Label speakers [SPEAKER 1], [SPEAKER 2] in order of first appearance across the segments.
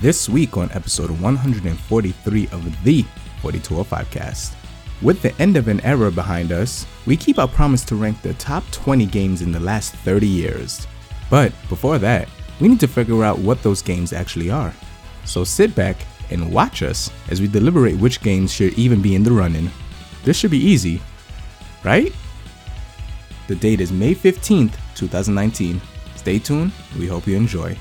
[SPEAKER 1] this week on episode 143 of the 4205 cast. With the end of an era behind us, we keep our promise to rank the top 20 games in the last 30 years. But before that, we need to figure out what those games actually are. So sit back and watch us as we deliberate which games should even be in the running. This should be easy, right? The date is May 15th, 2019. Stay tuned, we hope you enjoy.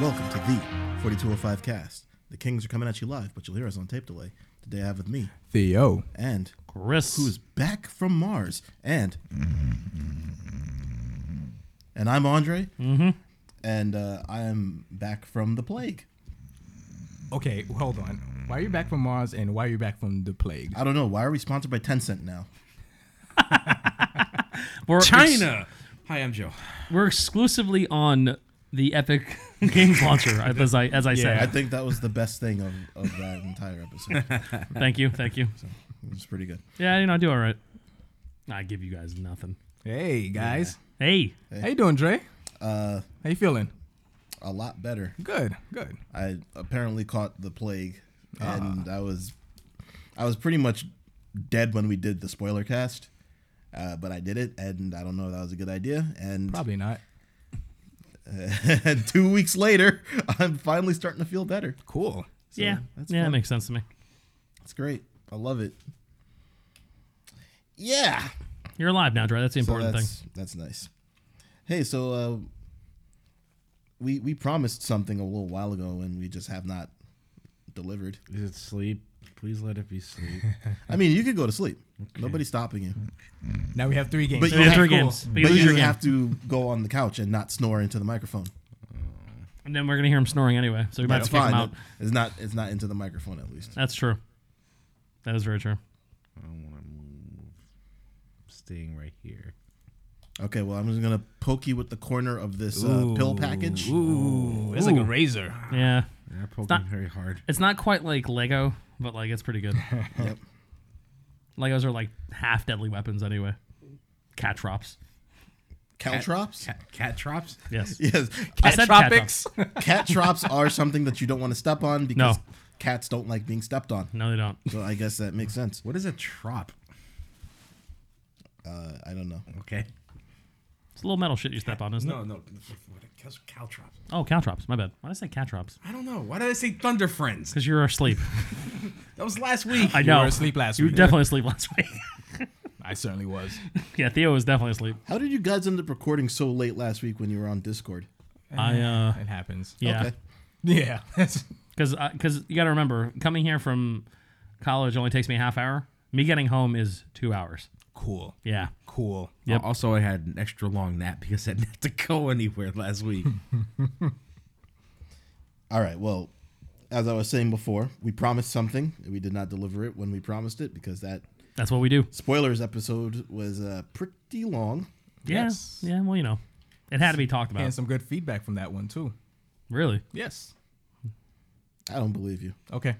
[SPEAKER 2] Welcome to the 4205 cast. The Kings are coming at you live, but you'll hear us on tape delay. Today I have with me
[SPEAKER 1] Theo.
[SPEAKER 2] and
[SPEAKER 3] Chris.
[SPEAKER 2] who's back from Mars and and I'm Andre. Mm-hmm. And uh, I am back from the plague.
[SPEAKER 1] Okay, hold on. Why are you back from Mars and why are you back from the plague?
[SPEAKER 2] I don't know why are we sponsored by Tencent now.
[SPEAKER 3] we're ex-
[SPEAKER 4] China. Hi, I'm Joe.
[SPEAKER 3] we're exclusively on the Epic Games launcher, as I as I
[SPEAKER 2] I
[SPEAKER 3] said.
[SPEAKER 2] think that was the best thing of, of that entire episode.
[SPEAKER 3] thank you, thank you.
[SPEAKER 2] It was pretty good.
[SPEAKER 3] Yeah, you know I do all right. I give you guys nothing.
[SPEAKER 1] Hey guys.
[SPEAKER 3] Hey,
[SPEAKER 1] How you doing, Dre?
[SPEAKER 2] Uh,
[SPEAKER 1] How you feeling?
[SPEAKER 2] a lot better.
[SPEAKER 1] Good, good.
[SPEAKER 2] I apparently caught the plague, and I was, I was pretty much dead when we did the spoiler cast, uh, but I did it, and I don't know if that was a good idea. And,
[SPEAKER 1] Probably not.
[SPEAKER 2] and two weeks later, I'm finally starting to feel better.
[SPEAKER 1] Cool.
[SPEAKER 3] yeah,
[SPEAKER 2] that's
[SPEAKER 3] yeah, that
[SPEAKER 2] fun.
[SPEAKER 3] makes sense to me.
[SPEAKER 2] It's great. I love it. Yeah.
[SPEAKER 3] You're alive now, Dre. That's the
[SPEAKER 2] So
[SPEAKER 3] important
[SPEAKER 2] that's, That's nice. Hey, so uh, we we promised something a little while ago, and we just have not delivered.
[SPEAKER 4] Is it sleep? Please let it be sleep.
[SPEAKER 2] I mean, you could go to sleep. Nobody's stopping you.
[SPEAKER 1] Now we have three games.
[SPEAKER 2] But
[SPEAKER 3] thing.
[SPEAKER 2] you
[SPEAKER 3] Lose your
[SPEAKER 2] have-
[SPEAKER 3] games, but you
[SPEAKER 2] But
[SPEAKER 3] lose
[SPEAKER 2] you
[SPEAKER 3] your game.
[SPEAKER 2] have to go on the couch and not snore into the microphone.
[SPEAKER 3] and then we're gonna hear him snoring anyway, so we might
[SPEAKER 2] That's
[SPEAKER 3] have to kick him
[SPEAKER 2] fine.
[SPEAKER 3] out.
[SPEAKER 2] It's not. It's not into the microphone at least.
[SPEAKER 3] That's true. That is very true.
[SPEAKER 4] Staying right here.
[SPEAKER 2] Okay. Well, I'm just gonna poke you with the corner of this uh,
[SPEAKER 1] Ooh.
[SPEAKER 2] pill package.
[SPEAKER 1] Ooh, it's like a
[SPEAKER 3] Ooh.
[SPEAKER 1] razor.
[SPEAKER 3] Yeah,
[SPEAKER 4] You're poking
[SPEAKER 3] not-
[SPEAKER 4] very hard.
[SPEAKER 3] it's not quite like Lego, but like it's pretty good.
[SPEAKER 2] Yep.
[SPEAKER 3] Legos are like half deadly weapons anyway. Cat drops.
[SPEAKER 2] Caltrops.
[SPEAKER 4] Cat, cat traps?
[SPEAKER 3] Yes.
[SPEAKER 2] yes.
[SPEAKER 3] I
[SPEAKER 2] Cat,
[SPEAKER 3] said cat drops.
[SPEAKER 2] cat trops are something that you don't want to step on because
[SPEAKER 3] No.
[SPEAKER 2] cats don't like being stepped on.
[SPEAKER 3] No, they don't.
[SPEAKER 2] So I guess that makes sense.
[SPEAKER 4] What is a trop?
[SPEAKER 2] Uh, I don't know.
[SPEAKER 4] Okay.
[SPEAKER 3] It's a little metal shit you step on, isn't it?
[SPEAKER 4] No, no. What a- cow- Cow traps.
[SPEAKER 3] Oh, caltrops. My bad. Why did I say caltrops?
[SPEAKER 4] I don't know. Why did I say thunder friends?
[SPEAKER 3] Because you were asleep.
[SPEAKER 4] That was last week.
[SPEAKER 3] I know.
[SPEAKER 1] were asleep last
[SPEAKER 3] You were
[SPEAKER 1] week.
[SPEAKER 3] definitely asleep last week.
[SPEAKER 1] I certainly was.
[SPEAKER 3] yeah, Theo was definitely asleep.
[SPEAKER 2] How did you guys end up recording so late last week when you were on Discord?
[SPEAKER 3] I
[SPEAKER 1] Eh,
[SPEAKER 3] uh,
[SPEAKER 1] It happens.
[SPEAKER 3] yeah,
[SPEAKER 2] Okay.
[SPEAKER 1] Yeah.
[SPEAKER 3] because because you got to remember, coming here from college only takes me a half hour. Me getting home is two hours.
[SPEAKER 1] cool.
[SPEAKER 3] Yeah,
[SPEAKER 1] Cool.
[SPEAKER 3] Yep.
[SPEAKER 4] Also, I had an extra long nap because I didn't have to go anywhere last week.
[SPEAKER 3] Hmm.
[SPEAKER 2] All right. Well, as I was saying before, we promised something. and We did not deliver it when we promised it because that
[SPEAKER 3] that's what we do.
[SPEAKER 2] spoilers episode was uh, pretty long.
[SPEAKER 3] Yeah,
[SPEAKER 1] Yes.
[SPEAKER 3] yeah. Well, you know, it had to be talked about.
[SPEAKER 1] And some good feedback from that one too.
[SPEAKER 3] Really,
[SPEAKER 1] Yes.
[SPEAKER 2] I don't believe you.
[SPEAKER 1] Okay.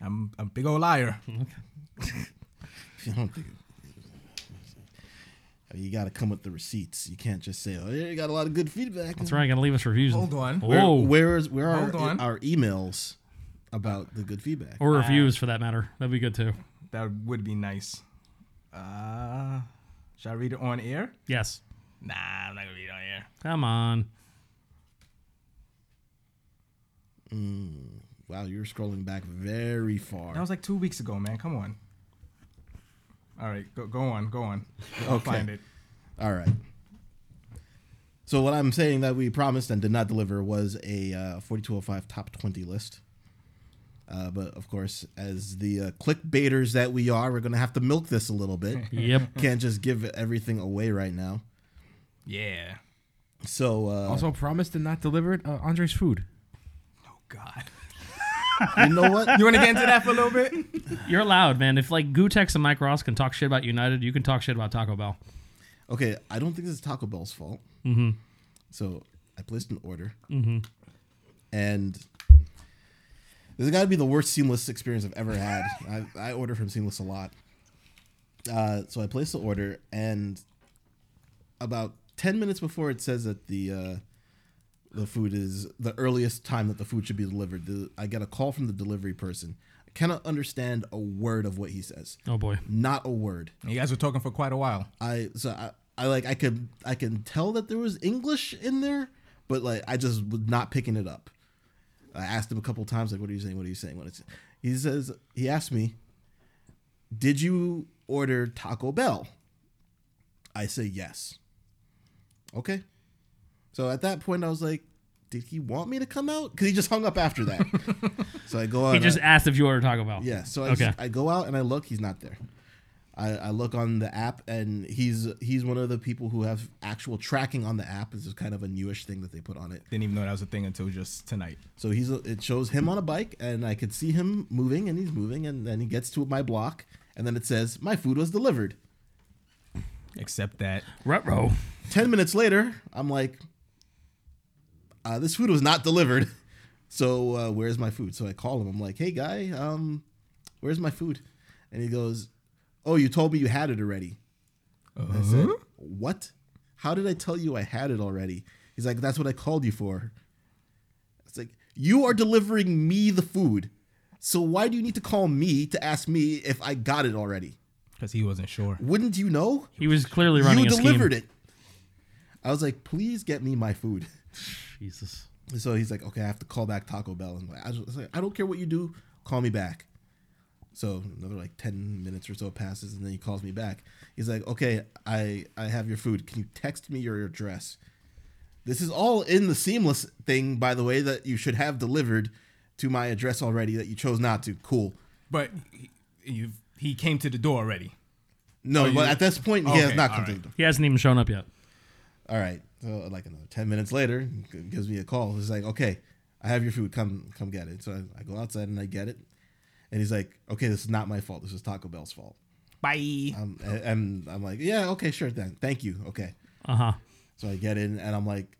[SPEAKER 1] I'm I'm a big old liar.
[SPEAKER 2] I don't think. You got to come with the receipts. You can't just say, "Oh, yeah, you got a lot of good feedback."
[SPEAKER 3] that's right. Got to leave us reviews.
[SPEAKER 1] Hold on.
[SPEAKER 3] Whoa,
[SPEAKER 2] Where, where is where are
[SPEAKER 1] Hold on.
[SPEAKER 2] our emails about the good feedback?
[SPEAKER 3] or
[SPEAKER 1] Ah.
[SPEAKER 3] reviews for that matter. That'd be good too.
[SPEAKER 1] That would be nice. Uh shall I read it on air?
[SPEAKER 3] Yes.
[SPEAKER 1] Nah, I'm not gonna read it on air.
[SPEAKER 3] Come on.
[SPEAKER 2] Wow, you're scrolling back very far.
[SPEAKER 1] That was like two weeks ago, man. Come on. All right, go, go on, go on. I'll
[SPEAKER 2] Okay.
[SPEAKER 1] find it.
[SPEAKER 2] All right. So what I'm saying that we promised and did not deliver was a uh, 4205 top 20 list. Uh, but of course, as the uh, clickbaiters that we are, we're gonna have to milk this a little bit.
[SPEAKER 3] Yep.
[SPEAKER 2] Can't just give everything away right now. uh,
[SPEAKER 1] Yeah.
[SPEAKER 2] So uh,
[SPEAKER 4] also, promised and not delivered uh, Andre's food.
[SPEAKER 1] Oh, God.
[SPEAKER 2] You know what?
[SPEAKER 1] You want to get into that for a little bit?
[SPEAKER 3] You're allowed, man. If like Gutex and Mike Ross can talk shit about United, you can talk shit about Taco Bell.
[SPEAKER 2] Okay, I don't think this is Taco Bell's fault. So I placed an order, and this has got to be the worst seamless experience I've ever had. I, I order from Seamless a lot, uh, so I placed the order, and about ten minutes before it says that the uh, the food is the earliest time that the food should be delivered, the, I get a call from the delivery person. I cannot understand a word of what he says.
[SPEAKER 3] Oh boy.
[SPEAKER 2] Not a word.
[SPEAKER 1] You guys were talking for quite a while.
[SPEAKER 2] I so I, I like I could I can tell that there was English in there, but like I just was not picking it up. I asked him a couple times like, "What are you saying? What are you saying?" What is he says? He asked me, "Did you order Taco Bell?" I say yes. Okay. So at that point, I was like, "Did he want me to come out?" Because he just hung up after that. so I go out.
[SPEAKER 3] He
[SPEAKER 2] and
[SPEAKER 3] just
[SPEAKER 2] I-
[SPEAKER 3] asked if you ordered Taco Bell.
[SPEAKER 2] yeah. So I,
[SPEAKER 3] Okay.
[SPEAKER 2] just- I go out and I look. He's not there. I, I look on the app and he's he's one of the people who have actual tracking on the app. This is kind of a newish thing that they put on it.
[SPEAKER 1] Didn't even know that was a thing until just tonight.
[SPEAKER 2] So he's it shows him on a bike and I could see him moving and he's moving and then he gets to my block and then it says my food was delivered.
[SPEAKER 1] Except that
[SPEAKER 3] Retro.
[SPEAKER 4] Oh.
[SPEAKER 2] Ten minutes later, I'm like, uh, this food was not delivered. So uh, where's my food? So I call him. I'm like, hey guy, um, where's my food? And he goes, oh, you told me you had it already. I said, what? How did I tell you I had it already? He's like, that's what I called you for. It's like you are delivering me the food. So why do you need to call me to ask me if I got it already?
[SPEAKER 1] because he wasn't sure.
[SPEAKER 2] Wouldn't you know?
[SPEAKER 3] He was clearly running
[SPEAKER 2] you
[SPEAKER 3] a
[SPEAKER 2] delivered
[SPEAKER 3] scheme.
[SPEAKER 2] it. I was like, please get me my food.
[SPEAKER 3] Jesus.
[SPEAKER 2] So he's like, okay, I have to call back Taco Bell. And I was just like, I don't care what you do, call me back. So another like ten minutes or so passes, and then he calls me back. He's like, okay, I I have your food. Can you text me your address? This is all in the seamless thing, by the way, that you should have delivered to my address already that you chose not to. Cool.
[SPEAKER 1] But he, you've, he came to the door already.
[SPEAKER 2] No,
[SPEAKER 1] you-
[SPEAKER 2] but at this point, he has
[SPEAKER 1] Okay,
[SPEAKER 2] not
[SPEAKER 1] all
[SPEAKER 2] come
[SPEAKER 1] right.
[SPEAKER 2] to
[SPEAKER 3] He hasn't even shown up yet.
[SPEAKER 2] all right so like another 10 minutes later he gives me a call he's like okay i have your food come come get it so I, I go outside and i get it and he's like okay this is not my fault this is taco bell's fault
[SPEAKER 1] Bye.
[SPEAKER 2] um, and, and i'm like yeah okay sure then thank you okay
[SPEAKER 3] Uh huh.
[SPEAKER 2] so i get in and i'm like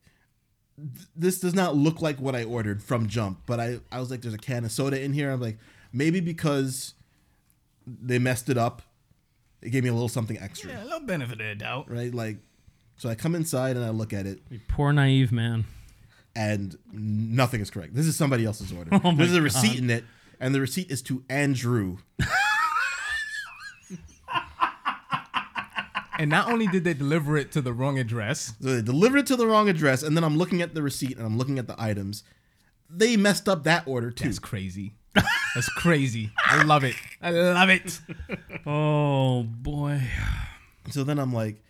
[SPEAKER 2] "Th- this does not look like what i ordered from jump but i i was like there's a can of soda in here i'm like maybe because they messed it up it gave me a little something extra
[SPEAKER 1] Yeah, a little benefit of the doubt.
[SPEAKER 2] right like so i come inside and i look at it
[SPEAKER 3] You poor naive man.
[SPEAKER 2] and nothing is correct. This is somebody else's order.
[SPEAKER 3] my
[SPEAKER 2] There's a receipt in it, and the receipt is to Andrew.
[SPEAKER 1] And not only did they deliver it to the wrong address,
[SPEAKER 2] So they delivered it to the wrong address, and then I'm looking at the receipt and I'm looking at the items. They messed up that order too.
[SPEAKER 1] it's crazy. That's crazy. I love it. Hmm. I love it.
[SPEAKER 3] Oh boy.
[SPEAKER 2] So then I'm like,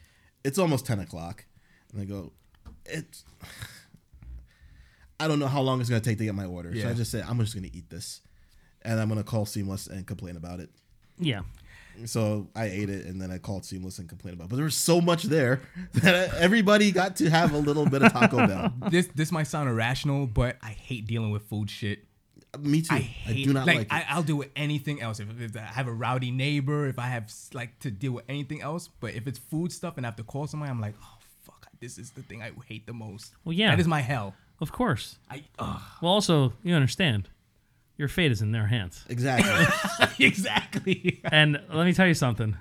[SPEAKER 2] it's almost 10 o'clock. And I go, it's. I don't know how long it's going to take to get my order. So
[SPEAKER 1] Yeah.
[SPEAKER 2] I just say, I'm just going to eat this. And I'm going to call Seamless and complain about it.
[SPEAKER 3] Yeah.
[SPEAKER 2] So I ate it, and then I called Seamless and complained about. It. But there was so much there that everybody got to have a little bit of Taco Bell.
[SPEAKER 1] This this might sound irrational, but I hate dealing with food shit.
[SPEAKER 2] Me
[SPEAKER 1] I
[SPEAKER 2] too. I,
[SPEAKER 1] hate
[SPEAKER 2] do not like. it.
[SPEAKER 1] I, I'll deal with anything else. If, if I have a rowdy neighbor, if I have like to deal with anything else, but if it's food stuff and I have to call somebody, I'm like, oh fuck, this is the thing I hate the most.
[SPEAKER 3] Well, yeah.
[SPEAKER 1] that is my hell.
[SPEAKER 3] Of course.
[SPEAKER 1] I ugh.
[SPEAKER 3] Well, also you understand, your fate is in their hands.
[SPEAKER 2] exactly.
[SPEAKER 1] exactly.
[SPEAKER 3] And let me tell you something.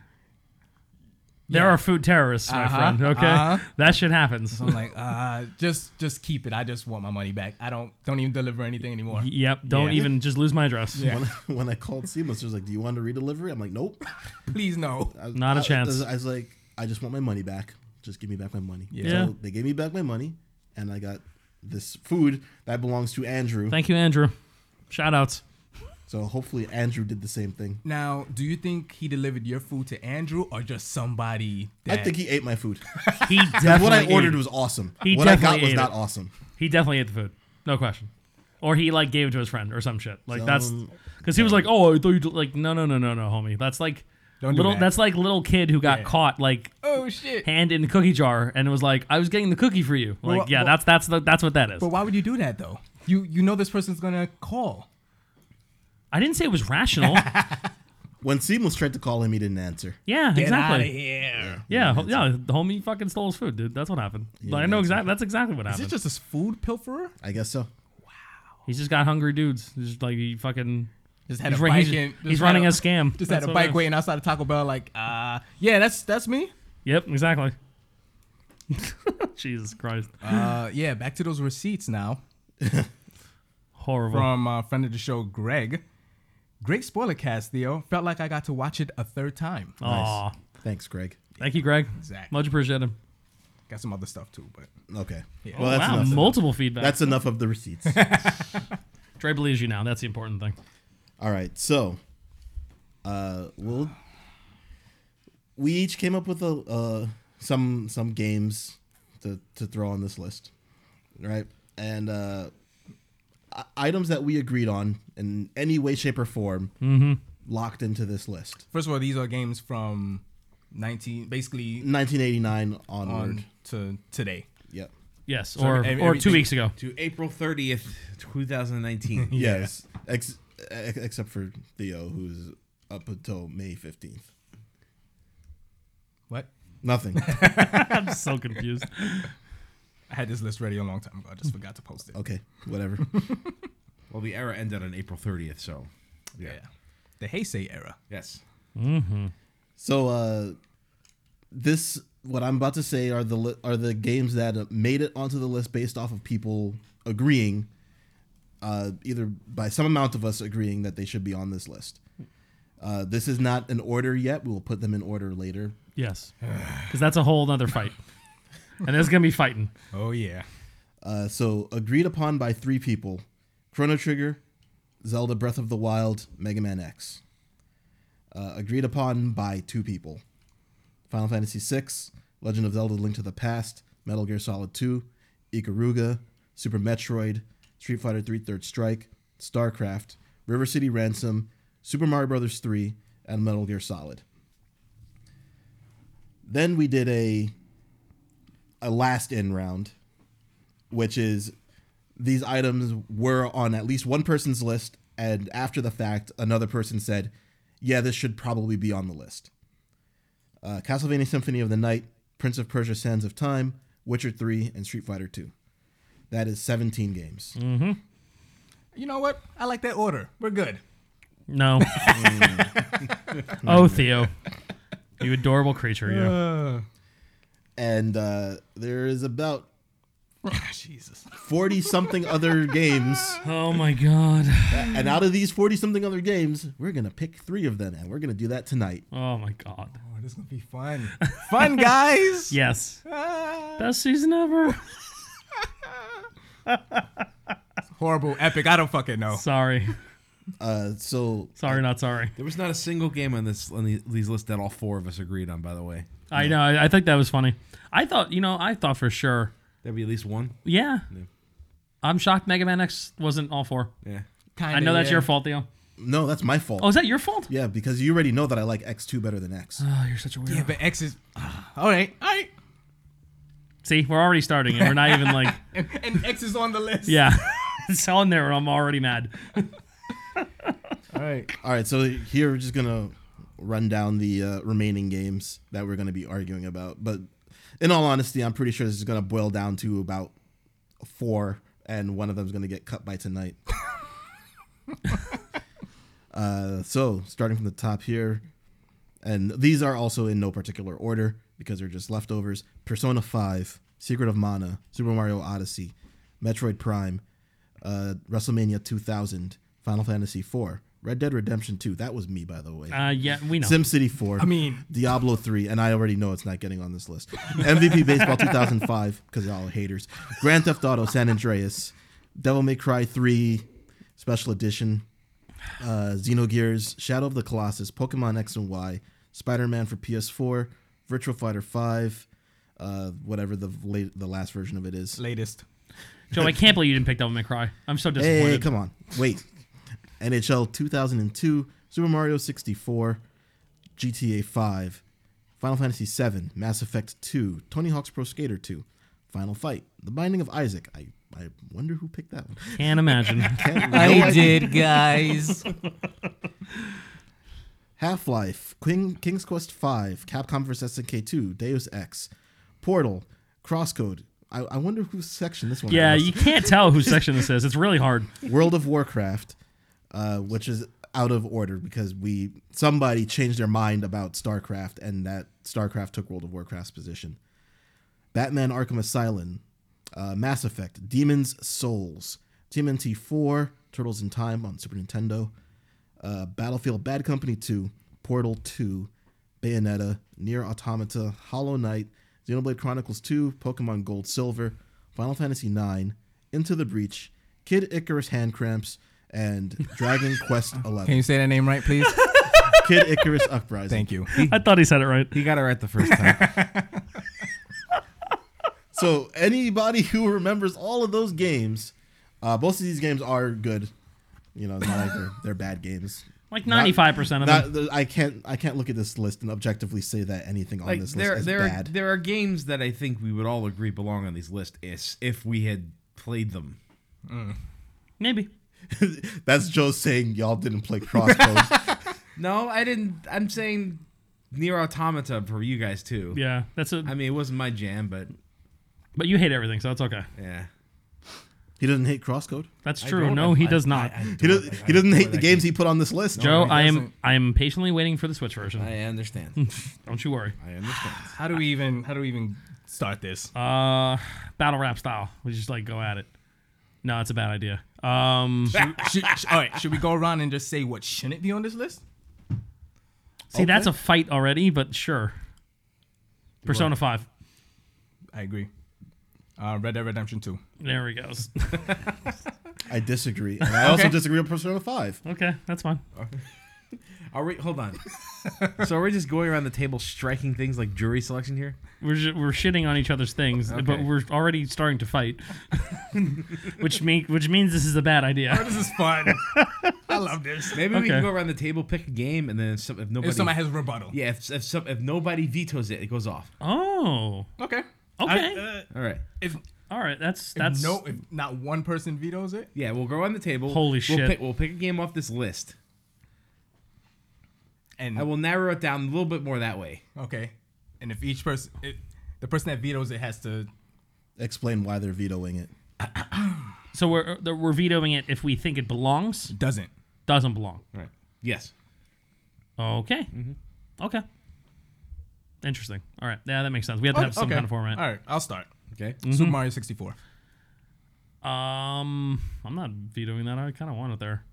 [SPEAKER 3] There
[SPEAKER 1] Yeah.
[SPEAKER 3] are food terrorists, my
[SPEAKER 1] Uh-huh,
[SPEAKER 3] friend. Okay,
[SPEAKER 1] uh-huh.
[SPEAKER 3] that shit happens.
[SPEAKER 2] Uh-huh.
[SPEAKER 1] I'm like, uh, just just keep it. I just want my money back. I don't don't even deliver anything anymore.
[SPEAKER 3] Yep. Don't
[SPEAKER 1] Yeah.
[SPEAKER 3] even just lose my address.
[SPEAKER 1] Yeah.
[SPEAKER 2] when, when I called Seamless, she was like, "Do you want to redelivery?" I'm like, "Nope,
[SPEAKER 1] Please no.
[SPEAKER 2] I,
[SPEAKER 3] Not a
[SPEAKER 2] a
[SPEAKER 3] chance.
[SPEAKER 2] I, was like, "I just want my money back. Just give me back my money."
[SPEAKER 3] Yeah.
[SPEAKER 2] So they gave me back my money, and I got this food that belongs to Andrew.
[SPEAKER 3] Thank you, Andrew. Shout outs.
[SPEAKER 2] so hopefully, Andrew did the same thing.
[SPEAKER 1] Now, do you think he delivered your food to Andrew or just somebody? That,
[SPEAKER 2] I think he ate my food.
[SPEAKER 3] He definitely
[SPEAKER 2] what I ordered
[SPEAKER 3] ate,
[SPEAKER 2] was awesome.
[SPEAKER 3] He
[SPEAKER 2] what I got
[SPEAKER 3] definitely
[SPEAKER 2] was
[SPEAKER 3] ate
[SPEAKER 2] not
[SPEAKER 3] it.
[SPEAKER 2] awesome.
[SPEAKER 3] he definitely ate the food, no question. Or he like gave it to his friend or some shit. Like that's because he was like, oh, I thought you d-" like no no no no no homie. That's like
[SPEAKER 1] Don't do
[SPEAKER 3] little.
[SPEAKER 1] that.
[SPEAKER 3] That's like little kid who got
[SPEAKER 1] Yeah.
[SPEAKER 3] caught like
[SPEAKER 1] Oh shit!
[SPEAKER 3] hand in the cookie jar and was like, I was getting the cookie for you. Like
[SPEAKER 1] Well,
[SPEAKER 3] yeah,
[SPEAKER 1] well-
[SPEAKER 3] that's that's the, that's what that is.
[SPEAKER 1] But why would you do that though? You you know this person's gonna call.
[SPEAKER 3] I didn't say it was rational.
[SPEAKER 2] When Seamless tried to call him, he didn't answer.
[SPEAKER 3] yeah,
[SPEAKER 1] Get out of
[SPEAKER 3] exactly.
[SPEAKER 1] here.
[SPEAKER 3] Yeah, ho- yeah. The homie fucking stole his food, dude. That's what happened. Like, I know exactly. That's exactly what
[SPEAKER 1] Is
[SPEAKER 3] happened.
[SPEAKER 1] it just a food pilferer?
[SPEAKER 2] I guess so.
[SPEAKER 3] he's just got hungry dudes. He's just like he fucking.
[SPEAKER 1] Just
[SPEAKER 3] He's, ra- he's,
[SPEAKER 1] and- just
[SPEAKER 3] he's
[SPEAKER 1] had
[SPEAKER 3] running a, scam.
[SPEAKER 1] Just had
[SPEAKER 3] That's
[SPEAKER 1] a
[SPEAKER 3] what it
[SPEAKER 1] bike
[SPEAKER 3] is.
[SPEAKER 1] waiting outside of Taco Bell. Like, uh, yeah, that's that's me.
[SPEAKER 3] Yep, exactly. Jesus Christ,
[SPEAKER 1] Uh, yeah. Back to those receipts now.
[SPEAKER 3] horrible.
[SPEAKER 1] from uh, friend of the show, Greg. Great spoiler cast, Theo. Felt like I got to watch it a third time.
[SPEAKER 3] Aw,
[SPEAKER 2] Thanks, Greg.
[SPEAKER 3] thank you, Greg.
[SPEAKER 1] Exactly.
[SPEAKER 3] Much appreciated.
[SPEAKER 1] Got some other stuff too, but
[SPEAKER 2] Okay.
[SPEAKER 1] Yeah.
[SPEAKER 2] Well, that's
[SPEAKER 3] wow,
[SPEAKER 2] enough.
[SPEAKER 3] multiple feedback.
[SPEAKER 2] That's enough of the receipts.
[SPEAKER 3] Dre believes you now. That's the important thing.
[SPEAKER 2] All right, so uh, we'll we each came up with a uh, some some games to to throw on this list, right? And uh, i- items that we agreed on in any way, shape, or form locked into this list.
[SPEAKER 1] first of all, these are games from 19, basically
[SPEAKER 2] 1989 onward.
[SPEAKER 1] on to today.
[SPEAKER 2] Yep.
[SPEAKER 3] Yes,
[SPEAKER 4] So
[SPEAKER 3] or or
[SPEAKER 4] ev-
[SPEAKER 3] two
[SPEAKER 4] everything-
[SPEAKER 3] weeks ago.
[SPEAKER 4] to April 30th, 2019.
[SPEAKER 2] Yes. Ex- ex- except for Theo, who's up until May 15th.
[SPEAKER 1] What?
[SPEAKER 2] Nothing.
[SPEAKER 3] I'm so confused.
[SPEAKER 1] I had this list ready a long time ago. I just forgot to post it.
[SPEAKER 2] okay. Whatever.
[SPEAKER 4] well, the era ended on April 30th, so yeah.
[SPEAKER 1] Yeah. The Heisei era.
[SPEAKER 4] Yes.
[SPEAKER 2] So uh this what I'm about to say are the li- are the games that uh, made it onto the list based off of people agreeing uh either by some amount of us agreeing that they should be on this list. Uh this is not an order yet. We will put them in order later.
[SPEAKER 3] Yes, because that's a whole other fight, and there's gonna be fighting.
[SPEAKER 1] Oh, yeah.
[SPEAKER 2] Uh so agreed upon by 3 people. Chrono Trigger, Zelda Breath of the Wild, Mega Man X. Uh, agreed upon by 2 people. Final Fantasy VI, Legend of Zelda: Link to the Past, Metal Gear Solid 2, Ikaruga, Super Metroid, Street Fighter 3 Third Strike, StarCraft, River City Ransom, Super Mario Bros. 3, and Metal Gear Solid. Then we did a a last in round, which is these items were on at least one person's list, and after the fact, another person said, "Yeah, this should probably be on the list." uh, Castlevania Symphony of the Night, Prince of Persia: Sands of Time, Witcher Three, and Street Fighter Two. That is 17 games.
[SPEAKER 1] You know what? I like that order. We're good.
[SPEAKER 3] No. oh, Theo, you adorable creature. You.
[SPEAKER 1] Uh,
[SPEAKER 2] And uh, there is about
[SPEAKER 1] Ah, Jesus.
[SPEAKER 2] 40 something other games.
[SPEAKER 3] Oh my God.
[SPEAKER 2] And out of these 40 something other games, we're going to pick three of them. And we're going to do that tonight.
[SPEAKER 3] Oh my God.
[SPEAKER 1] Oh, this is going to be fun. fun, guys.
[SPEAKER 3] Yes.
[SPEAKER 1] Ah.
[SPEAKER 3] Best season ever.
[SPEAKER 1] horrible, epic. I don't fucking know.
[SPEAKER 3] Sorry.
[SPEAKER 2] Uh, so
[SPEAKER 3] Sorry, not sorry.
[SPEAKER 4] There was not a single game on this on the- these lists that all four of us agreed on. By the way,
[SPEAKER 3] I know. I, I think that was funny. I thought, you know, I thought for sure.
[SPEAKER 4] there'd be at least one.
[SPEAKER 3] Yeah. I'm shocked Mega Man X wasn't all four.
[SPEAKER 4] Yeah.
[SPEAKER 1] Kinda,
[SPEAKER 3] I know that's
[SPEAKER 1] yeah.
[SPEAKER 3] your fault, Theo.
[SPEAKER 2] no, that's my fault.
[SPEAKER 3] Oh, is that your fault?
[SPEAKER 2] Yeah, because you already know that I like X2 better than X.
[SPEAKER 3] Oh, you're such a weirdo.
[SPEAKER 1] Yeah, but X is. Ah, all right. All right.
[SPEAKER 3] See, we're already starting and we're not even like,
[SPEAKER 1] And, and X is on the list.
[SPEAKER 3] yeah. It's on there and I'm already mad.
[SPEAKER 1] All right.
[SPEAKER 2] All right, so here we're just going to run down the uh, remaining games that we're going to be arguing about. But in all honesty, I'm pretty sure this is going to boil down to about four, and one of them's going to get cut by tonight. uh, so, starting from the top here, and these are also in no particular order because they're just leftovers Persona 5, Secret of Mana, Super Mario Odyssey, Metroid Prime, uh, WrestleMania 2000, Final Fantasy 4, Red Dead Redemption 2. That was me, by the way.
[SPEAKER 3] Uh, yeah, we know.
[SPEAKER 2] SimCity 4. I
[SPEAKER 1] mean-
[SPEAKER 2] Diablo 3, and I already know it's not getting on this list. MVP Baseball 2005, because y'all are haters. Grand Theft Auto San Andreas, Devil May Cry 3 Special Edition, uh, Xenogears, Shadow of the Colossus, Pokemon X and Y, Spider Man for PS4, Virtual Fighter 5, uh, whatever the late, the last version of it is.
[SPEAKER 1] Latest.
[SPEAKER 3] Joe, I can't believe you didn't pick Devil May Cry. I'm so disappointed.
[SPEAKER 2] Hey, come on. Wait. NHL 2002, Super Mario 64, GTA 5, Final Fantasy 7, Mass Effect 2, Tony Hawk's Pro Skater 2, Final Fight, The Binding of Isaac. I I wonder who picked that one.
[SPEAKER 3] Can't imagine.
[SPEAKER 1] I did, guys.
[SPEAKER 2] Half Life, King, King's Quest V, Capcom vs. SNK 2, Deus Ex, Portal, Crosscode. I, I wonder whose section this one
[SPEAKER 3] yeah,
[SPEAKER 2] was.
[SPEAKER 3] you can't tell whose section this is. It's really hard.
[SPEAKER 2] World of Warcraft, uh, which is out of order because we somebody changed their mind about StarCraft and that StarCraft took World of Warcraft's position. Batman Arkham Asylum, uh, Mass Effect, Demon's Souls, TMNT 4, Turtles in Time on Super Nintendo, uh, Battlefield Bad Company 2, Portal 2, Bayonetta, Near Automata, Hollow Knight, Xenoblade Chronicles 2, Pokemon Gold Silver, Final Fantasy 9, Into the Breach, Kid Icarus Hand Cramps, and Dragon Quest
[SPEAKER 1] Can
[SPEAKER 2] 11.
[SPEAKER 1] you say that name right, please?
[SPEAKER 2] Kid Icarus Uprising.
[SPEAKER 1] Thank you.
[SPEAKER 3] I thought he said it right.
[SPEAKER 4] He got it right the first time.
[SPEAKER 2] So anybody who remembers all of those games, uh, both of these games are good. You know, it's not like they're, they're bad games.
[SPEAKER 3] Like 95%
[SPEAKER 2] Not-
[SPEAKER 3] of them.
[SPEAKER 2] th- I can't I can't look at this list and objectively say that anything on
[SPEAKER 4] Like
[SPEAKER 2] this
[SPEAKER 4] there,
[SPEAKER 2] list is
[SPEAKER 4] there, are,
[SPEAKER 2] bad.
[SPEAKER 4] there are games that I think we would all agree belong on these lists is- if we had played them.
[SPEAKER 3] Maybe.
[SPEAKER 2] That's Joe saying y'all didn't play Crossbow.
[SPEAKER 4] No, I didn't. I'm saying near automata for you guys too.
[SPEAKER 3] Yeah, that's it.
[SPEAKER 4] I mean, it wasn't my jam, but
[SPEAKER 3] But you hate everything, so it's okay.
[SPEAKER 4] yeah.
[SPEAKER 2] he doesn't hate Crosscode.
[SPEAKER 3] That's
[SPEAKER 4] I
[SPEAKER 3] true.
[SPEAKER 4] don't-
[SPEAKER 3] No,
[SPEAKER 4] I-
[SPEAKER 3] he
[SPEAKER 4] I-
[SPEAKER 3] does not.
[SPEAKER 4] I- I
[SPEAKER 2] He
[SPEAKER 4] don't-
[SPEAKER 2] doesn't
[SPEAKER 4] I-
[SPEAKER 2] he
[SPEAKER 4] I
[SPEAKER 2] doesn't
[SPEAKER 4] don't
[SPEAKER 2] hate the
[SPEAKER 4] like
[SPEAKER 2] games he put on this list.
[SPEAKER 3] Joe,
[SPEAKER 4] Oh,
[SPEAKER 1] he
[SPEAKER 3] I am
[SPEAKER 1] doesn't.
[SPEAKER 3] I am patiently waiting for the Switch version.
[SPEAKER 4] I understand.
[SPEAKER 3] Don't you worry.
[SPEAKER 4] I understand.
[SPEAKER 1] How do we even? How do we even start this?
[SPEAKER 3] Uh, battle rap style. We just like go at it. No, it's a bad idea. Um,
[SPEAKER 1] Should- sh- all right, should we go around and just say what shouldn't be on this list?
[SPEAKER 3] see, that's a fight already, but sure. Persona Five.
[SPEAKER 1] I agree. Uh, Red Dead Redemption Two.
[SPEAKER 3] There he goes.
[SPEAKER 2] I disagree. And I also
[SPEAKER 1] Okay.
[SPEAKER 2] disagree with Persona Five.
[SPEAKER 3] okay, that's fine.
[SPEAKER 4] Are we? Hold on. so are we just going around the table striking things like jury selection here?
[SPEAKER 3] We're ju- we're shitting on each other's things, but
[SPEAKER 4] Okay.
[SPEAKER 3] we're already starting to fight, which mean which means this is a bad idea.
[SPEAKER 1] This is fun. I love this.
[SPEAKER 4] Maybe we
[SPEAKER 3] Okay.
[SPEAKER 4] can go around the table, pick a game, and then if, some, if nobody,
[SPEAKER 1] If somebody has a rebuttal.
[SPEAKER 4] yeah, if if, some, if nobody vetoes it, it goes off.
[SPEAKER 3] Oh,
[SPEAKER 1] Okay.
[SPEAKER 3] Okay.
[SPEAKER 1] I, uh,
[SPEAKER 4] All right.
[SPEAKER 1] if, if
[SPEAKER 3] all right. That's that's
[SPEAKER 1] no, if not one person vetoes it,
[SPEAKER 4] Yeah, we'll go around the table.
[SPEAKER 3] Holy
[SPEAKER 4] we'll
[SPEAKER 3] shit.
[SPEAKER 4] Pick, we'll pick a game off this list.
[SPEAKER 1] and
[SPEAKER 4] I will narrow it down a little bit more that way.
[SPEAKER 1] okay, and if each person, it, the person that vetoes it has to.
[SPEAKER 2] Explain why they're vetoing it.
[SPEAKER 3] so we're uh, we're vetoing it if we think it belongs,
[SPEAKER 1] Doesn't.
[SPEAKER 3] doesn't belong.
[SPEAKER 4] All right. Yes.
[SPEAKER 3] Okay.
[SPEAKER 1] Mm-hmm.
[SPEAKER 3] Okay. Interesting. All right. Yeah, that makes sense. We have to
[SPEAKER 1] Oh,
[SPEAKER 3] have some
[SPEAKER 1] okay.
[SPEAKER 3] kind of format.
[SPEAKER 1] All right, I'll start.
[SPEAKER 4] Okay.
[SPEAKER 1] Super Mario 64.
[SPEAKER 3] Um, I'm not vetoing that. I kind of want it there.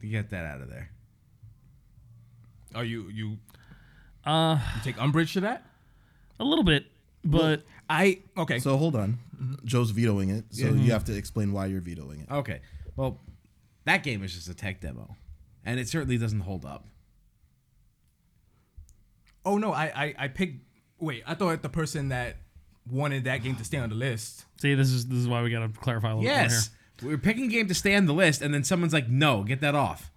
[SPEAKER 4] Get that out of there.
[SPEAKER 1] Are you you? Uh, you take umbrage to that.
[SPEAKER 3] A little bit, but
[SPEAKER 1] I okay.
[SPEAKER 2] So hold on. Joe's vetoing it, so you have to explain why you're vetoing it.
[SPEAKER 4] Okay. Well, that game is just a tech demo, and it certainly doesn't hold up.
[SPEAKER 1] Oh no, I, I I picked. Wait, I thought the person that wanted that game to stay on the list.
[SPEAKER 3] see, this is this is why we gotta clarify a little
[SPEAKER 4] Yes. We're picking a game to stay on the list, and then someone's like, "No, get that off."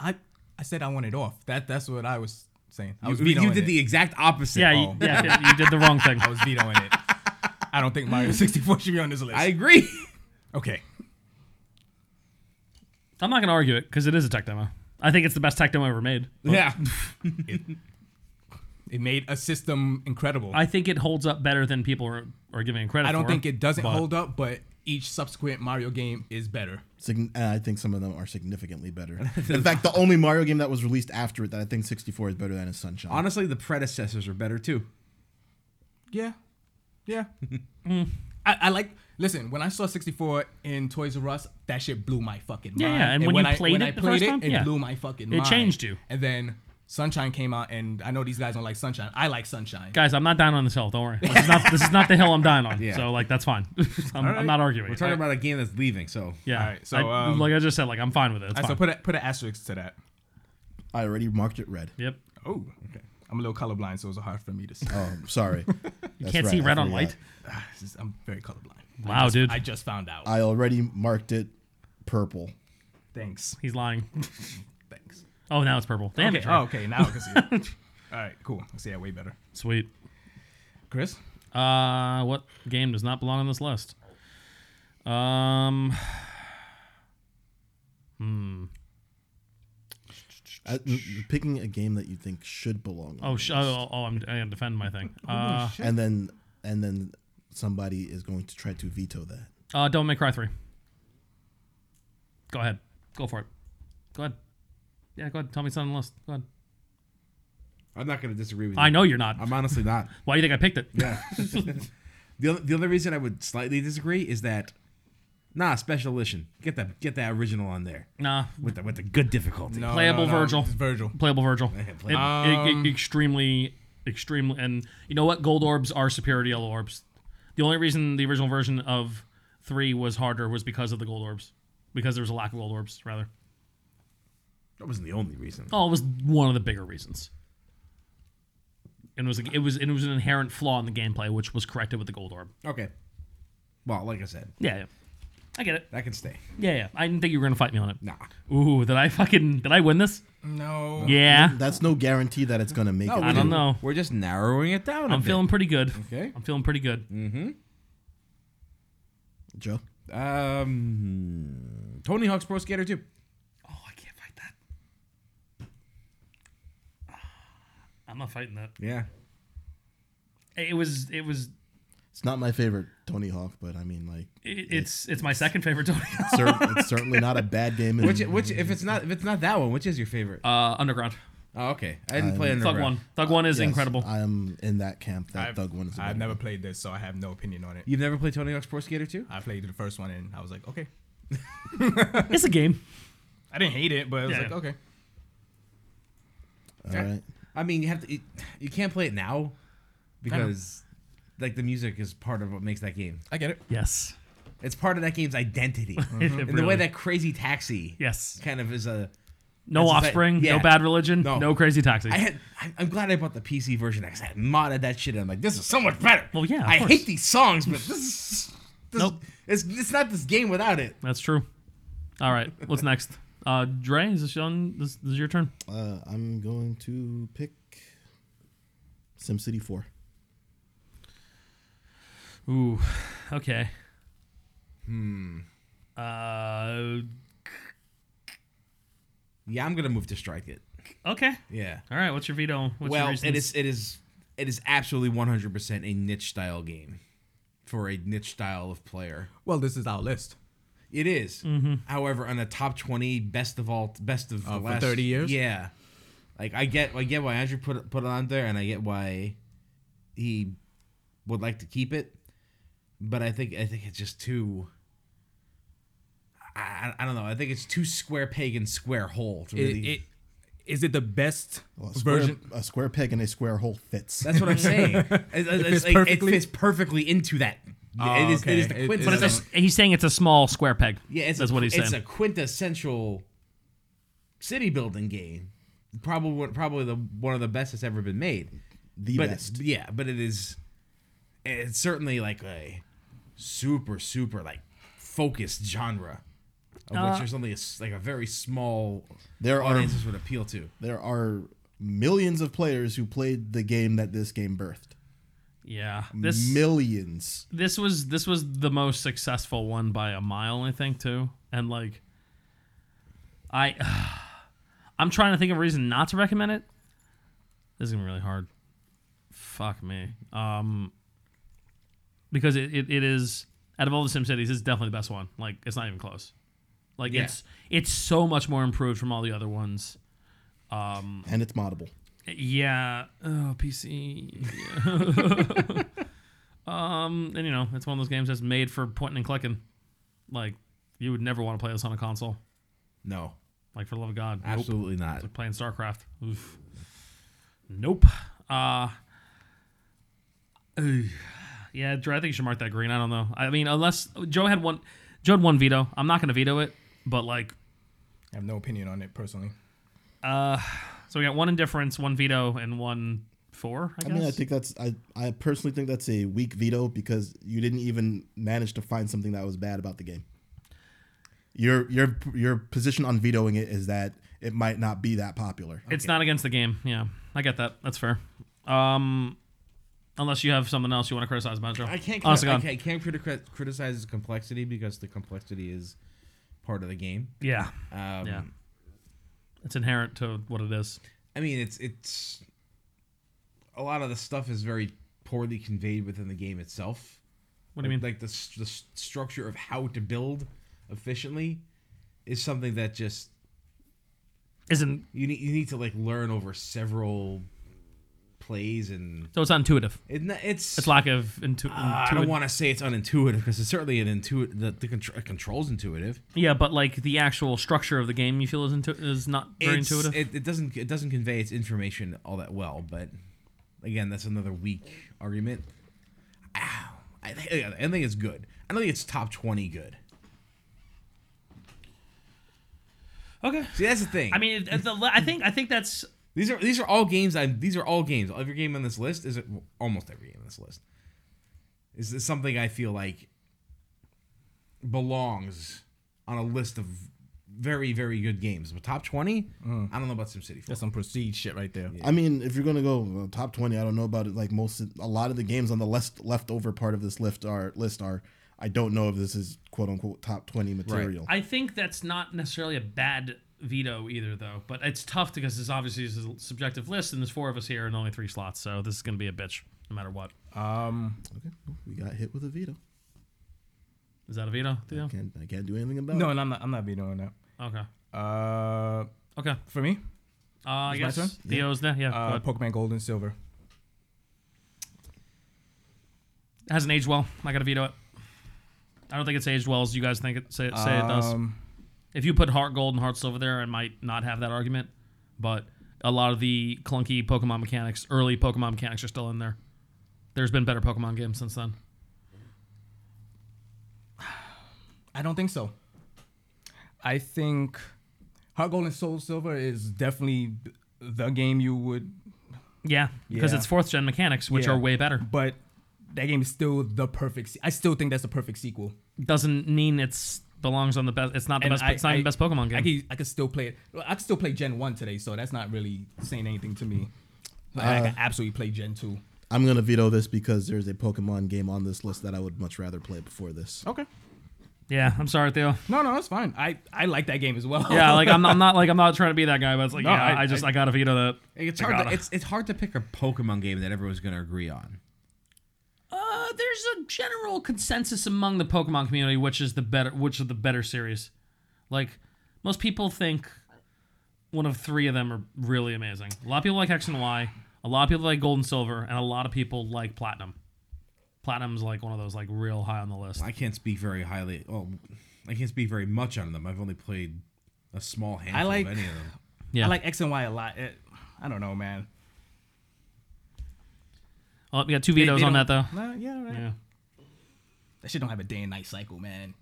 [SPEAKER 1] I I said I want it off. That that's what I was saying. I was
[SPEAKER 4] You, you
[SPEAKER 1] vetoing
[SPEAKER 4] did
[SPEAKER 1] it.
[SPEAKER 4] the exact opposite.
[SPEAKER 3] bit here. Yeah,
[SPEAKER 1] Oh.
[SPEAKER 3] you, yeah, yeah, you did the wrong thing.
[SPEAKER 1] I was vetoing it. I don't think Mario 64 should be on this list.
[SPEAKER 4] I agree.
[SPEAKER 1] okay.
[SPEAKER 3] I'm not gonna argue it because it is a tech demo. I think it's the best tech demo ever made.
[SPEAKER 4] yeah.
[SPEAKER 1] It made a system incredible. I,
[SPEAKER 3] I think it holds up better than people are, are giving it credit.
[SPEAKER 1] don't
[SPEAKER 3] for,
[SPEAKER 1] think it doesn't
[SPEAKER 3] but-
[SPEAKER 1] hold up, but each subsequent Mario game is better.
[SPEAKER 2] Sign- and I think some of them are significantly better. In fact, the only Mario game that was released after it that I think 64 is better than is Sunshine.
[SPEAKER 4] Honestly, the predecessors are better too.
[SPEAKER 1] Yeah. Yeah. Mm. I, I like listen, when I saw 64 in Toys R Us, that shit blew my fucking
[SPEAKER 3] Yeah,
[SPEAKER 1] mind.
[SPEAKER 3] yeah, and when you played
[SPEAKER 1] when
[SPEAKER 3] it
[SPEAKER 1] I
[SPEAKER 3] the
[SPEAKER 1] played
[SPEAKER 3] first
[SPEAKER 1] it,
[SPEAKER 3] time,
[SPEAKER 1] it
[SPEAKER 3] yeah.
[SPEAKER 1] blew my fucking
[SPEAKER 3] It
[SPEAKER 1] mind.
[SPEAKER 3] changed you.
[SPEAKER 1] And then Sunshine came out and I know these guys don't like Sunshine. I like Sunshine.
[SPEAKER 3] Guys, I'm not dying on this hill. Don't worry. This is not this is not the hill I'm dying on.
[SPEAKER 4] Yeah.
[SPEAKER 3] So like that's fine. I'm,
[SPEAKER 1] All right.
[SPEAKER 3] I'm not arguing.
[SPEAKER 4] We're
[SPEAKER 3] it.
[SPEAKER 4] talking about a game that's leaving, so
[SPEAKER 3] yeah.
[SPEAKER 1] All right, so,
[SPEAKER 3] I-
[SPEAKER 1] um,
[SPEAKER 3] like I just said, like I'm fine with it. It's
[SPEAKER 1] All right, so
[SPEAKER 3] fine.
[SPEAKER 1] put a, put an asterisk to that.
[SPEAKER 2] I already marked it red.
[SPEAKER 3] yep.
[SPEAKER 1] Oh, okay. I'm a little colorblind, so it's hard for me to see.
[SPEAKER 2] Oh, sorry. you
[SPEAKER 3] can't see red on white?
[SPEAKER 1] Ah, this is- I'm very colorblind. I
[SPEAKER 3] Wow,
[SPEAKER 1] just-
[SPEAKER 3] dude. Uh,
[SPEAKER 1] I just found out.
[SPEAKER 2] I already marked it purple.
[SPEAKER 1] Thanks.
[SPEAKER 3] He's lying.
[SPEAKER 1] Thanks.
[SPEAKER 3] Oh, now it's purple. Damn
[SPEAKER 1] okay.
[SPEAKER 3] it. Trey.
[SPEAKER 1] Oh, okay. Now I can see it. All right. Cool. I see that way better.
[SPEAKER 3] Sweet.
[SPEAKER 1] Chris?
[SPEAKER 3] Uh, what game does not belong on this list? Um,
[SPEAKER 2] Uh, n- picking a game that you think should belong. on
[SPEAKER 3] oh,
[SPEAKER 2] the
[SPEAKER 3] sh-
[SPEAKER 2] list.
[SPEAKER 3] oh, oh, I'm, I am defending my thing. Uh,
[SPEAKER 2] and then and then somebody is going to try to veto that.
[SPEAKER 3] uh, Devil May Cry 3. Go ahead. Go for it. Go ahead. Yeah, go ahead. Tell me something less. Go ahead.
[SPEAKER 4] I'm not going to disagree with you.
[SPEAKER 3] I know you're not.
[SPEAKER 4] I'm honestly not.
[SPEAKER 3] Why do you think I picked it?
[SPEAKER 4] Yeah. the only, the only reason I would slightly disagree is that nah, special edition. Get that get that original on there
[SPEAKER 3] Nah.
[SPEAKER 4] with the with the good difficulty.
[SPEAKER 1] No,
[SPEAKER 3] Playable
[SPEAKER 1] no, no,
[SPEAKER 3] Virgil.
[SPEAKER 1] it's Virgil.
[SPEAKER 3] Playable Virgil. It-
[SPEAKER 4] playable.
[SPEAKER 3] it- it- extremely, extremely, and you know what? Gold orbs are superior to yellow orbs. The only reason the original version of three was harder was because of the gold orbs, because there was a lack of gold orbs rather.
[SPEAKER 4] That wasn't the only reason.
[SPEAKER 3] Oh, it was one of the bigger reasons. And it was it was it was an inherent flaw in the gameplay, which was corrected with the gold orb.
[SPEAKER 4] Okay. Well, like I said,
[SPEAKER 3] Yeah, yeah. I get it.
[SPEAKER 4] that can stay.
[SPEAKER 3] Yeah, yeah. I didn't think you were gonna fight me on it.
[SPEAKER 4] Nah.
[SPEAKER 3] Ooh, did I fucking did I win this?
[SPEAKER 1] No.
[SPEAKER 3] Yeah.
[SPEAKER 2] That's no guarantee that it's gonna make
[SPEAKER 4] No,
[SPEAKER 2] it.
[SPEAKER 4] we
[SPEAKER 3] I don't
[SPEAKER 4] didn't.
[SPEAKER 3] know.
[SPEAKER 4] We're just narrowing it down. a
[SPEAKER 3] I'm
[SPEAKER 4] bit.
[SPEAKER 3] feeling pretty good.
[SPEAKER 4] Okay. Mm.
[SPEAKER 3] I'm feeling pretty good.
[SPEAKER 2] Joe.
[SPEAKER 4] Um, Tony Hawk's Pro Skater 2.
[SPEAKER 3] Oh, I can't fight that. I'm not fighting that.
[SPEAKER 4] Yeah.
[SPEAKER 3] It was it was
[SPEAKER 2] It's not my favorite Tony Hawk, but I mean, like,
[SPEAKER 3] it, it's it's my second favorite Tony. Hawk.
[SPEAKER 2] cer- it's certainly not a bad game. and-
[SPEAKER 4] Which which if it's not if it's not that one, which is your favorite?
[SPEAKER 3] Uh, Underground.
[SPEAKER 4] oh, okay. I didn't play
[SPEAKER 3] Thug
[SPEAKER 4] Underground.
[SPEAKER 3] one. Thug one is
[SPEAKER 2] yes,
[SPEAKER 3] incredible.
[SPEAKER 2] I am in that camp. That Thug one is. a
[SPEAKER 1] I've
[SPEAKER 2] better
[SPEAKER 1] never
[SPEAKER 2] one.
[SPEAKER 1] played this, so I have no opinion on it.
[SPEAKER 4] You've never played Tony Hawk's Pro Skater 2?
[SPEAKER 1] I played the first one and I was like, okay.
[SPEAKER 3] it's a game.
[SPEAKER 1] I didn't hate it, but I was
[SPEAKER 3] Yeah,
[SPEAKER 1] like,
[SPEAKER 3] yeah.
[SPEAKER 1] okay.
[SPEAKER 2] All right.
[SPEAKER 4] I mean, you have to. You, you can't play it now because like the music is part of what makes that game.
[SPEAKER 1] I get it.
[SPEAKER 3] Yes.
[SPEAKER 4] It's part of that game's identity.
[SPEAKER 3] It- it
[SPEAKER 4] Mm-hmm. and the
[SPEAKER 3] really-
[SPEAKER 4] way that Crazy Taxi
[SPEAKER 3] Yes.
[SPEAKER 4] kind of is a.
[SPEAKER 3] No
[SPEAKER 4] It's just like-
[SPEAKER 3] offspring,
[SPEAKER 4] yeah.
[SPEAKER 3] no bad religion,
[SPEAKER 4] No.
[SPEAKER 3] no, crazy taxi.
[SPEAKER 4] I had. I'm- I'm glad I bought the PC version because I modded that shit. And I'm like, this is so much better.
[SPEAKER 3] Well, yeah, of
[SPEAKER 4] I
[SPEAKER 3] course.
[SPEAKER 4] hate these songs, but this is. This,
[SPEAKER 3] Nope.
[SPEAKER 4] It's it's not this game without it.
[SPEAKER 3] That's true. All right, what's next? Uh, Dre, is this on? This, this is your turn.
[SPEAKER 2] Uh, I'm going to pick SimCity 4.
[SPEAKER 3] Ooh, okay. Hmm. Uh,
[SPEAKER 4] Yeah, I'm gonna move to strike it.
[SPEAKER 3] okay.
[SPEAKER 4] Yeah.
[SPEAKER 3] All right. What's your veto? What's your
[SPEAKER 4] well,
[SPEAKER 3] reasons?
[SPEAKER 4] it is it is it is absolutely 100 percent a niche style game for a niche style of player.
[SPEAKER 1] Well, this is our list.
[SPEAKER 4] It is. However, on the top 20 best of all best of the
[SPEAKER 1] Mm-hmm. Oh, for
[SPEAKER 4] last
[SPEAKER 1] 30 years?
[SPEAKER 4] Yeah. Like I get I get why Andrew put it- put it on there and I get why he would like to keep it. But I think I think it's just too I, I, I don't know. I think it's too square peg and square hole to
[SPEAKER 1] It,
[SPEAKER 4] really.
[SPEAKER 1] it, is it the best
[SPEAKER 2] Well, a, square,
[SPEAKER 1] version?
[SPEAKER 2] a square peg and a square hole fits.
[SPEAKER 4] that's what I'm saying. it, it- it's
[SPEAKER 1] fits
[SPEAKER 4] like-
[SPEAKER 1] perfectly?
[SPEAKER 4] it fits perfectly into that.
[SPEAKER 1] Oh,
[SPEAKER 4] it is. It
[SPEAKER 1] okay.
[SPEAKER 4] is
[SPEAKER 1] It-
[SPEAKER 4] the
[SPEAKER 1] it
[SPEAKER 4] quintessential.
[SPEAKER 3] but it's a s- he's saying it's a small square peg.
[SPEAKER 4] Yeah, it's
[SPEAKER 3] that's
[SPEAKER 4] a,
[SPEAKER 3] what he's
[SPEAKER 4] it's
[SPEAKER 3] saying.
[SPEAKER 4] a quintessential city building game. Probably probably the one of the best that's ever been made.
[SPEAKER 2] the
[SPEAKER 4] but
[SPEAKER 2] best.
[SPEAKER 4] yeah, but it is it's certainly like a super super like focused genre of
[SPEAKER 3] Uh,
[SPEAKER 4] which there's only a s like a very small
[SPEAKER 2] There are
[SPEAKER 4] audiences would appeal to.
[SPEAKER 2] there are millions of players who played the game that this game birthed.
[SPEAKER 3] yeah. This
[SPEAKER 2] millions.
[SPEAKER 3] this was this was the most successful one by a mile, I think, too. And like, I, I'm trying to think of a reason not to recommend it. This is gonna be really hard. Fuck me. Um, because it, it, it is out of all the Sim Cities, it's definitely the best one. Like, it's not even close. Like,
[SPEAKER 4] Yeah.
[SPEAKER 3] it's it's so much more improved from all the other ones.
[SPEAKER 2] And it's moddable.
[SPEAKER 3] Yeah. Oh, PC. um, and you know, it's one of those games that's made for pointing and clicking. Like, you would never want to play this on a console.
[SPEAKER 4] No,
[SPEAKER 3] Like, for the love of God. Nope.
[SPEAKER 4] absolutely not.
[SPEAKER 3] Like playing StarCraft. Oof. Nope. Uh ugh. Yeah, Dre, I think you should mark that green. I don't know. I mean, unless Joe had one Joe had one veto. I'm not gonna veto it, but like
[SPEAKER 1] I have no opinion on it personally.
[SPEAKER 3] so we got one indifference, one veto, and one four, I
[SPEAKER 2] I
[SPEAKER 3] guess.
[SPEAKER 2] mean, I think that's I, I personally think that's a weak veto because you didn't even manage to find something that was bad about the game. Your your your position on vetoing it is that it might not be that popular.
[SPEAKER 3] It's not against the game. Yeah, I get that. That's fair. Um, Unless you have something else you want to criticize about the show.
[SPEAKER 4] I can't.
[SPEAKER 3] Honest to
[SPEAKER 4] I
[SPEAKER 3] God.
[SPEAKER 4] can't, I can't criti- criticize its complexity because the complexity is part of the game.
[SPEAKER 3] Yeah.
[SPEAKER 4] Um,
[SPEAKER 3] Yeah. It's inherent to what it is.
[SPEAKER 4] I mean, it's it's a lot of the stuff is very poorly conveyed within the game itself.
[SPEAKER 3] What do you mean?
[SPEAKER 4] Like the s- the s- structure of how to build efficiently is something that just
[SPEAKER 3] Isn't
[SPEAKER 4] you need you need to like learn over several plays and
[SPEAKER 3] so it's not intuitive.
[SPEAKER 4] it, it's
[SPEAKER 3] It's lack of intu-
[SPEAKER 4] Ah, I
[SPEAKER 3] intuit-
[SPEAKER 4] don't want to say it's unintuitive because it's certainly an intuitive. The, the contr- controls intuitive.
[SPEAKER 3] Yeah, but like the actual structure of the game, you feel is intu- is not very
[SPEAKER 4] It's-
[SPEAKER 3] intuitive.
[SPEAKER 4] It, it doesn't it doesn't convey its information all that well. But again, that's another weak argument. Ow. I, thi- I think it's good. I don't think it's top twenty good.
[SPEAKER 3] okay.
[SPEAKER 4] See, that's the thing.
[SPEAKER 3] I mean, at the, le- I think I think that's
[SPEAKER 4] these are these are all games. I these are all games. Every game on this list is well, almost every game on this list is, is something I feel like belongs on a list of very very good games. But top twenty,
[SPEAKER 3] Mm.
[SPEAKER 4] I don't know about SimCity. 4.
[SPEAKER 1] That's some prestige shit right there.
[SPEAKER 2] I mean, if you're gonna go uh, top twenty, I don't know about it. Like most, a lot of the games on the left leftover part of this list are list are. I don't know if this is quote unquote top twenty material.
[SPEAKER 3] I think that's not necessarily a bad veto either, though. But it's tough because this obviously is a subjective list, and there's four of us here and only three slots, so this is gonna be a bitch no matter what.
[SPEAKER 1] Um,
[SPEAKER 2] Okay, well, we got hit with a veto.
[SPEAKER 3] Is that a veto? Theo?
[SPEAKER 2] Can't I can't do anything about
[SPEAKER 1] no,
[SPEAKER 2] it.
[SPEAKER 1] and I'm not. I'm not vetoing
[SPEAKER 3] Okay.
[SPEAKER 1] that. Uh,
[SPEAKER 3] Okay. Uh,
[SPEAKER 1] for me,
[SPEAKER 3] I
[SPEAKER 1] It's my
[SPEAKER 3] guess
[SPEAKER 1] turn?
[SPEAKER 3] Theo's there. Yeah.
[SPEAKER 1] uh,
[SPEAKER 3] go ahead.
[SPEAKER 1] Pokemon Gold and Silver.
[SPEAKER 3] It hasn't aged well. I gotta veto it. I don't think it's aged well as you guys think it say, say it does.
[SPEAKER 1] Um,
[SPEAKER 3] If you put Heart Gold and Heart Silver there, I might not have that argument. But a lot of the clunky Pokemon mechanics, early Pokemon mechanics, are still in there. There's been better Pokemon games since then.
[SPEAKER 1] I don't think so. I think Heart Gold and Soul Silver is definitely the game you would,
[SPEAKER 3] Yeah, because
[SPEAKER 1] Yeah.
[SPEAKER 3] it's fourth gen mechanics, which
[SPEAKER 1] Yeah.
[SPEAKER 3] are way better.
[SPEAKER 1] but that game is still the perfect. se- I still think that's the perfect sequel.
[SPEAKER 3] Doesn't mean it's belongs on the best. It's not the
[SPEAKER 1] And
[SPEAKER 3] best.
[SPEAKER 1] I-
[SPEAKER 3] it's not
[SPEAKER 1] I-
[SPEAKER 3] even best Pokemon
[SPEAKER 1] I
[SPEAKER 3] game.
[SPEAKER 1] could, I could still play it. well, I could still play Gen One today, so that's not really saying anything to me. Like, I can absolutely play Gen Two.
[SPEAKER 2] I'm gonna veto this because there's a Pokemon game on this list that I would much rather play before this.
[SPEAKER 1] Okay.
[SPEAKER 3] yeah, I'm sorry, Theo.
[SPEAKER 1] No, no, that's fine. I I like that game as well.
[SPEAKER 3] Yeah, like I'm, I'm not like I'm not trying to be that guy, but it's like
[SPEAKER 1] No,
[SPEAKER 3] yeah, I,
[SPEAKER 1] I-
[SPEAKER 3] just I, gotta veto that.
[SPEAKER 4] It's
[SPEAKER 3] I
[SPEAKER 4] hard. To,
[SPEAKER 3] gotta.
[SPEAKER 4] it's it's hard to pick a Pokemon game that everyone's going to agree on.
[SPEAKER 3] Uh, there's a general consensus among the Pokemon community which is the better which of the better series. Like most people think one of three of them are really amazing. A lot of people like X and Y, a lot of people like Gold and Silver, and a lot of people like Platinum. Platinum's like one of those like real high on the list.
[SPEAKER 4] I can't speak very highly. Well, I can't speak very much on them. I've only played a small handful
[SPEAKER 1] like-
[SPEAKER 4] of any of them.
[SPEAKER 3] Yeah.
[SPEAKER 1] I like X and Y a lot. It, I don't know, man.
[SPEAKER 3] Oh, we got two
[SPEAKER 1] They-
[SPEAKER 3] vetoes
[SPEAKER 1] they
[SPEAKER 3] on that
[SPEAKER 1] don't-
[SPEAKER 3] though.
[SPEAKER 1] Nah, Uh, yeah, right.
[SPEAKER 3] Yeah,
[SPEAKER 1] That shit don't have a day and night cycle, man.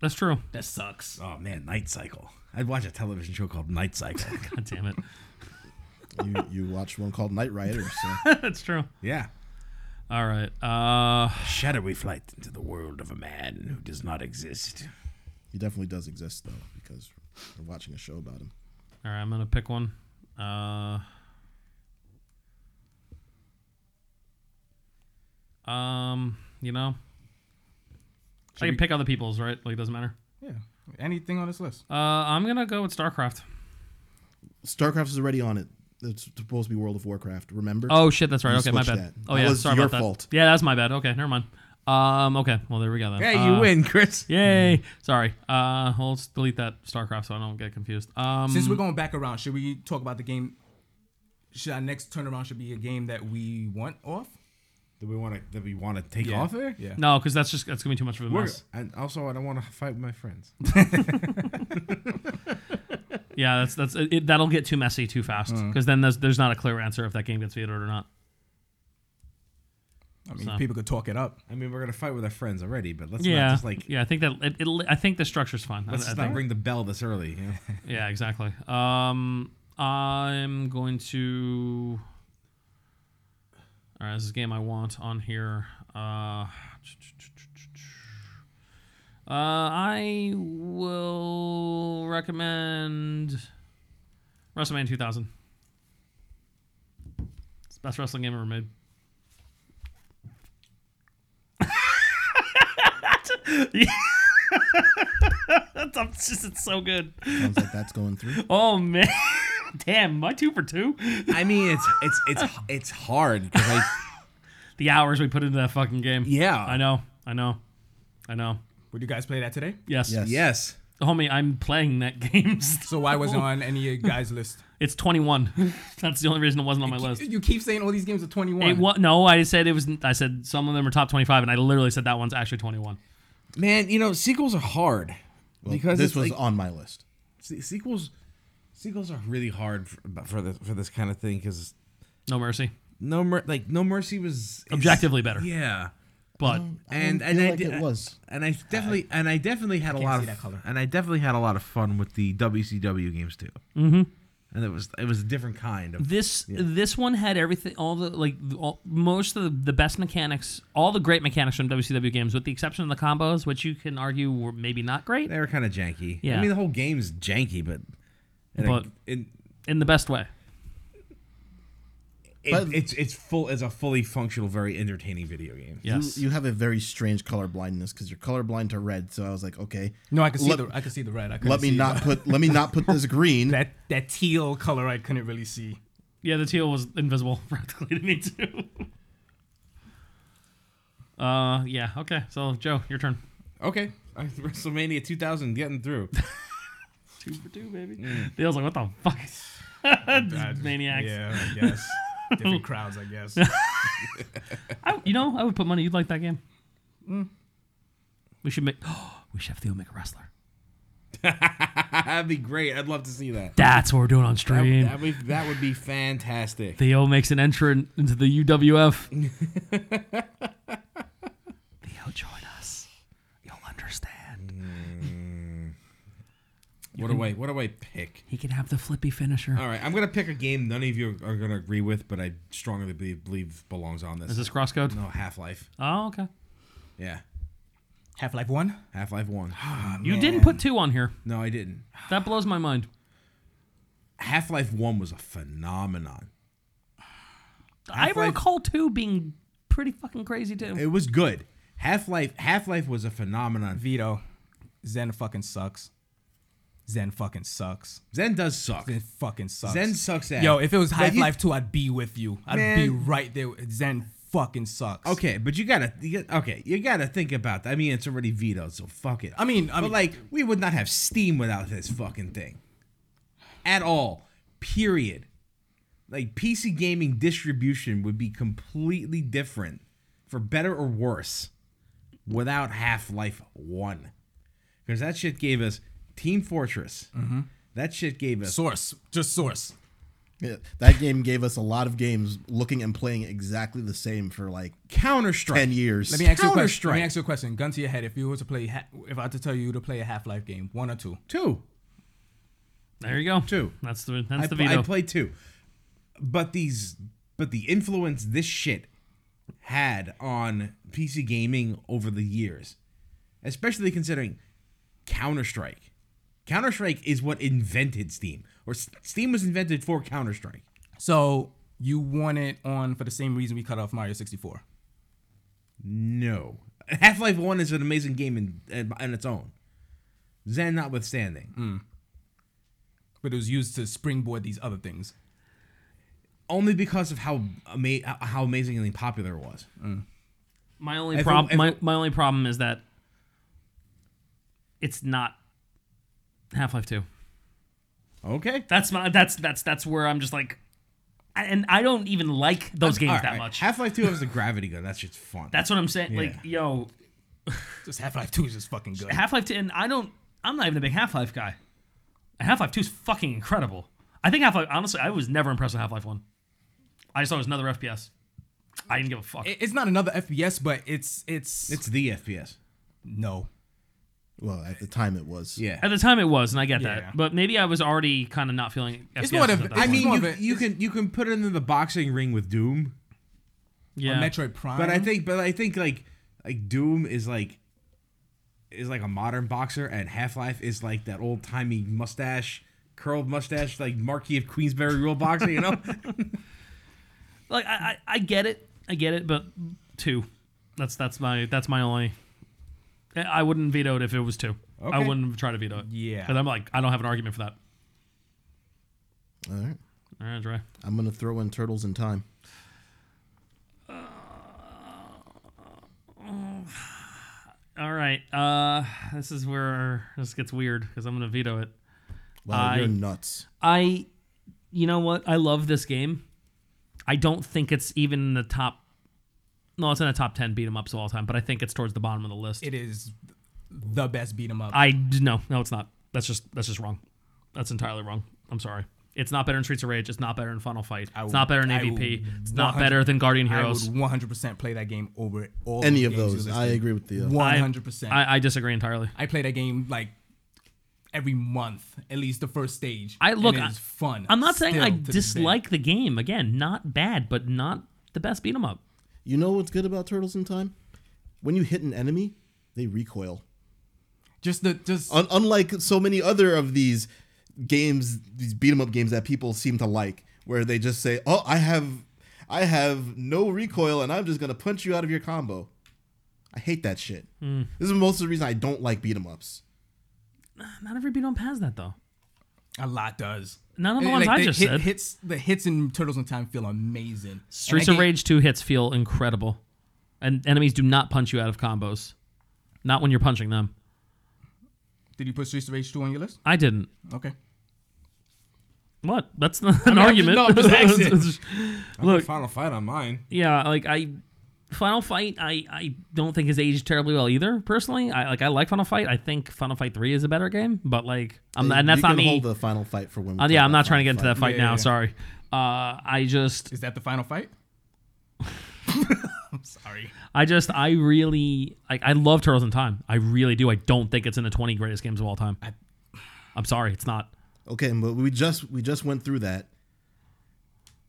[SPEAKER 3] that's true.
[SPEAKER 1] That sucks.
[SPEAKER 4] Oh man, Night Cycle. I'd watch a television show called Night Cycle.
[SPEAKER 3] God damn it,
[SPEAKER 2] you you watched one called Night Rider, so
[SPEAKER 3] that's true.
[SPEAKER 4] yeah.
[SPEAKER 3] All right. Uh,
[SPEAKER 4] Shadowy flight into the world of a man who does not exist.
[SPEAKER 2] He definitely does exist though, because we're watching a show about him.
[SPEAKER 3] All right, I'm gonna pick one. Uh, um, you know, I can pick other people's, right? Like, doesn't matter.
[SPEAKER 1] Yeah. Anything on this list?
[SPEAKER 3] Uh, I'm gonna go with StarCraft.
[SPEAKER 2] StarCraft is already on it. It's supposed to be World of Warcraft. Remember?
[SPEAKER 3] Oh shit, that's right.
[SPEAKER 2] You
[SPEAKER 3] okay, my
[SPEAKER 2] switched
[SPEAKER 3] bad.
[SPEAKER 2] that.
[SPEAKER 3] Oh
[SPEAKER 2] That
[SPEAKER 3] yeah,
[SPEAKER 2] was
[SPEAKER 3] sorry
[SPEAKER 2] your
[SPEAKER 3] about
[SPEAKER 2] fault.
[SPEAKER 3] that. Yeah, that's my bad. Okay, never mind. Um, okay, well there we go then.
[SPEAKER 4] Hey, you
[SPEAKER 3] Uh,
[SPEAKER 4] win, Chris.
[SPEAKER 3] Yay! Sorry. Uh, well, let's delete that StarCraft so I don't get confused. Um,
[SPEAKER 1] Since we're going back around, should we talk about the game? Should our next turnaround should be a game that we want off?
[SPEAKER 4] Do we want to? Do we want to take
[SPEAKER 1] Yeah.
[SPEAKER 4] off there?
[SPEAKER 1] Yeah.
[SPEAKER 3] no, because that's just that's gonna be too much of a
[SPEAKER 4] We're,
[SPEAKER 3] mess.
[SPEAKER 4] and also, I don't want to fight with my friends.
[SPEAKER 3] Yeah, that's that's it, that'll get too messy too fast
[SPEAKER 4] Hmm.
[SPEAKER 3] because then there's there's not a clear answer if that game gets vetoed or not.
[SPEAKER 1] I mean,
[SPEAKER 3] So-
[SPEAKER 1] people could talk it up.
[SPEAKER 4] I mean, we're gonna fight with our friends already, but let's
[SPEAKER 3] yeah,
[SPEAKER 4] not just like
[SPEAKER 3] yeah, I think that it, it'll, I think the structure's fine. I-
[SPEAKER 4] let's
[SPEAKER 3] I
[SPEAKER 4] just
[SPEAKER 3] think-
[SPEAKER 4] not ring the bell this early. You know?
[SPEAKER 3] yeah, exactly. Um, I'm going to. All right, this is a game I want on here. Uh, uh, I will recommend WrestleMania 2000. It's the best wrestling game ever made. I'm just, it's so good.
[SPEAKER 2] Sounds like that's going through.
[SPEAKER 3] Oh man, damn! Am I two for two?
[SPEAKER 4] I mean, it's it's it's it's hard because I
[SPEAKER 3] The hours we put into that fucking game.
[SPEAKER 4] yeah
[SPEAKER 3] I know, I know, I know.
[SPEAKER 1] Would you guys play that today?
[SPEAKER 3] Yes,
[SPEAKER 2] Yes.
[SPEAKER 4] yes
[SPEAKER 3] homie, I'm playing that game. still.
[SPEAKER 1] So why wasn't on any of you guys' list?
[SPEAKER 3] It's 21. That's the only reason it wasn't on my list.
[SPEAKER 1] You keep saying all these games are 21.
[SPEAKER 3] It wa- no, I said it was. I said some of them are top 25, and I literally said that one's actually 21.
[SPEAKER 4] man you know sequels are hard
[SPEAKER 2] Well,
[SPEAKER 4] because
[SPEAKER 2] this
[SPEAKER 4] it's
[SPEAKER 2] was
[SPEAKER 4] like-
[SPEAKER 2] on my list.
[SPEAKER 4] se- sequels sequels are really hard for, for this for this kind of thing because
[SPEAKER 3] No mercy.
[SPEAKER 4] no mer- like no mercy was is-
[SPEAKER 3] Objectively better.
[SPEAKER 4] yeah
[SPEAKER 3] But
[SPEAKER 2] I don't
[SPEAKER 4] and and
[SPEAKER 2] feel
[SPEAKER 4] I
[SPEAKER 2] like
[SPEAKER 4] did-
[SPEAKER 2] it was.
[SPEAKER 4] and I definitely and I definitely had a
[SPEAKER 1] can't
[SPEAKER 4] lot
[SPEAKER 1] see
[SPEAKER 4] of
[SPEAKER 1] that color.
[SPEAKER 4] and I definitely had a lot of fun with the WCW games too. Mm-hmm. And it was it was a different kind of
[SPEAKER 3] this this one had everything. All the like all, most of the, the best mechanics, all the great mechanics from WCW games, with the exception of the combos, which you can argue were maybe not great
[SPEAKER 4] they were kind of janky.
[SPEAKER 3] Yeah.
[SPEAKER 4] I mean the whole game's janky, but and
[SPEAKER 3] But-
[SPEAKER 4] it,
[SPEAKER 3] in the best way.
[SPEAKER 4] it-
[SPEAKER 2] But-
[SPEAKER 4] it's it's full as a fully functional, very entertaining video game.
[SPEAKER 3] Yes.
[SPEAKER 2] You, you have a very strange color blindness because you're color blind to red. So I was like, okay,
[SPEAKER 1] no, I could see
[SPEAKER 2] Let-
[SPEAKER 1] the I could see the red. I couldn't
[SPEAKER 2] let me
[SPEAKER 1] see
[SPEAKER 2] not put let me not put this green.
[SPEAKER 1] that that teal color. I couldn't really see.
[SPEAKER 3] yeah, the teal was invisible practically to me too. uh, yeah. Okay. So Joe, your turn.
[SPEAKER 4] Okay, WrestleMania 2000 getting through.
[SPEAKER 3] Two for two, baby. Dale's like, what the fuck?
[SPEAKER 1] That-
[SPEAKER 3] maniacs.
[SPEAKER 1] Yeah, I guess. Different crowds, I guess.
[SPEAKER 3] I, you know, I would put money you'd like that game. We should make. we should have Theo make a wrestler.
[SPEAKER 4] That'd be great. I'd love to see that.
[SPEAKER 3] That's what we're doing on
[SPEAKER 4] That,
[SPEAKER 3] stream.
[SPEAKER 4] that would, that would be fantastic.
[SPEAKER 3] Theo makes an entrant into the UWF. Theo, join us. You'll understand.
[SPEAKER 4] What do I what do I pick?
[SPEAKER 3] He can have the flippy finisher.
[SPEAKER 4] All right, I'm gonna pick a game none of you are gonna agree with, but I strongly believe, believe belongs on
[SPEAKER 3] Is
[SPEAKER 4] this.
[SPEAKER 3] this crosscode?
[SPEAKER 4] No, Half Life.
[SPEAKER 3] Oh, okay.
[SPEAKER 4] Yeah,
[SPEAKER 1] Half Life One.
[SPEAKER 4] Half Life One.
[SPEAKER 3] You didn't put two on here.
[SPEAKER 4] No, I didn't.
[SPEAKER 3] That blows my mind.
[SPEAKER 4] Half Life One was a phenomenon.
[SPEAKER 3] I
[SPEAKER 4] Half-Life-
[SPEAKER 3] recall two being pretty fucking crazy too.
[SPEAKER 4] It was good. Half Life Half Life was a phenomenon.
[SPEAKER 1] Vito. Zen fucking sucks. Zen fucking sucks.
[SPEAKER 4] Zen does suck.
[SPEAKER 1] Zen fucking sucks.
[SPEAKER 4] Zen sucks ass.
[SPEAKER 1] Yo, if it was
[SPEAKER 4] But
[SPEAKER 1] Half
[SPEAKER 4] you-
[SPEAKER 1] Life Two, I'd be with you. I'd be
[SPEAKER 4] Man.
[SPEAKER 1] right there. with- Zen fucking sucks.
[SPEAKER 4] Okay, but you gotta, you got okay, you gotta think about that. I mean, it's already vetoed, so fuck it.
[SPEAKER 1] I mean- I
[SPEAKER 4] but
[SPEAKER 1] mean-
[SPEAKER 4] like, we would not have Steam without this fucking thing, at all. Period. Like PC gaming distribution would be completely different, for better or worse, without Half Life One, because that shit gave us Team Fortress. That shit gave us
[SPEAKER 1] Source, just source.
[SPEAKER 2] Yeah, that game gave us a lot of games looking and playing exactly the same for like
[SPEAKER 4] Counter Strike.
[SPEAKER 2] ten years.
[SPEAKER 1] Let me ask you a question. Let me
[SPEAKER 4] Counter-Strike.
[SPEAKER 1] ask you a question. Gun to your head. If you were to play, ha- if I had to tell you to play a Half Life game, one or two.
[SPEAKER 4] Two.
[SPEAKER 3] there you go.
[SPEAKER 4] Two.
[SPEAKER 3] That's the that's
[SPEAKER 4] I,
[SPEAKER 3] the
[SPEAKER 4] pl-
[SPEAKER 3] veto.
[SPEAKER 4] I played two, but these, but the influence this shit had on PC gaming over the years, especially considering Counter Strike. Counter Strike is what invented Steam, or S- Steam was invented for Counter Strike.
[SPEAKER 1] So you want it on for the same reason we cut off Mario 64.
[SPEAKER 4] No, Half Life One is an amazing game in, in, on its own. Zen notwithstanding,
[SPEAKER 3] Hmm.
[SPEAKER 1] but it was used to springboard these other things.
[SPEAKER 4] only because of how ama- how amazingly popular it was.
[SPEAKER 3] My only
[SPEAKER 4] If it-
[SPEAKER 3] problem,
[SPEAKER 4] if-
[SPEAKER 3] my, my only problem is that it's not Half Life Two.
[SPEAKER 4] Okay,
[SPEAKER 3] That's my that's that's that's where I'm just like, I- and I don't even like those games that much.
[SPEAKER 4] Half Life Two has the gravity gun. That's just fun.
[SPEAKER 3] that's what I'm saying. Like, yo,
[SPEAKER 1] Just Half Life 2 is just fucking good.
[SPEAKER 3] Half Life Two, and I don't. I'm not even a big Half Life guy. Half Life Two is fucking incredible. I think Half Life. Honestly, I was never impressed with Half Life One. I just thought it was another FPS. I didn't give a fuck.
[SPEAKER 1] It- It's not another FPS, but it's it's,
[SPEAKER 4] It's the FPS.
[SPEAKER 1] no.
[SPEAKER 2] well, at the time it was.
[SPEAKER 3] At
[SPEAKER 4] Yeah.
[SPEAKER 3] the time, it was, and I get
[SPEAKER 1] Yeah.
[SPEAKER 3] that. But maybe I was already kind of not feeling.
[SPEAKER 1] It's
[SPEAKER 3] FPS
[SPEAKER 1] more of-
[SPEAKER 3] at that
[SPEAKER 1] I
[SPEAKER 4] I
[SPEAKER 3] point.
[SPEAKER 4] mean,
[SPEAKER 1] More of
[SPEAKER 4] you,
[SPEAKER 1] it
[SPEAKER 4] you can you can put it in the boxing ring with Doom,
[SPEAKER 3] yeah.
[SPEAKER 1] Metroid Prime.
[SPEAKER 4] but I think but I think like like Doom is like is like a modern boxer, and Half Life is like that old timey mustache, curled mustache, like Marquis of Queensberry real boxer, you know?
[SPEAKER 3] like I, I, I get it, I get it, but two. That's that's my that's my only. I- I wouldn't veto it if it was two. I
[SPEAKER 4] Okay.
[SPEAKER 3] wouldn't try to veto it.
[SPEAKER 1] Yeah.
[SPEAKER 3] Because I'm like, I don't have an argument for that.
[SPEAKER 2] All right.
[SPEAKER 3] All right, Dre.
[SPEAKER 2] I'm gonna throw in Turtles in Time.
[SPEAKER 3] All right. Uh, this is where this gets weird because I'm going to veto it.
[SPEAKER 2] Wow,
[SPEAKER 3] I-
[SPEAKER 2] you're nuts.
[SPEAKER 3] I, you know what? I love this game. I don't think it's even in the top. No, it's in the top ten beat 'em ups of all time, but I think it's towards the bottom of the list.
[SPEAKER 1] It is the best beat 'em up.
[SPEAKER 3] I no, no, it's not. That's just that's just wrong. That's entirely wrong. I'm sorry. It's not better in Streets of Rage. It's not better in Final Fight.
[SPEAKER 1] I
[SPEAKER 3] it's
[SPEAKER 1] would-
[SPEAKER 3] not better in
[SPEAKER 1] I
[SPEAKER 3] AVP.
[SPEAKER 1] would
[SPEAKER 3] It's not
[SPEAKER 1] 100
[SPEAKER 3] better than Guardian
[SPEAKER 1] I would
[SPEAKER 3] Heroes.
[SPEAKER 1] 100% play that game over all
[SPEAKER 2] Any
[SPEAKER 1] the
[SPEAKER 2] of
[SPEAKER 1] games you
[SPEAKER 2] those, I
[SPEAKER 1] listed.
[SPEAKER 2] agree with the. Uh,
[SPEAKER 1] 100%. I,
[SPEAKER 3] I, I disagree entirely.
[SPEAKER 1] play that game like every month, at least the first stage.
[SPEAKER 3] I look.
[SPEAKER 1] and
[SPEAKER 3] I-
[SPEAKER 1] it's fun.
[SPEAKER 3] I'm not saying
[SPEAKER 1] still
[SPEAKER 3] I
[SPEAKER 1] to this day.
[SPEAKER 3] dislike the game. Again, not bad, but not the best beat 'em up.
[SPEAKER 2] you know what's good about Turtles in Time? When you hit an enemy, they recoil.
[SPEAKER 1] just the just
[SPEAKER 2] Un- unlike so many other of these games, these beat 'em up games that people seem to like, where they just say, "Oh, I have, I have no recoil, and I'm just gonna punch you out of your combo." I hate that shit.
[SPEAKER 3] Hmm.
[SPEAKER 2] This is most of the reason I don't like beat 'em ups.
[SPEAKER 3] Not every beat 'em up has that though.
[SPEAKER 1] a lot does.
[SPEAKER 3] None of the
[SPEAKER 1] And,
[SPEAKER 3] ones I
[SPEAKER 1] the
[SPEAKER 3] just
[SPEAKER 1] hit-
[SPEAKER 3] said.
[SPEAKER 1] Hits the hits in Turtles in Time feel amazing. And
[SPEAKER 3] Streets
[SPEAKER 1] that
[SPEAKER 3] of
[SPEAKER 1] game-
[SPEAKER 3] Rage 2 hits feel incredible. And enemies do not punch you out of combos. Not when you're punching them.
[SPEAKER 1] Did you put Streets of Rage two on your list?
[SPEAKER 3] I didn't.
[SPEAKER 1] Okay.
[SPEAKER 3] What? That's not an
[SPEAKER 1] mean, I'm just-
[SPEAKER 3] argument.
[SPEAKER 1] no, I'm just asking.
[SPEAKER 3] Look,
[SPEAKER 4] Final fight on mine.
[SPEAKER 3] yeah, like I Final Fight I I don't think has aged terribly well either, personally. I like I like Final Fight. I think Final Fight 3 is a better game, but like I'm not, and that's
[SPEAKER 2] you
[SPEAKER 3] not
[SPEAKER 2] can
[SPEAKER 3] me.
[SPEAKER 2] Hold the final fight for women.
[SPEAKER 3] Uh, yeah, I'm not trying to get into that fight
[SPEAKER 1] Yeah, yeah,
[SPEAKER 3] now,
[SPEAKER 1] yeah.
[SPEAKER 3] sorry. Uh I just
[SPEAKER 1] Is that the final fight? I'm sorry.
[SPEAKER 3] I just I really like I love Turtles in Time. I really do. I don't think it's in the 20 greatest games of all time. I, am sorry, it's not.
[SPEAKER 2] Okay, but we just we just went through that.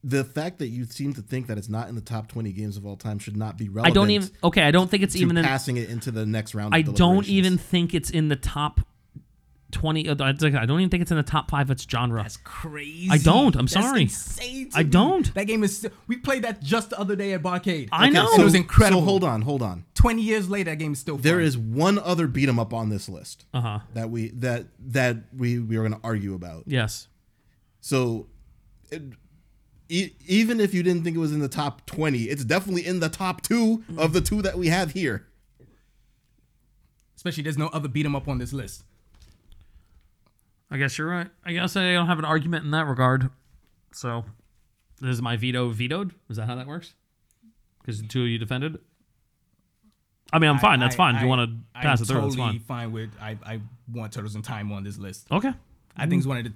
[SPEAKER 2] The fact that you seem to think that it's not in the top 20 games of all time should not be
[SPEAKER 3] I
[SPEAKER 2] relevant.
[SPEAKER 3] don't even Okay, I don't think it's
[SPEAKER 2] to
[SPEAKER 3] even in
[SPEAKER 2] passing it into the next round. of
[SPEAKER 3] I don't
[SPEAKER 2] deliberations.
[SPEAKER 3] even think it's in the top 20 uh, I don't even think it's in the top 5 of its genre.
[SPEAKER 1] That's crazy.
[SPEAKER 3] I don't. I'm
[SPEAKER 1] That's
[SPEAKER 3] sorry.
[SPEAKER 1] insane to
[SPEAKER 3] I
[SPEAKER 1] me.
[SPEAKER 3] don't.
[SPEAKER 1] That game is. We played that just the other day at Barcade.
[SPEAKER 3] I know.
[SPEAKER 1] it was incredible.
[SPEAKER 2] So hold on, hold on.
[SPEAKER 1] Twenty years later, that game is still.
[SPEAKER 2] There
[SPEAKER 1] fun.
[SPEAKER 2] is one other beat 'em up on this list
[SPEAKER 3] Uh-huh.
[SPEAKER 2] that we that that we we are going to argue about.
[SPEAKER 3] Yes.
[SPEAKER 2] So, it, e- even if you didn't think it was in the top 20, it's definitely in the top two of the two that we have here.
[SPEAKER 1] especially there's no other beat 'em up on this list.
[SPEAKER 3] I guess you're right. I guess I don't have an argument in that regard. So, is my veto vetoed? Is that how that works? Because the two of you defended. I mean, I'm fine. that's
[SPEAKER 1] I-
[SPEAKER 3] fine. if you
[SPEAKER 1] I-
[SPEAKER 3] want to pass
[SPEAKER 1] I'm
[SPEAKER 3] it through,
[SPEAKER 1] Totally
[SPEAKER 3] that's fine. Oh.
[SPEAKER 1] with. I, I want Turtles in Time on this list.
[SPEAKER 3] Okay.
[SPEAKER 1] I think it's one of the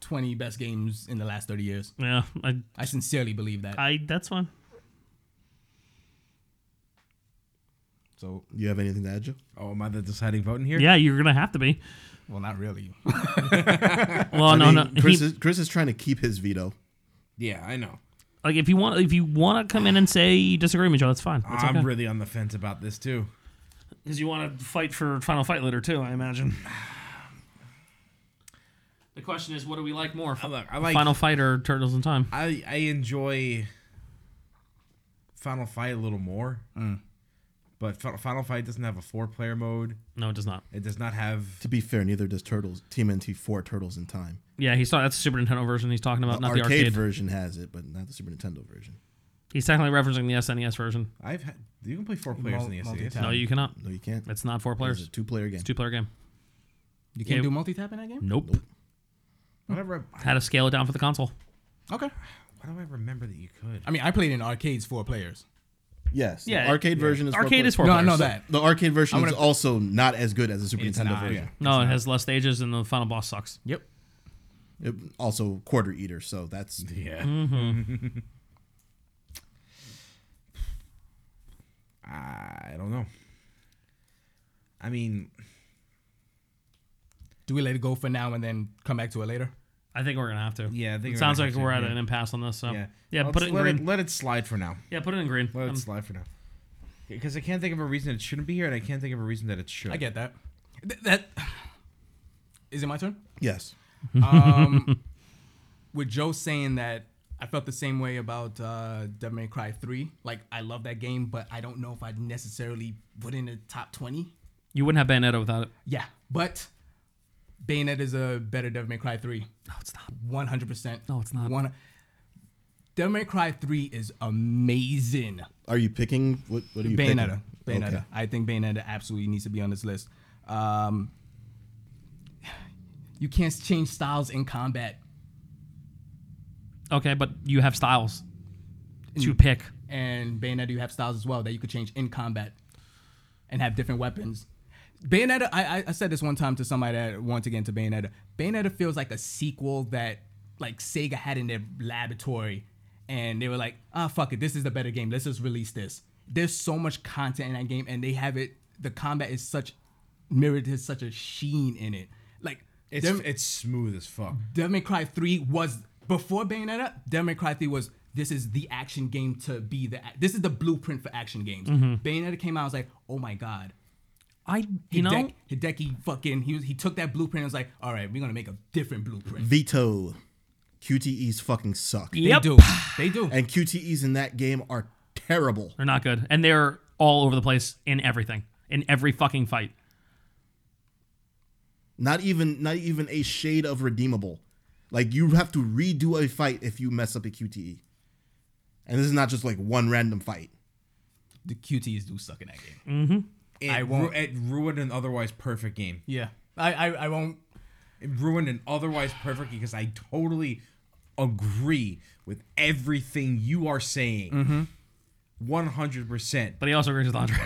[SPEAKER 1] twenty best games in the last thirty years.
[SPEAKER 3] Yeah. I.
[SPEAKER 1] I sincerely believe that.
[SPEAKER 3] I. That's fine.
[SPEAKER 1] so,
[SPEAKER 2] You have anything to add, Joe?
[SPEAKER 4] Oh, am I the deciding vote in here?
[SPEAKER 3] Yeah, you're gonna have to be.
[SPEAKER 1] well, not really.
[SPEAKER 3] Well, no,
[SPEAKER 2] I
[SPEAKER 3] no.
[SPEAKER 2] mean,
[SPEAKER 3] He-
[SPEAKER 2] Chris, is, Chris is trying to keep his veto.
[SPEAKER 4] Yeah, I know.
[SPEAKER 3] like, if you want, if you want to come in and say you disagree with me, Joe, that's fine. That's
[SPEAKER 4] I'm
[SPEAKER 3] okay.
[SPEAKER 4] really on the fence about this too.
[SPEAKER 3] Because you want to fight for Final Fight later too, I imagine. The question is, what do we like more?
[SPEAKER 4] I Look, I like
[SPEAKER 3] Final Fight or Turtles in Time?
[SPEAKER 4] I I enjoy Final Fight a little more,
[SPEAKER 3] Mm.
[SPEAKER 4] but Fi- Final Fight doesn't have a four player mode.
[SPEAKER 3] No, it does not.
[SPEAKER 4] It does not have
[SPEAKER 2] To be fair, neither does Turtles TMNT 4 Turtles in Time.
[SPEAKER 3] Yeah, he's talking. That's the Super Nintendo version. He's talking about,
[SPEAKER 2] the
[SPEAKER 3] not
[SPEAKER 2] arcade,
[SPEAKER 3] the arcade.
[SPEAKER 2] version has it, but not the Super Nintendo version.
[SPEAKER 3] he's technically referencing the SNES version.
[SPEAKER 4] I've had you can play four players in the SNES.
[SPEAKER 1] multi-tap.
[SPEAKER 3] No,
[SPEAKER 1] Um,
[SPEAKER 3] you cannot.
[SPEAKER 2] No, you can't.
[SPEAKER 3] It's not four
[SPEAKER 2] It's
[SPEAKER 3] players.
[SPEAKER 2] a two-player game.
[SPEAKER 3] Two player game.
[SPEAKER 1] You can't
[SPEAKER 3] Yeah.
[SPEAKER 1] do multi-tap in that game.
[SPEAKER 3] Nope.
[SPEAKER 4] Whatever. I-
[SPEAKER 3] Had to scale it down for the console.
[SPEAKER 1] Okay.
[SPEAKER 4] Why do I remember that you could?
[SPEAKER 1] I mean, I played in arcades four players.
[SPEAKER 2] Yes.
[SPEAKER 3] Yeah,
[SPEAKER 2] the arcade version is
[SPEAKER 3] Arcade
[SPEAKER 2] four players.
[SPEAKER 3] is four
[SPEAKER 1] no,
[SPEAKER 3] players.
[SPEAKER 1] I know that.
[SPEAKER 2] The arcade version
[SPEAKER 1] I'm gonna-
[SPEAKER 2] is also not as good as the Super
[SPEAKER 1] It's
[SPEAKER 2] Nintendo
[SPEAKER 1] not,
[SPEAKER 2] version.
[SPEAKER 3] No, it has less stages, and the final boss sucks.
[SPEAKER 1] Yep.
[SPEAKER 2] It, also quarter eater, so that's
[SPEAKER 4] Yeah. I don't know. I mean,
[SPEAKER 1] Do we let it go for now and then come back to it later?
[SPEAKER 3] I think we're gonna have to.
[SPEAKER 4] Yeah, I think
[SPEAKER 3] it
[SPEAKER 4] we're
[SPEAKER 3] sounds
[SPEAKER 4] gonna
[SPEAKER 3] like
[SPEAKER 4] have to,
[SPEAKER 3] we're at
[SPEAKER 4] yeah.
[SPEAKER 3] an impasse on this. So Um, yeah,
[SPEAKER 4] yeah.
[SPEAKER 3] put
[SPEAKER 4] Let's
[SPEAKER 3] it in
[SPEAKER 4] let
[SPEAKER 3] green.
[SPEAKER 4] It, let it slide for now.
[SPEAKER 3] yeah, put it in green.
[SPEAKER 4] Let
[SPEAKER 3] Um,
[SPEAKER 4] it slide for now. Because I can't think of a reason it shouldn't be here, and I can't think of a reason that it should.
[SPEAKER 1] I get that. Th- that is it. My turn.
[SPEAKER 2] yes.
[SPEAKER 1] Um, with Joe saying that, I felt the same way about uh, Devil May Cry Three. Like I love that game, but I don't know if I necessarily put in the top twenty.
[SPEAKER 3] You wouldn't have Bayonetta without it.
[SPEAKER 1] Yeah, but Bayonet is a better Devil May Cry 3.
[SPEAKER 3] No, it's not.
[SPEAKER 1] One hundred percent.
[SPEAKER 3] No, it's not.
[SPEAKER 1] One. Devil May Cry Three is amazing.
[SPEAKER 2] Are you picking what? What are you
[SPEAKER 1] Bayonetta.
[SPEAKER 2] picking?
[SPEAKER 1] Bayonetta.
[SPEAKER 2] Okay.
[SPEAKER 1] I think Bayonetta absolutely needs to be on this list. Um, you can't change styles in combat,
[SPEAKER 3] Okay, but you have styles
[SPEAKER 4] Mm.
[SPEAKER 3] to pick.
[SPEAKER 1] and Bayonetta you have styles as well that you could change in combat, and have different weapons. Bayonetta. I, I, I said this one time to somebody that wanted to get into Bayonetta. Bayonetta feels like a sequel that like Sega had in their laboratory, and they were like, ah, fuck it, this is the better game. Let's just release this. There's so much content in that game, and they have it. The combat is such mirrored has such a sheen in it. Like
[SPEAKER 4] It's
[SPEAKER 1] Dem-
[SPEAKER 4] it's smooth as fuck.
[SPEAKER 1] Devil May Cry 3 was before Bayonetta. Devil May Cry 3 was this is the action game to be the ac- this is the blueprint for action games.
[SPEAKER 3] Mm-hmm.
[SPEAKER 1] Bayonetta came out. I was like, oh my god.
[SPEAKER 3] I you know
[SPEAKER 1] Hideki, Hideki fucking he was, he took that blueprint and was like, all right, we're gonna make a different blueprint.
[SPEAKER 2] Veto. QTEs fucking suck,
[SPEAKER 1] They
[SPEAKER 3] Yep.
[SPEAKER 1] do. They do.
[SPEAKER 2] and QTEs in that game are terrible.
[SPEAKER 3] they're not good, and they're all over the place in everything, in every fucking fight.
[SPEAKER 2] Not even not even a shade of redeemable. Like you have to redo a fight if you mess up a QTE. And this is not just like one random fight.
[SPEAKER 1] the QTs do suck in that game.
[SPEAKER 3] Mm.
[SPEAKER 4] It,
[SPEAKER 1] I
[SPEAKER 4] I
[SPEAKER 1] won't-
[SPEAKER 4] it ruined an otherwise perfect game.
[SPEAKER 1] Yeah. I, I I won't
[SPEAKER 4] It ruined an otherwise perfect game because I totally agree with everything you are
[SPEAKER 1] Mm-hmm.
[SPEAKER 4] saying. One hundred percent.
[SPEAKER 3] But he also agrees with Andre.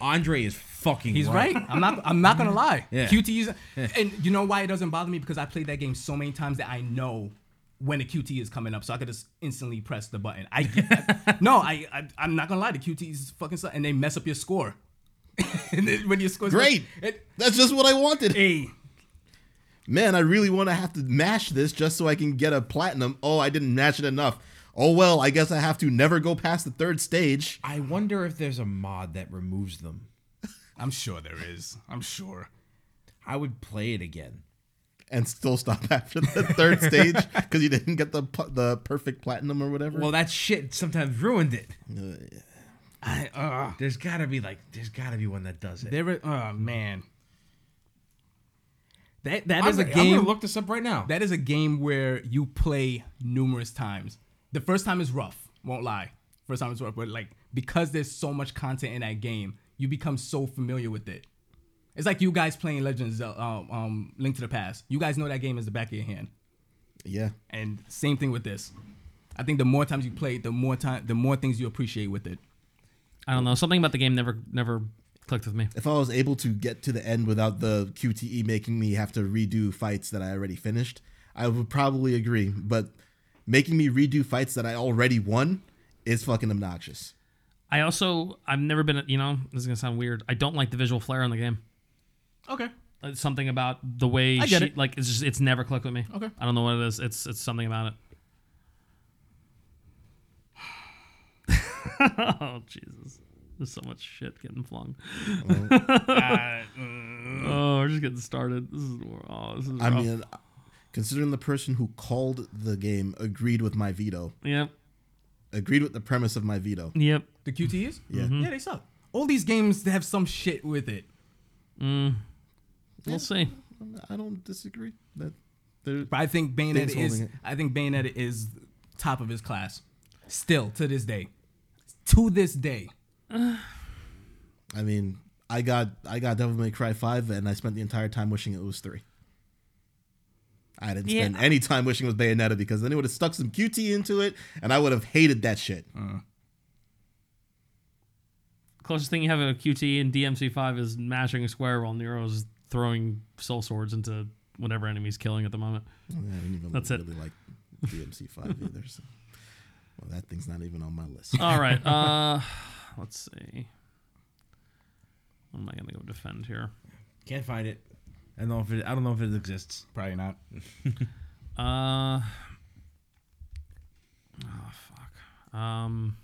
[SPEAKER 4] Andre is fucking.
[SPEAKER 1] He's right. I'm not. I'm not gonna lie.
[SPEAKER 4] Yeah.
[SPEAKER 1] QTs, and you know why it doesn't bother me because I played that game so many times that I know when a QT is coming up, so I could just instantly press the button. I, no, I, I I'm not gonna lie. The QTs fucking suck, and they mess up your score. and then when your score's
[SPEAKER 2] Great.
[SPEAKER 1] it,
[SPEAKER 2] That's just what I wanted.
[SPEAKER 1] hey,
[SPEAKER 2] Man, I really want to have to mash this just so I can get a platinum. Oh, I didn't mash it enough. Oh well, I guess I have to never go past the third stage.
[SPEAKER 4] I wonder if there's a mod that removes them.
[SPEAKER 1] I'm sure there is. I'm sure.
[SPEAKER 4] I would play it again.
[SPEAKER 2] and still stop after the third stage because you didn't get the pu- the perfect platinum or whatever.
[SPEAKER 4] Well, that shit sometimes ruined it. I, uh, there's gotta be like, there's gotta be one that does it.
[SPEAKER 1] There. Is, oh man. That that
[SPEAKER 4] I'm
[SPEAKER 1] is a
[SPEAKER 4] gonna- I'm
[SPEAKER 1] game.
[SPEAKER 4] gonna look this up right now.
[SPEAKER 1] That is a game where you play numerous times. The first time is rough, won't lie. First time is rough, but like because there's so much content in that game, you become so familiar with it. It's like you guys playing Legends, uh, um, um, Link to the Past. You guys know that game is the back of your hand,
[SPEAKER 2] yeah,
[SPEAKER 1] and same thing with this. I think the more times you play, it, the more time, the more things you appreciate with it.
[SPEAKER 3] I don't know. Something about the game never never clicked with me.
[SPEAKER 2] if I was able to get to the end without the QTE making me have to redo fights that I already finished, I would probably agree. But making me redo fights that I already won is fucking obnoxious.
[SPEAKER 3] I also I've never been you know this is gonna sound weird. I don't like the visual flair in the game.
[SPEAKER 1] Okay,
[SPEAKER 3] It's something about the way
[SPEAKER 1] I get
[SPEAKER 3] she
[SPEAKER 1] it.
[SPEAKER 3] like it's just it's never clicked with me.
[SPEAKER 1] Okay.
[SPEAKER 3] I don't know what it is. It's it's something about it. oh Jesus. There's so much shit getting flung. oh, we're just getting started. This is oh, this is rough.
[SPEAKER 2] I mean, considering the person who called the game agreed with my veto,
[SPEAKER 3] yep.
[SPEAKER 2] agreed with the premise of my veto.
[SPEAKER 3] Yep.
[SPEAKER 1] the QTEs,
[SPEAKER 2] Yeah.
[SPEAKER 1] yeah, they suck. All these games have some shit with it.
[SPEAKER 3] We'll see.
[SPEAKER 2] I don't disagree. That there,
[SPEAKER 1] But I think
[SPEAKER 2] Things
[SPEAKER 1] Bayonetta is.
[SPEAKER 2] holding it.
[SPEAKER 1] I think Bayonetta is top of his class, still to this day, to this day.
[SPEAKER 2] I mean, I got I got Devil May Cry five, and I spent the entire time wishing it was three. I didn't
[SPEAKER 3] Yeah.
[SPEAKER 2] spend any time wishing it was Bayonetta because then it would have stuck some QT into it, and I would have hated that shit.
[SPEAKER 3] Closest thing you have in a QT in DMC5 is mashing a square while Nero's throwing soul swords into whatever enemy's killing at the moment.
[SPEAKER 2] I didn't even
[SPEAKER 3] That's it.
[SPEAKER 2] really like DMC five either. So. Well, that thing's not even on my list.
[SPEAKER 3] All right. Uh, let's see. What am I gonna go defend here?
[SPEAKER 4] Can't find it. I don't know if it. I don't know if it exists.
[SPEAKER 1] Probably not.
[SPEAKER 3] Uh. Oh fuck. Um.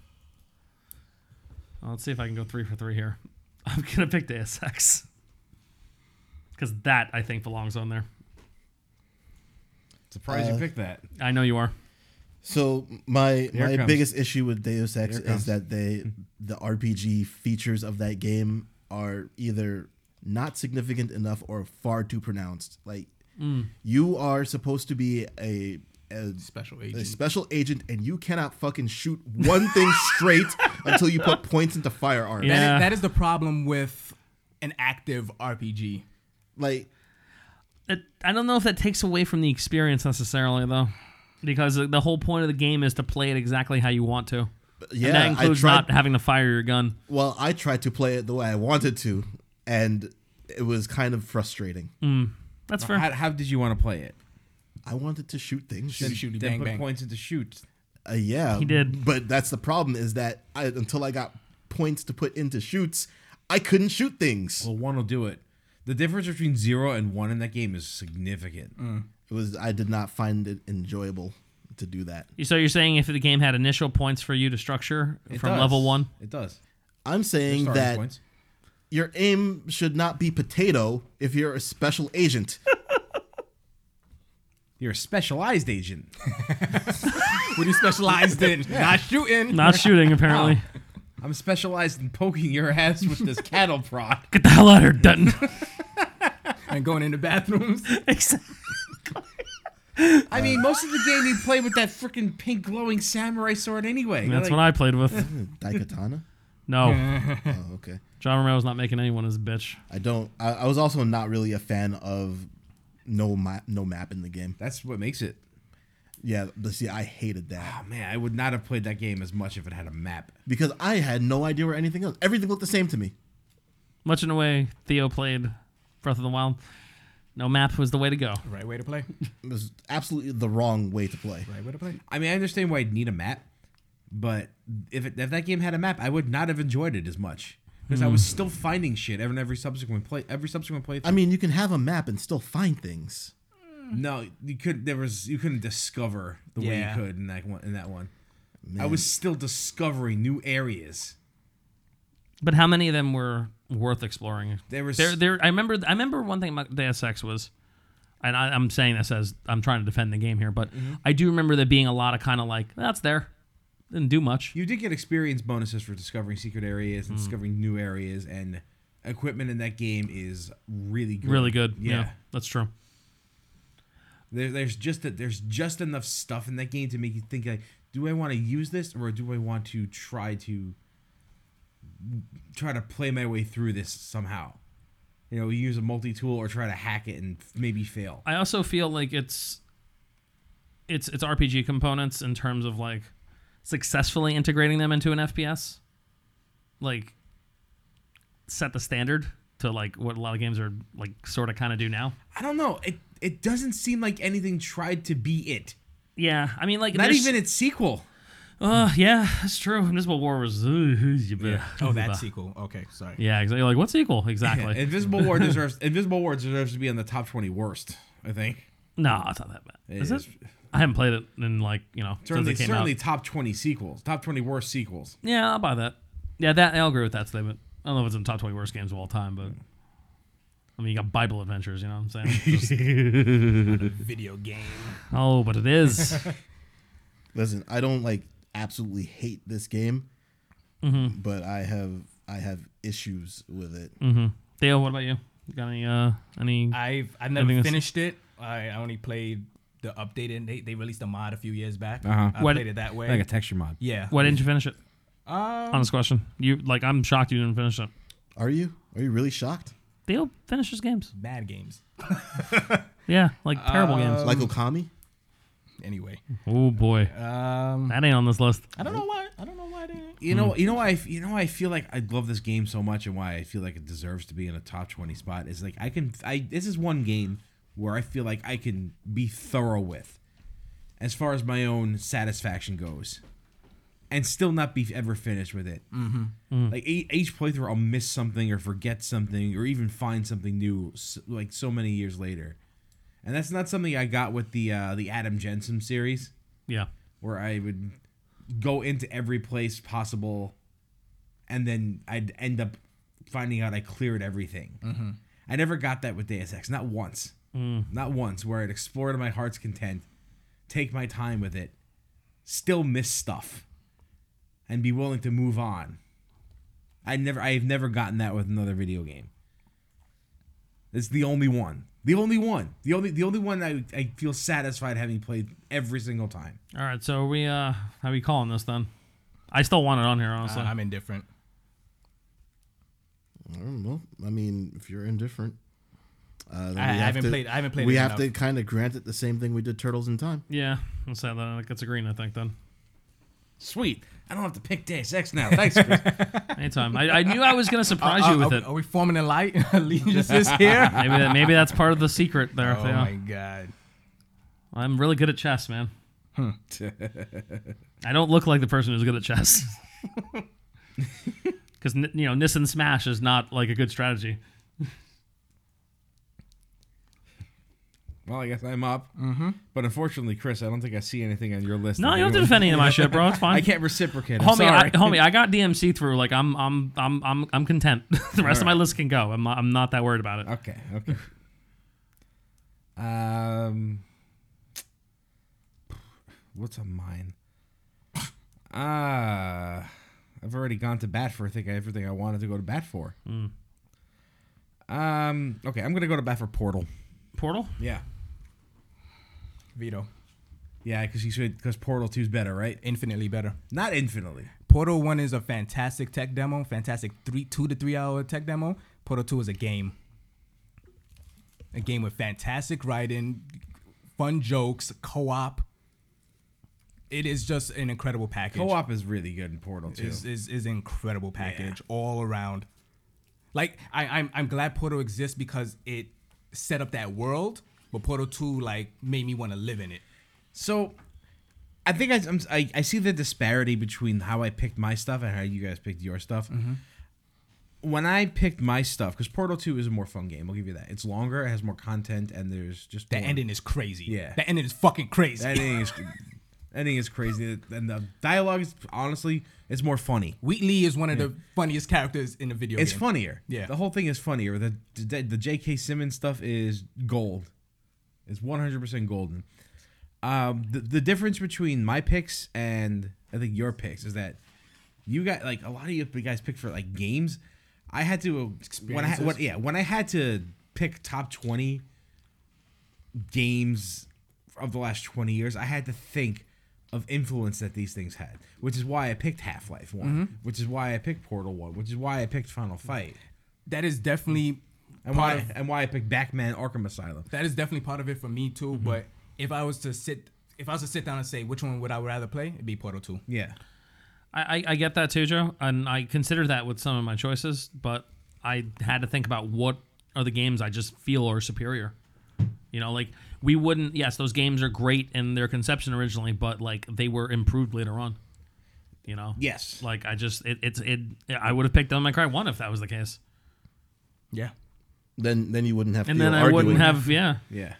[SPEAKER 3] Let's see if I can go three for three here. I'm gonna pick Deus Ex because that I think belongs on there.
[SPEAKER 4] Surprised
[SPEAKER 2] Uh,
[SPEAKER 4] you picked that.
[SPEAKER 3] I know you are.
[SPEAKER 2] So my
[SPEAKER 4] Here it
[SPEAKER 2] my
[SPEAKER 4] comes.
[SPEAKER 2] biggest issue with Deus Ex
[SPEAKER 4] Here it comes.
[SPEAKER 2] is that they the RPG features of that game are either not significant enough or far too pronounced. Like you are supposed to be a, a
[SPEAKER 1] Special E.
[SPEAKER 2] a
[SPEAKER 1] agent.
[SPEAKER 2] special agent, and you cannot fucking shoot one thing straight until you put points into firearms.
[SPEAKER 1] That is-
[SPEAKER 3] Yeah.
[SPEAKER 1] that is the problem with an active RPG.
[SPEAKER 2] Like
[SPEAKER 3] It, I don't know if that takes away from the experience necessarily, though, because the whole point of the game is to play it exactly how you want to.
[SPEAKER 2] yeah,
[SPEAKER 3] and that
[SPEAKER 2] I
[SPEAKER 3] includes
[SPEAKER 2] tried.
[SPEAKER 3] not having to fire your gun.
[SPEAKER 2] well, I tried to play it the way I wanted to, and it was kind of frustrating.
[SPEAKER 3] That's fair.
[SPEAKER 4] How, how did you want to play it?
[SPEAKER 2] I wanted to shoot things.
[SPEAKER 1] Shooty, shooty,
[SPEAKER 4] Then
[SPEAKER 1] bang,
[SPEAKER 4] put
[SPEAKER 1] bang.
[SPEAKER 4] points into shoot.
[SPEAKER 2] Uh, yeah, he
[SPEAKER 3] did.
[SPEAKER 2] But that's the problem is that I, until I got points to put into shoots, I couldn't shoot things.
[SPEAKER 4] Well, one will do it. The difference between zero and one in that game is significant.
[SPEAKER 3] Mm.
[SPEAKER 2] It was I did not find it enjoyable to do that.
[SPEAKER 3] You- So you're saying if the game had initial points for you to structure
[SPEAKER 4] It
[SPEAKER 3] from
[SPEAKER 4] does.
[SPEAKER 3] level one?
[SPEAKER 4] it does.
[SPEAKER 2] I'm saying
[SPEAKER 4] Starting
[SPEAKER 2] that
[SPEAKER 4] points.
[SPEAKER 2] your aim should not be potato if you're a special agent.
[SPEAKER 4] You're a specialized agent.
[SPEAKER 1] What you specialized in? Not shooting.
[SPEAKER 3] Not shooting, apparently.
[SPEAKER 4] I'm specialized in poking your ass with this cattle prod.
[SPEAKER 3] Get the hell out of here, Dutton.
[SPEAKER 1] And going into bathrooms.
[SPEAKER 4] I mean, most of the game you play with that freaking pink glowing samurai sword anyway.
[SPEAKER 3] That's what I played with.
[SPEAKER 2] Daikatana?
[SPEAKER 3] No,
[SPEAKER 2] Oh, okay.
[SPEAKER 3] John Romero's not making anyone his bitch.
[SPEAKER 2] I don't. I, I was also not really a fan of no map, no map in the game.
[SPEAKER 4] That's what makes it.
[SPEAKER 2] Yeah, but see, I hated that
[SPEAKER 4] Oh man, I would not have played that game as much if it had a map.
[SPEAKER 2] because I had no idea where anything else. Everything looked the same to me.
[SPEAKER 3] Much in a way Theo played Breath of the Wild. No map was the way to go.
[SPEAKER 1] Right way to play.
[SPEAKER 2] It was absolutely the wrong way to play.
[SPEAKER 1] Right way to play.
[SPEAKER 4] I mean, I understand why I'd need a map, but if it, if that game had a map, I would not have enjoyed it as much because I was
[SPEAKER 3] Hmm.
[SPEAKER 4] still finding shit every every subsequent play every subsequent play.
[SPEAKER 2] I mean, you can have a map and still find things.
[SPEAKER 4] no, you could there was you couldn't discover the
[SPEAKER 1] Yeah.
[SPEAKER 4] way you could in that one in that one. I was still discovering new areas.
[SPEAKER 3] But how many of them were worth exploring?
[SPEAKER 4] There was
[SPEAKER 3] There, there. I remember. I remember one thing about Deus Ex was, and I, I'm saying this as I'm trying to defend the game here, but I do remember there being a lot of kind of like that's there, didn't do much.
[SPEAKER 4] you did get experience bonuses for discovering secret areas
[SPEAKER 3] Hmm.
[SPEAKER 4] and discovering new areas and equipment in that game is really good.
[SPEAKER 3] Really good. Yeah. that's true.
[SPEAKER 4] There, there's just that there's just enough stuff in that game to make you think like, do I want to use this or do I want to try to try to play my way through this somehow? You know, use a multi tool or try to hack it and maybe fail.
[SPEAKER 3] I also feel like it's, it's it's RPG components in terms of like successfully integrating them into an FPS, like set the standard to like what a lot of games are like sort of kind of do now.
[SPEAKER 4] I don't know. It it doesn't seem like anything tried to be it.
[SPEAKER 3] Yeah, I mean like
[SPEAKER 4] Not
[SPEAKER 3] there's-
[SPEAKER 4] even its sequel.
[SPEAKER 3] Uh, yeah, that's true. Invisible War was. Yeah.
[SPEAKER 1] Oh, that sequel. Okay, sorry.
[SPEAKER 3] Yeah, exactly. Like, what sequel? Exactly.
[SPEAKER 4] Yeah, Invisible War deserves Invisible War deserves to be on the top twenty worst. I think
[SPEAKER 3] no, it's not that bad. Is
[SPEAKER 4] is.
[SPEAKER 3] it? I haven't played it in like you know
[SPEAKER 4] certainly
[SPEAKER 3] since it came
[SPEAKER 4] certainly
[SPEAKER 3] out.
[SPEAKER 4] top twenty sequels, top twenty worst sequels.
[SPEAKER 3] Yeah, I'll buy that. Yeah, that I'll agree with that statement. I don't know if it's in the top twenty worst games of all time, but I mean, you got Bible Adventures. You know what I'm saying? Just-
[SPEAKER 1] Video game.
[SPEAKER 3] oh, but it is.
[SPEAKER 2] Listen, I don't like absolutely hate this game,
[SPEAKER 1] Mm-hmm.
[SPEAKER 2] but I have I have issues with it.
[SPEAKER 1] Mm.
[SPEAKER 3] Dale, what about you? You Got any? Uh, any?
[SPEAKER 1] I've I
[SPEAKER 3] Anything
[SPEAKER 1] never
[SPEAKER 3] else?
[SPEAKER 1] finished it. I, I only played the updated. They, they released a mod a few years back.
[SPEAKER 4] Uh-huh.
[SPEAKER 1] I
[SPEAKER 3] What-
[SPEAKER 1] played it that way.
[SPEAKER 4] Like a texture mod.
[SPEAKER 1] yeah.
[SPEAKER 3] Why didn't you finish it?
[SPEAKER 1] Um,
[SPEAKER 3] Honest question. You like? I'm shocked you didn't finish it.
[SPEAKER 2] Are you? Are you really shocked?
[SPEAKER 3] Dale finishes games.
[SPEAKER 1] bad games.
[SPEAKER 3] Yeah, like terrible
[SPEAKER 1] Uh, Um,
[SPEAKER 3] games.
[SPEAKER 2] like Okami?
[SPEAKER 1] Anyway.
[SPEAKER 3] Oh boy,
[SPEAKER 1] Um,
[SPEAKER 3] that ain't on this list.
[SPEAKER 1] I don't know why. I don't know why they. didn't-
[SPEAKER 4] You know, you know why I, f- you know why I feel like I love this game so much and why I feel like it deserves to be in a top 20 spot is like I can I this is one game where I feel like I can be thorough with as far as my own satisfaction goes and still not be ever finished with it. Mm-hmm. Like e- each playthrough I'll miss something or forget something or even find something new s like so many years later. And that's not something I got with the uh, the Adam Jensen series
[SPEAKER 3] Yeah.
[SPEAKER 4] where I would go into every place possible, and then I'd end up finding out I cleared everything. I never got that with Deus Ex, not once, not once, where I'd explore to my heart's content, take my time with it, still miss stuff, and be willing to move on. I never, I've never gotten that with another video game. It's the only one. The only one. The only the only one I, I feel satisfied having played every single time.
[SPEAKER 3] All right, so are we uh, how we calling this then? I still want it on here, honestly.
[SPEAKER 4] Uh-huh.
[SPEAKER 1] I'm indifferent.
[SPEAKER 2] I don't know. I mean, if you're indifferent, uh, then
[SPEAKER 1] I- I
[SPEAKER 2] we have
[SPEAKER 1] haven't played- I haven't played
[SPEAKER 2] We
[SPEAKER 1] it
[SPEAKER 2] have to
[SPEAKER 1] enough.
[SPEAKER 2] kind of grant it the same thing we did Turtles in Time.
[SPEAKER 3] yeah, let's say that gets a green. I think then.
[SPEAKER 4] Sweet. I don't have to pick Deus Ex now. Thanks. Chris.
[SPEAKER 3] Anytime. I, I knew I
[SPEAKER 4] Oh,
[SPEAKER 3] was gonna surprise you with
[SPEAKER 1] Uh, are,
[SPEAKER 3] it.
[SPEAKER 1] are we forming a light allegiances here?
[SPEAKER 3] Maybe that, maybe that's part of the secret there.
[SPEAKER 1] oh
[SPEAKER 3] Theo.
[SPEAKER 1] my god.
[SPEAKER 3] I'm really good at chess, man.
[SPEAKER 4] Hmm.
[SPEAKER 3] I don't look like the person who's good at chess. Because you know, Nissan Smash is not like a good strategy.
[SPEAKER 4] well, I guess I'm up. But unfortunately, Chris, I don't think I see anything on your list.
[SPEAKER 3] No,
[SPEAKER 4] of
[SPEAKER 3] you don't have to
[SPEAKER 4] anyone-
[SPEAKER 3] defend any of my shit, bro. It's fine.
[SPEAKER 4] I can't reciprocate. I'm
[SPEAKER 3] homie, I,
[SPEAKER 4] sorry.
[SPEAKER 3] homie, I got DMC through. Like, I'm, I'm, I'm, I'm, I'm content. the rest of my
[SPEAKER 4] right.
[SPEAKER 3] list can go. I'm, not- I'm not that worried about it.
[SPEAKER 4] Okay, okay. um, what's on mine? Ah, I've already gone to bat for I think everything I wanted to go to bat for.
[SPEAKER 3] Hmm.
[SPEAKER 4] Um, okay, I'm gonna go to bat for Portal.
[SPEAKER 3] Portal.
[SPEAKER 4] Yeah,
[SPEAKER 1] Vito.
[SPEAKER 4] yeah, because you said because Portal Two's better, right?
[SPEAKER 1] Infinitely better.
[SPEAKER 4] Not infinitely.
[SPEAKER 1] Portal 1 is a fantastic tech demo, fantastic three, two to three hour tech demo. Portal 2 is a game. A game with fantastic writing, fun jokes, co op. It is just an incredible package.
[SPEAKER 4] Co-op is really good in Portal Two.
[SPEAKER 1] is, is, is an incredible package all around. Like, I, I'm, I'm glad Portal exists because it set up that world, but Portal 2 like made me want to live in it.
[SPEAKER 4] So, I think I, I'm, I I see the disparity between how I picked my stuff and how you guys picked your stuff.
[SPEAKER 1] Mm-hmm.
[SPEAKER 4] When I picked my stuff, because Portal Two is a more fun game, I'll give you that. It's longer, it has more content, and there's just
[SPEAKER 1] That
[SPEAKER 4] more-
[SPEAKER 1] ending is crazy.
[SPEAKER 4] Yeah.
[SPEAKER 1] That ending is fucking crazy.
[SPEAKER 4] That ending is ending is crazy, and the dialogue is honestly it's more funny.
[SPEAKER 1] Wheatley is one of the funniest characters in the video
[SPEAKER 4] It's
[SPEAKER 1] game.
[SPEAKER 4] funnier.
[SPEAKER 1] Yeah.
[SPEAKER 4] the whole thing is funnier. The the, the J.K. Simmons stuff is gold. It's one hundred percent golden. Um, the the difference between my picks and I think your picks is that you got like a lot of you guys pick for like games. I had to when I when,
[SPEAKER 1] Experiences?
[SPEAKER 4] yeah when I had to pick top twenty games of the last 20 years, I had to think of influence that these things had, which is why I picked Half Life one
[SPEAKER 1] Mm-hmm.
[SPEAKER 4] which is why I picked Portal 1, which is why I picked Final Fight,
[SPEAKER 1] That is definitely
[SPEAKER 4] and
[SPEAKER 1] part
[SPEAKER 4] why,
[SPEAKER 1] of,
[SPEAKER 4] and why I picked Batman Arkham Asylum.
[SPEAKER 1] that is definitely part of it for me
[SPEAKER 4] Mm-hmm.
[SPEAKER 1] too. But if I was to sit if I was to sit down and say which one would I rather play, it'd be Portal Two.
[SPEAKER 4] Yeah.
[SPEAKER 3] I, I, I get that too, Joe, and I consider that with some of my choices, but I had to think about what are the games I just feel are superior. You know, like we wouldn't. Yes, those games are great in their conception originally, but like they were improved later on. You know.
[SPEAKER 4] Yes.
[SPEAKER 3] Like I just it it's it. I would have picked Devil May Cry one if that was the case,
[SPEAKER 1] Yeah.
[SPEAKER 2] Then then you wouldn't have.
[SPEAKER 3] and
[SPEAKER 2] Theo
[SPEAKER 3] then I
[SPEAKER 2] arguing.
[SPEAKER 3] wouldn't have. Yeah.
[SPEAKER 4] Yeah.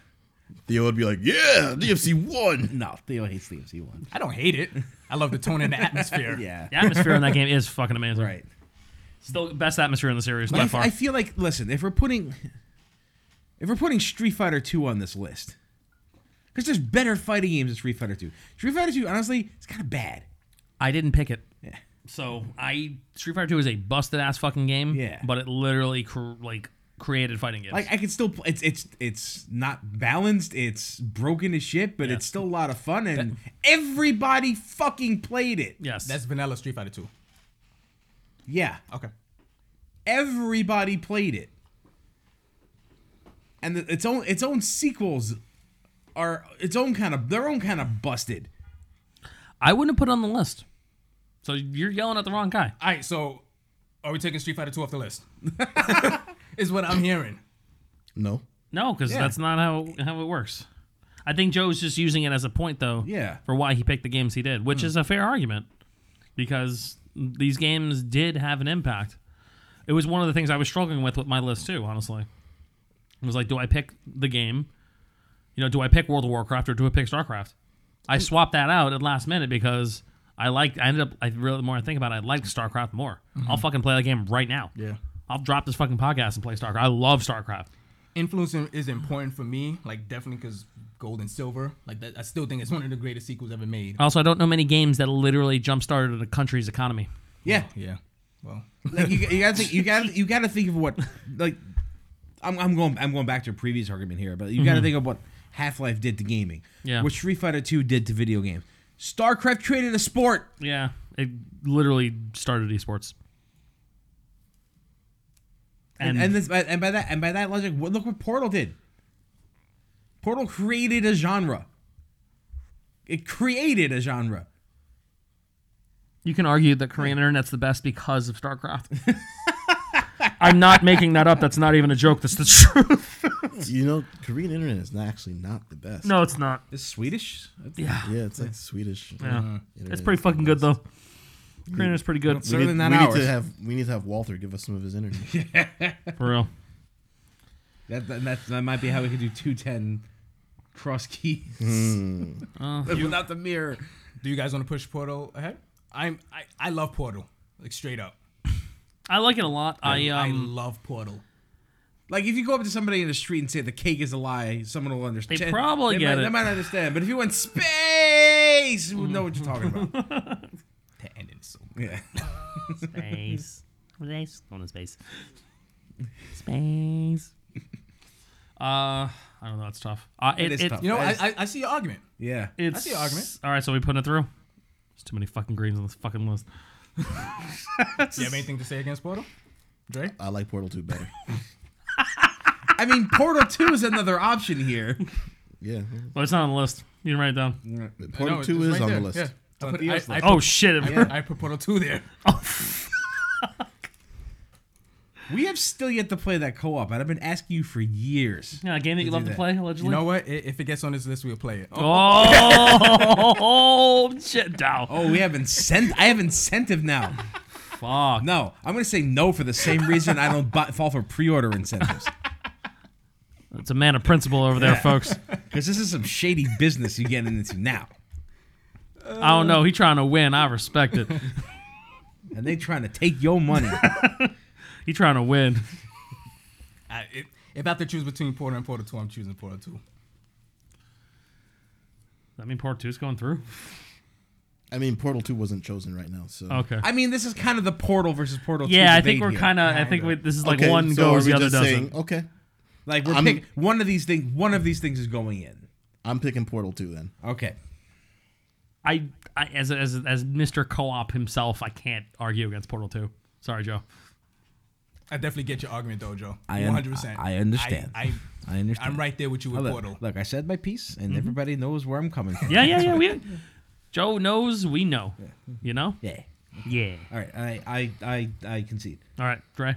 [SPEAKER 2] Theo would be like, "Yeah, DFC one."
[SPEAKER 4] No, Theo hates DMC 1.
[SPEAKER 1] I don't hate it. I love the tone and the atmosphere.
[SPEAKER 4] Yeah.
[SPEAKER 3] The atmosphere in that game is fucking amazing.
[SPEAKER 4] Right.
[SPEAKER 3] Still best atmosphere in the series
[SPEAKER 4] But
[SPEAKER 3] by
[SPEAKER 4] I,
[SPEAKER 3] far.
[SPEAKER 4] I feel like, listen, if we're putting. If we're putting Street Fighter 2 on this list, because there's better fighting games than Street Fighter 2. Street Fighter 2, honestly, it's kind of bad.
[SPEAKER 3] I didn't pick it.
[SPEAKER 4] Yeah.
[SPEAKER 3] So I Street Fighter Two is a busted ass fucking game.
[SPEAKER 4] Yeah.
[SPEAKER 3] But it literally cr- like created fighting games.
[SPEAKER 4] Like I can still, pl- it's it's it's not balanced. It's broken as shit, but
[SPEAKER 3] Yeah.
[SPEAKER 4] it's still a lot of fun, and everybody fucking played it.
[SPEAKER 3] yes.
[SPEAKER 1] That's vanilla Street Fighter Two.
[SPEAKER 4] Yeah,
[SPEAKER 1] Okay.
[SPEAKER 4] everybody played it, and the, its own its own sequels are its own kind of their own kind of busted.
[SPEAKER 3] I wouldn't put it on the list. So you're yelling at the wrong guy.
[SPEAKER 1] Alright, so are we taking Street Fighter Two off the list? is what I'm hearing.
[SPEAKER 2] No,
[SPEAKER 3] No, because
[SPEAKER 4] Yeah.
[SPEAKER 3] that's not how how it works. I think Joe's just using it as a point though.
[SPEAKER 4] Yeah. Hmm.
[SPEAKER 3] For why he picked the games he did, which is a fair argument, because these games did have an impact. It was one of the things I was struggling with with my list too. Honestly, it was like, do I pick the game? You know, do I pick World of Warcraft or do I pick StarCraft?
[SPEAKER 4] Hmm.
[SPEAKER 3] I swapped that out at last minute because I liked. I ended up. I really the more I think about it, I liked StarCraft more.
[SPEAKER 4] Hmm.
[SPEAKER 3] I'll fucking play that game right now.
[SPEAKER 1] Yeah.
[SPEAKER 3] I'll drop this fucking podcast and play StarCraft. I love StarCraft.
[SPEAKER 1] Influence is important for me, like definitely because Gold and Silver, like that, I still think it's one of the greatest sequels ever made.
[SPEAKER 3] Also, I don't know many games that literally jump started a country's economy.
[SPEAKER 4] Yeah,
[SPEAKER 1] Yeah. Well,
[SPEAKER 4] like you, you gotta think you gotta you gotta think of what like. I'm, I'm going I'm going back to a previous argument here, but you got to think of what Half Life did to gaming.
[SPEAKER 3] Yeah.
[SPEAKER 4] What Street Fighter Two did to video games. StarCraft created a sport.
[SPEAKER 3] Yeah, it literally started esports.
[SPEAKER 4] And and, this, and by that and by that logic, what, look what Portal did. Portal created a genre. It created a genre.
[SPEAKER 3] You can argue that Korean internet's the best because of StarCraft. I'm not making that up. That's not even a joke. That's the truth.
[SPEAKER 2] You know, Korean internet is not actually not the best.
[SPEAKER 3] No, it's not.
[SPEAKER 4] It's Swedish.
[SPEAKER 3] Yeah.
[SPEAKER 2] Yeah, it's like Swedish.
[SPEAKER 3] Yeah.
[SPEAKER 2] internet
[SPEAKER 3] It's
[SPEAKER 2] is
[SPEAKER 3] pretty
[SPEAKER 2] the
[SPEAKER 3] fucking good
[SPEAKER 2] best.
[SPEAKER 3] though. Korean is pretty good.
[SPEAKER 2] We
[SPEAKER 4] Certainly
[SPEAKER 2] need,
[SPEAKER 4] not
[SPEAKER 2] we need
[SPEAKER 4] ours.
[SPEAKER 2] to have we need to have Walter give us some of his internet.
[SPEAKER 3] For real.
[SPEAKER 4] That, that, that that might be how we could do two ten cross keys
[SPEAKER 3] Oh,
[SPEAKER 4] without the mirror.
[SPEAKER 1] Do you guys want to push Portal ahead? I'm I, I love Portal. Like straight up.
[SPEAKER 3] I like it a lot. I
[SPEAKER 1] I
[SPEAKER 3] um
[SPEAKER 1] love Portal.
[SPEAKER 4] Like if you go up to somebody in the street and say the cake is a lie, someone will understand.
[SPEAKER 3] They probably
[SPEAKER 4] they
[SPEAKER 3] get
[SPEAKER 4] might,
[SPEAKER 3] it.
[SPEAKER 4] They might understand, but if you went space, you would know what you're talking about.
[SPEAKER 1] The ending is so good.
[SPEAKER 4] yeah.
[SPEAKER 3] space. Space. Going to space. Space. Uh, I don't know. It's tough. Uh, it,
[SPEAKER 4] It is
[SPEAKER 3] it-
[SPEAKER 4] tough.
[SPEAKER 1] You know, I,
[SPEAKER 4] As-
[SPEAKER 1] I, I see your argument.
[SPEAKER 4] Yeah.
[SPEAKER 3] It's
[SPEAKER 1] see your argument.
[SPEAKER 3] All right, so we putting it through. There's too many fucking greens on this fucking list.
[SPEAKER 1] Do you have anything to say against Portal? Dre?
[SPEAKER 2] I like Portal 2 better.
[SPEAKER 4] I mean, Portal Two is another option here.
[SPEAKER 2] Yeah.
[SPEAKER 3] But it's not on the list. You can write it down.
[SPEAKER 2] But Portal
[SPEAKER 1] No, it's-
[SPEAKER 2] 2
[SPEAKER 1] it's
[SPEAKER 2] is
[SPEAKER 1] right
[SPEAKER 2] on
[SPEAKER 1] there.
[SPEAKER 2] the list.
[SPEAKER 1] Yeah. I
[SPEAKER 4] on
[SPEAKER 1] put, I,
[SPEAKER 4] Theo's
[SPEAKER 1] I
[SPEAKER 4] list.
[SPEAKER 1] put-
[SPEAKER 3] Oh shit! it-
[SPEAKER 1] I put Portal 2 there.
[SPEAKER 4] We have still yet to play that co-op, and I've been asking you for years.
[SPEAKER 3] Yeah, a game that you love to
[SPEAKER 4] that.
[SPEAKER 3] play allegedly.
[SPEAKER 1] You know what? I- If it gets on this list, we'll play it. Oh,
[SPEAKER 3] Oh, shit! Dow.
[SPEAKER 4] Oh, we have incent. I have incentive now.
[SPEAKER 3] fuck.
[SPEAKER 4] No, I'm gonna say no for the same reason I don't bu- fall for pre-order incentives.
[SPEAKER 3] It's a man of principle over there, folks.
[SPEAKER 4] Because this is some shady business you're getting into now.
[SPEAKER 3] I don't know. He trying to win. I respect it.
[SPEAKER 4] And they trying to take your money.
[SPEAKER 3] He trying to win.
[SPEAKER 1] I, if, if I have to choose between Portal and Portal 2, I'm choosing Portal 2.
[SPEAKER 3] I mean, part two's going through.
[SPEAKER 2] I mean, Portal 2 wasn't chosen right now, so
[SPEAKER 3] Okay.
[SPEAKER 4] I mean, this is kind of the portal versus portal. 2
[SPEAKER 3] yeah, I think
[SPEAKER 4] debate
[SPEAKER 3] we're
[SPEAKER 4] here.
[SPEAKER 3] kind of. I think we, this is like
[SPEAKER 2] Okay,
[SPEAKER 3] one
[SPEAKER 2] so
[SPEAKER 3] goes,
[SPEAKER 2] are we
[SPEAKER 3] the other
[SPEAKER 2] just
[SPEAKER 3] doesn't.
[SPEAKER 2] saying, okay,
[SPEAKER 4] like we're
[SPEAKER 2] I'm-
[SPEAKER 4] pick, one of these things. One of these things is going in.
[SPEAKER 2] I'm picking Portal 2 then.
[SPEAKER 4] Okay,
[SPEAKER 3] I, I as as as Mr. Co-op himself, I can't argue against Portal Two. Sorry, Joe.
[SPEAKER 1] I definitely get your argument, though, Joe.
[SPEAKER 4] I un-
[SPEAKER 1] 100%.
[SPEAKER 4] I- I understand.
[SPEAKER 1] I,
[SPEAKER 4] I understand.
[SPEAKER 1] I, am right there with you with
[SPEAKER 4] look,
[SPEAKER 1] Portal.
[SPEAKER 4] look, I said my piece, and everybody knows where I'm coming from.
[SPEAKER 3] Mm-hmm. Yeah, yeah, yeah. We Joe knows. We know. You know.
[SPEAKER 4] yeah.
[SPEAKER 3] Yeah.
[SPEAKER 4] All right, I, I, I, I concede.
[SPEAKER 3] All right, Dre.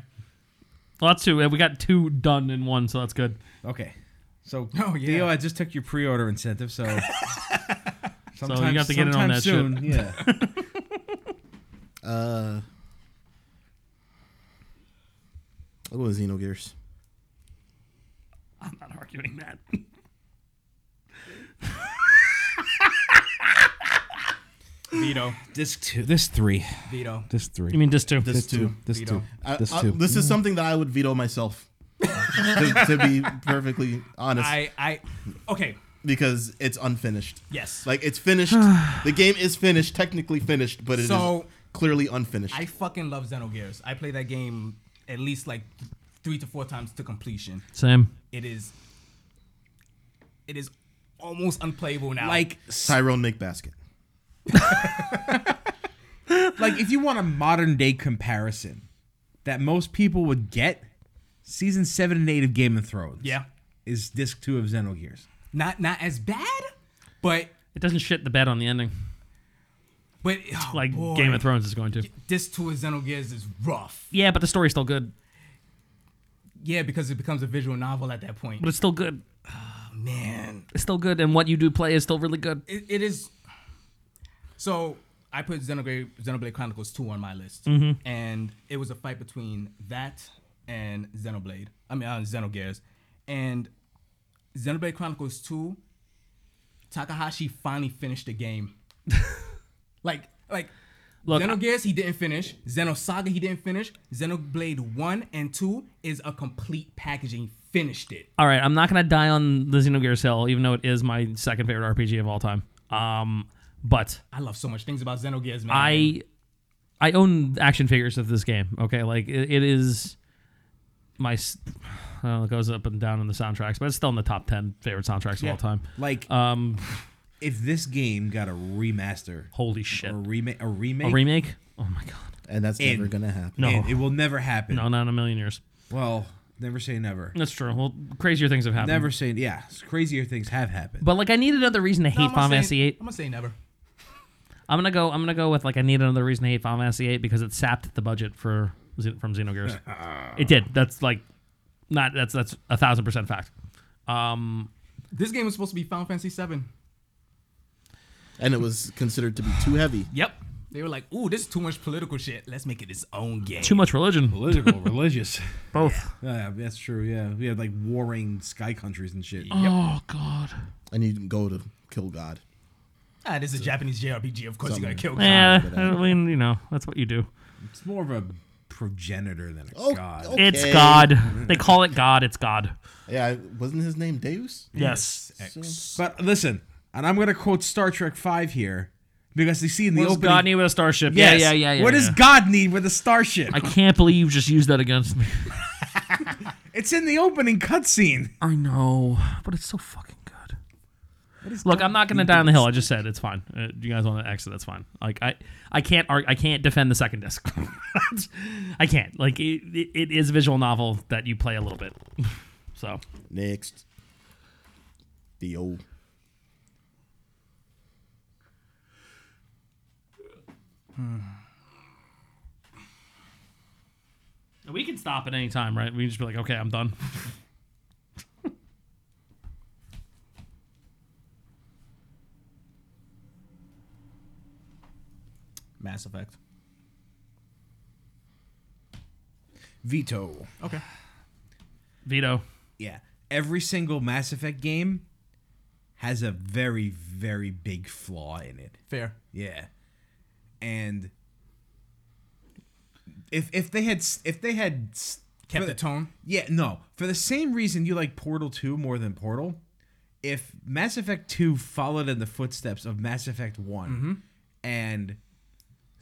[SPEAKER 3] Well, that's two. We got two done in one, so that's good.
[SPEAKER 4] Okay, so
[SPEAKER 1] Oh, yeah.
[SPEAKER 4] Theo, I just took your pre-order incentive, so. Sometime,
[SPEAKER 3] you got to get in on
[SPEAKER 4] sometime
[SPEAKER 3] that
[SPEAKER 4] soon,
[SPEAKER 3] shit.
[SPEAKER 4] yeah.
[SPEAKER 2] Uh, I'll go with Xenogears.
[SPEAKER 3] I'm not arguing that.
[SPEAKER 1] Veto.
[SPEAKER 4] Disc two, this three,
[SPEAKER 1] Veto.
[SPEAKER 4] this three,
[SPEAKER 3] You mean just two?
[SPEAKER 2] This two.
[SPEAKER 4] this
[SPEAKER 1] Veto.
[SPEAKER 2] I-
[SPEAKER 4] This
[SPEAKER 2] I-
[SPEAKER 4] two.
[SPEAKER 2] this is something that I would veto myself. to, to be perfectly honest,
[SPEAKER 1] I, I, okay.
[SPEAKER 2] because it's unfinished.
[SPEAKER 1] Yes.
[SPEAKER 2] Like it's finished. the game is finished, technically finished, but it is
[SPEAKER 1] So-
[SPEAKER 2] clearly unfinished.
[SPEAKER 1] I fucking love Xenogears. I play that game at least like three to four times to completion.
[SPEAKER 3] Same.
[SPEAKER 1] It is, it is almost unplayable now.
[SPEAKER 4] Like
[SPEAKER 2] Tyrone McBasket.
[SPEAKER 4] like if you want a modern day comparison that most people would get, season seven and eight of Game of Thrones.
[SPEAKER 1] Yeah.
[SPEAKER 4] Is disc two of Xenogears.
[SPEAKER 1] not not as bad, but
[SPEAKER 3] It doesn't shit the bed on the ending,
[SPEAKER 1] but oh,
[SPEAKER 3] like
[SPEAKER 1] boy.
[SPEAKER 3] Game of Thrones is going to.
[SPEAKER 1] This two of Xenogears is rough.
[SPEAKER 3] Yeah, but the story's still good.
[SPEAKER 1] Yeah, because it becomes a visual novel at that point.
[SPEAKER 3] But it's still good.
[SPEAKER 1] Man,
[SPEAKER 3] It's still good, and what you do play is still really good.
[SPEAKER 1] it, it is. So I put Xenoblade, Xenoblade Chronicles 2 on my list.
[SPEAKER 3] Mm-hmm.
[SPEAKER 1] And it was a fight between that and Xenoblade. I mean, uh, Xenogears. And Xenoblade Chronicles 2, Takahashi finally finished the game. like, like.
[SPEAKER 3] Look,
[SPEAKER 1] Xenogears, he didn't finish. Xenosaga, he didn't finish. Xenoblade 1 and 2 is a complete package and he finished it.
[SPEAKER 3] All right, I'm not gonna die on the Xenogears Hill, even though it is my second favorite RPG of all time. Um, but
[SPEAKER 1] I love so much things about Xenogears, man.
[SPEAKER 3] I I own action figures of this game. Okay, like it, it is my s- Well, it goes up and down in the soundtracks, but it's still in the top ten favorite soundtracks of all time.
[SPEAKER 4] Like
[SPEAKER 3] Um,
[SPEAKER 4] if this game got a remaster
[SPEAKER 3] holy shit,
[SPEAKER 4] or rema- a remake,
[SPEAKER 3] a remake? Oh my god,
[SPEAKER 2] and that's never
[SPEAKER 4] And-
[SPEAKER 2] gonna happen.
[SPEAKER 3] no,
[SPEAKER 4] and it will never happen.
[SPEAKER 3] no, not in a million years.
[SPEAKER 4] Well, never say never.
[SPEAKER 3] That's true. Well, crazier things have happened.
[SPEAKER 4] Never say yeah. Crazier things have happened.
[SPEAKER 3] But like, I need another reason to hate
[SPEAKER 1] I'm
[SPEAKER 3] Final
[SPEAKER 1] gonna
[SPEAKER 3] Fantasy
[SPEAKER 1] say-
[SPEAKER 3] VIII.
[SPEAKER 1] I'm gonna say never.
[SPEAKER 3] I'm gonna go. I'm gonna go with like I need another reason to hate Final Fantasy VIII because it sapped the budget for Xe- from Xenogears. it did. That's like not. That's that's a thousand percent fact. Um,
[SPEAKER 1] This game was supposed to be Final Fantasy VII.
[SPEAKER 2] And it was considered to be too heavy.
[SPEAKER 1] Yep. They were like, "Ooh, this is too much political shit. Let's make it its own game."
[SPEAKER 3] too much religion.
[SPEAKER 4] Political, religious.
[SPEAKER 3] Both.
[SPEAKER 4] Yeah, that's true. Yeah, we had like warring sky countries and shit.
[SPEAKER 3] Oh god.
[SPEAKER 2] And you go to kill God.
[SPEAKER 1] Ah, this is a Japanese JRPG. Of course, you gotta kill.
[SPEAKER 3] Yeah,
[SPEAKER 2] but, uh,
[SPEAKER 3] I mean, you know, that's what you do.
[SPEAKER 4] It's more of a progenitor than a god.
[SPEAKER 2] oh.
[SPEAKER 3] It's
[SPEAKER 2] Okay.
[SPEAKER 3] God. They call it God. It's God.
[SPEAKER 2] Yeah, wasn't his name Deus?
[SPEAKER 3] Yes.
[SPEAKER 4] But listen, and I'm gonna quote Star Trek Five here because they see in the
[SPEAKER 3] What does
[SPEAKER 4] opening.
[SPEAKER 3] God need with a starship?
[SPEAKER 4] Yes.
[SPEAKER 3] Yeah, yeah, yeah, yeah.
[SPEAKER 4] What does
[SPEAKER 3] yeah.
[SPEAKER 4] God need with a starship?
[SPEAKER 3] I can't believe you just used that against me.
[SPEAKER 4] it's in the opening cutscene.
[SPEAKER 3] I know, but it's so fucking good. Look, I'm not gonna die on the hill. I just said it's fine. Uh, you guys want to exit? That's fine. Like I, I can't, arg- I can't defend the second disc. I can't. Like it, it, it is a visual novel that you play a little bit. So
[SPEAKER 2] Next. The old.
[SPEAKER 3] we can stop at any time, right? We can just be like, okay, I'm done.
[SPEAKER 1] Mass Effect.
[SPEAKER 4] Veto.
[SPEAKER 1] Okay.
[SPEAKER 3] Vito,
[SPEAKER 4] Yeah. Every single Mass Effect game has a very, very big flaw in it.
[SPEAKER 1] Fair.
[SPEAKER 4] Yeah. And if if they had s- if they had s-
[SPEAKER 1] Kept
[SPEAKER 4] for-
[SPEAKER 1] the tone.
[SPEAKER 4] Yeah, no. For the same reason you like Portal 2 more than Portal, if Mass Effect 2 followed in the footsteps of Mass Effect one
[SPEAKER 1] Mm-hmm.
[SPEAKER 4] and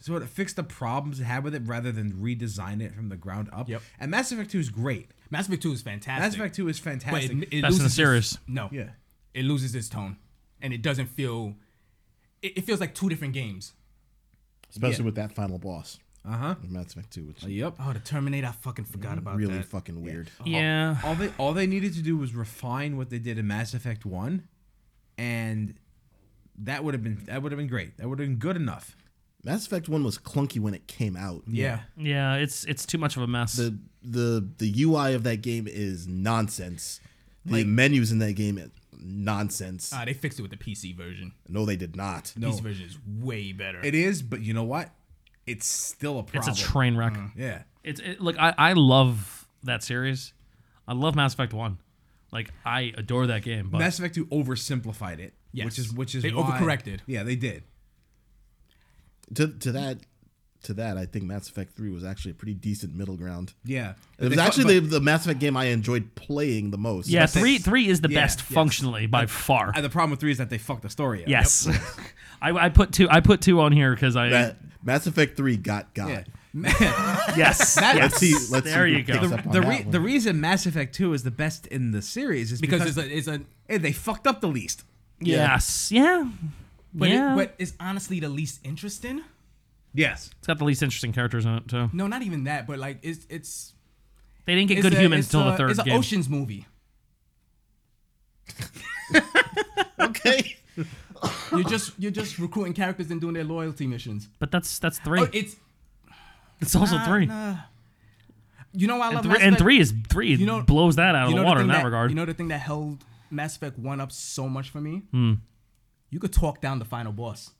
[SPEAKER 4] sort of fixed the problems it had with it rather than redesign it from the ground up.
[SPEAKER 1] Yep.
[SPEAKER 4] And Mass Effect 2 is great.
[SPEAKER 1] Mass Effect Two is fantastic.
[SPEAKER 4] Mass Effect 2 is
[SPEAKER 1] but
[SPEAKER 4] fantastic.
[SPEAKER 1] it, it
[SPEAKER 3] Best in the
[SPEAKER 1] loses
[SPEAKER 3] series.
[SPEAKER 1] Its, no.
[SPEAKER 4] Yeah.
[SPEAKER 1] It loses its tone, and it doesn't feel. It, it feels like two different games.
[SPEAKER 2] Especially
[SPEAKER 4] Yeah.
[SPEAKER 2] with that final boss.
[SPEAKER 4] uh huh.
[SPEAKER 2] in Mass Effect 2, which is
[SPEAKER 4] Yep.
[SPEAKER 1] Oh, the Terminator! I fucking forgot
[SPEAKER 4] Mm,
[SPEAKER 1] about
[SPEAKER 2] really
[SPEAKER 1] that.
[SPEAKER 2] fucking weird.
[SPEAKER 3] yeah,
[SPEAKER 4] all they all they needed to do was refine what they did in Mass Effect One, and that would have been that would have been great. That would have been good enough.
[SPEAKER 2] Mass Effect 1 was clunky when it came out.
[SPEAKER 1] yeah.
[SPEAKER 3] yeah. It's it's too much of a mess.
[SPEAKER 2] The the the UI of that game is nonsense. The menus in that game is nonsense.
[SPEAKER 1] Ah, they fixed it with the PC version.
[SPEAKER 2] no, they did not.
[SPEAKER 1] The PC version is way better.
[SPEAKER 4] It is, but you know what? It's still a
[SPEAKER 3] it's
[SPEAKER 4] problem. Uh-huh.
[SPEAKER 3] a train wreck.
[SPEAKER 4] yeah.
[SPEAKER 3] It's it, look, I, I love that series. I love Mass Effect One. Like I adore that game. But
[SPEAKER 4] Mass Effect Two oversimplified it,
[SPEAKER 1] Yes.
[SPEAKER 4] which is which is
[SPEAKER 1] They
[SPEAKER 4] why-
[SPEAKER 1] overcorrected.
[SPEAKER 4] Yeah, they did.
[SPEAKER 2] To to that to that, I think Mass Effect 3 was actually a pretty decent middle ground.
[SPEAKER 4] Yeah,
[SPEAKER 2] It was
[SPEAKER 4] They-
[SPEAKER 2] actually
[SPEAKER 4] but-
[SPEAKER 2] the, the Mass Effect game I enjoyed playing the most.
[SPEAKER 3] yeah,
[SPEAKER 4] but they-
[SPEAKER 3] three three is the
[SPEAKER 4] yeah,
[SPEAKER 3] best
[SPEAKER 4] yes.
[SPEAKER 3] functionally by far.
[SPEAKER 4] and the problem with three is that they fucked the story. up.
[SPEAKER 3] yes, I, I put two. I put two on here because I
[SPEAKER 2] That, Mass Effect 3 got God.
[SPEAKER 4] Yeah.
[SPEAKER 3] yes.
[SPEAKER 2] Let's see. Let's
[SPEAKER 3] There
[SPEAKER 2] see who
[SPEAKER 3] you go.
[SPEAKER 2] picks
[SPEAKER 3] The-
[SPEAKER 2] up on
[SPEAKER 4] The
[SPEAKER 2] that
[SPEAKER 4] re-
[SPEAKER 2] one.
[SPEAKER 4] the reason Mass Effect Two is the best in the series is
[SPEAKER 1] because
[SPEAKER 4] because,
[SPEAKER 1] it's a it's a
[SPEAKER 4] hey, they fucked up the least.
[SPEAKER 3] yes, yeah,
[SPEAKER 1] but,
[SPEAKER 3] yeah.
[SPEAKER 1] it, but it's honestly the least interesting.
[SPEAKER 4] Yes,
[SPEAKER 3] it's got the least interesting characters in it too.
[SPEAKER 1] No, not even that. But like it's it's
[SPEAKER 3] They didn't get
[SPEAKER 1] it's
[SPEAKER 3] good
[SPEAKER 1] a-
[SPEAKER 3] humans
[SPEAKER 1] it's
[SPEAKER 3] till
[SPEAKER 1] a-
[SPEAKER 3] the third
[SPEAKER 1] It's an
[SPEAKER 3] game.
[SPEAKER 1] oceans movie.
[SPEAKER 2] okay.
[SPEAKER 1] You're just you're just recruiting characters and doing their loyalty missions.
[SPEAKER 3] But that's that's three.
[SPEAKER 1] Oh, it's
[SPEAKER 3] it's also
[SPEAKER 1] nah,
[SPEAKER 3] three.
[SPEAKER 1] nah. You know why I
[SPEAKER 3] And,
[SPEAKER 1] love
[SPEAKER 3] three
[SPEAKER 1] Mass
[SPEAKER 3] and
[SPEAKER 1] Effect?
[SPEAKER 3] three is three.
[SPEAKER 1] You know-
[SPEAKER 3] blows that out of
[SPEAKER 1] You
[SPEAKER 3] the
[SPEAKER 1] know
[SPEAKER 3] water
[SPEAKER 1] the
[SPEAKER 3] in
[SPEAKER 1] thing
[SPEAKER 3] that,
[SPEAKER 1] that-
[SPEAKER 3] regard.
[SPEAKER 1] You know the thing that held Mass Effect one up so much for me.
[SPEAKER 3] Hmm.
[SPEAKER 1] You could talk down the final boss.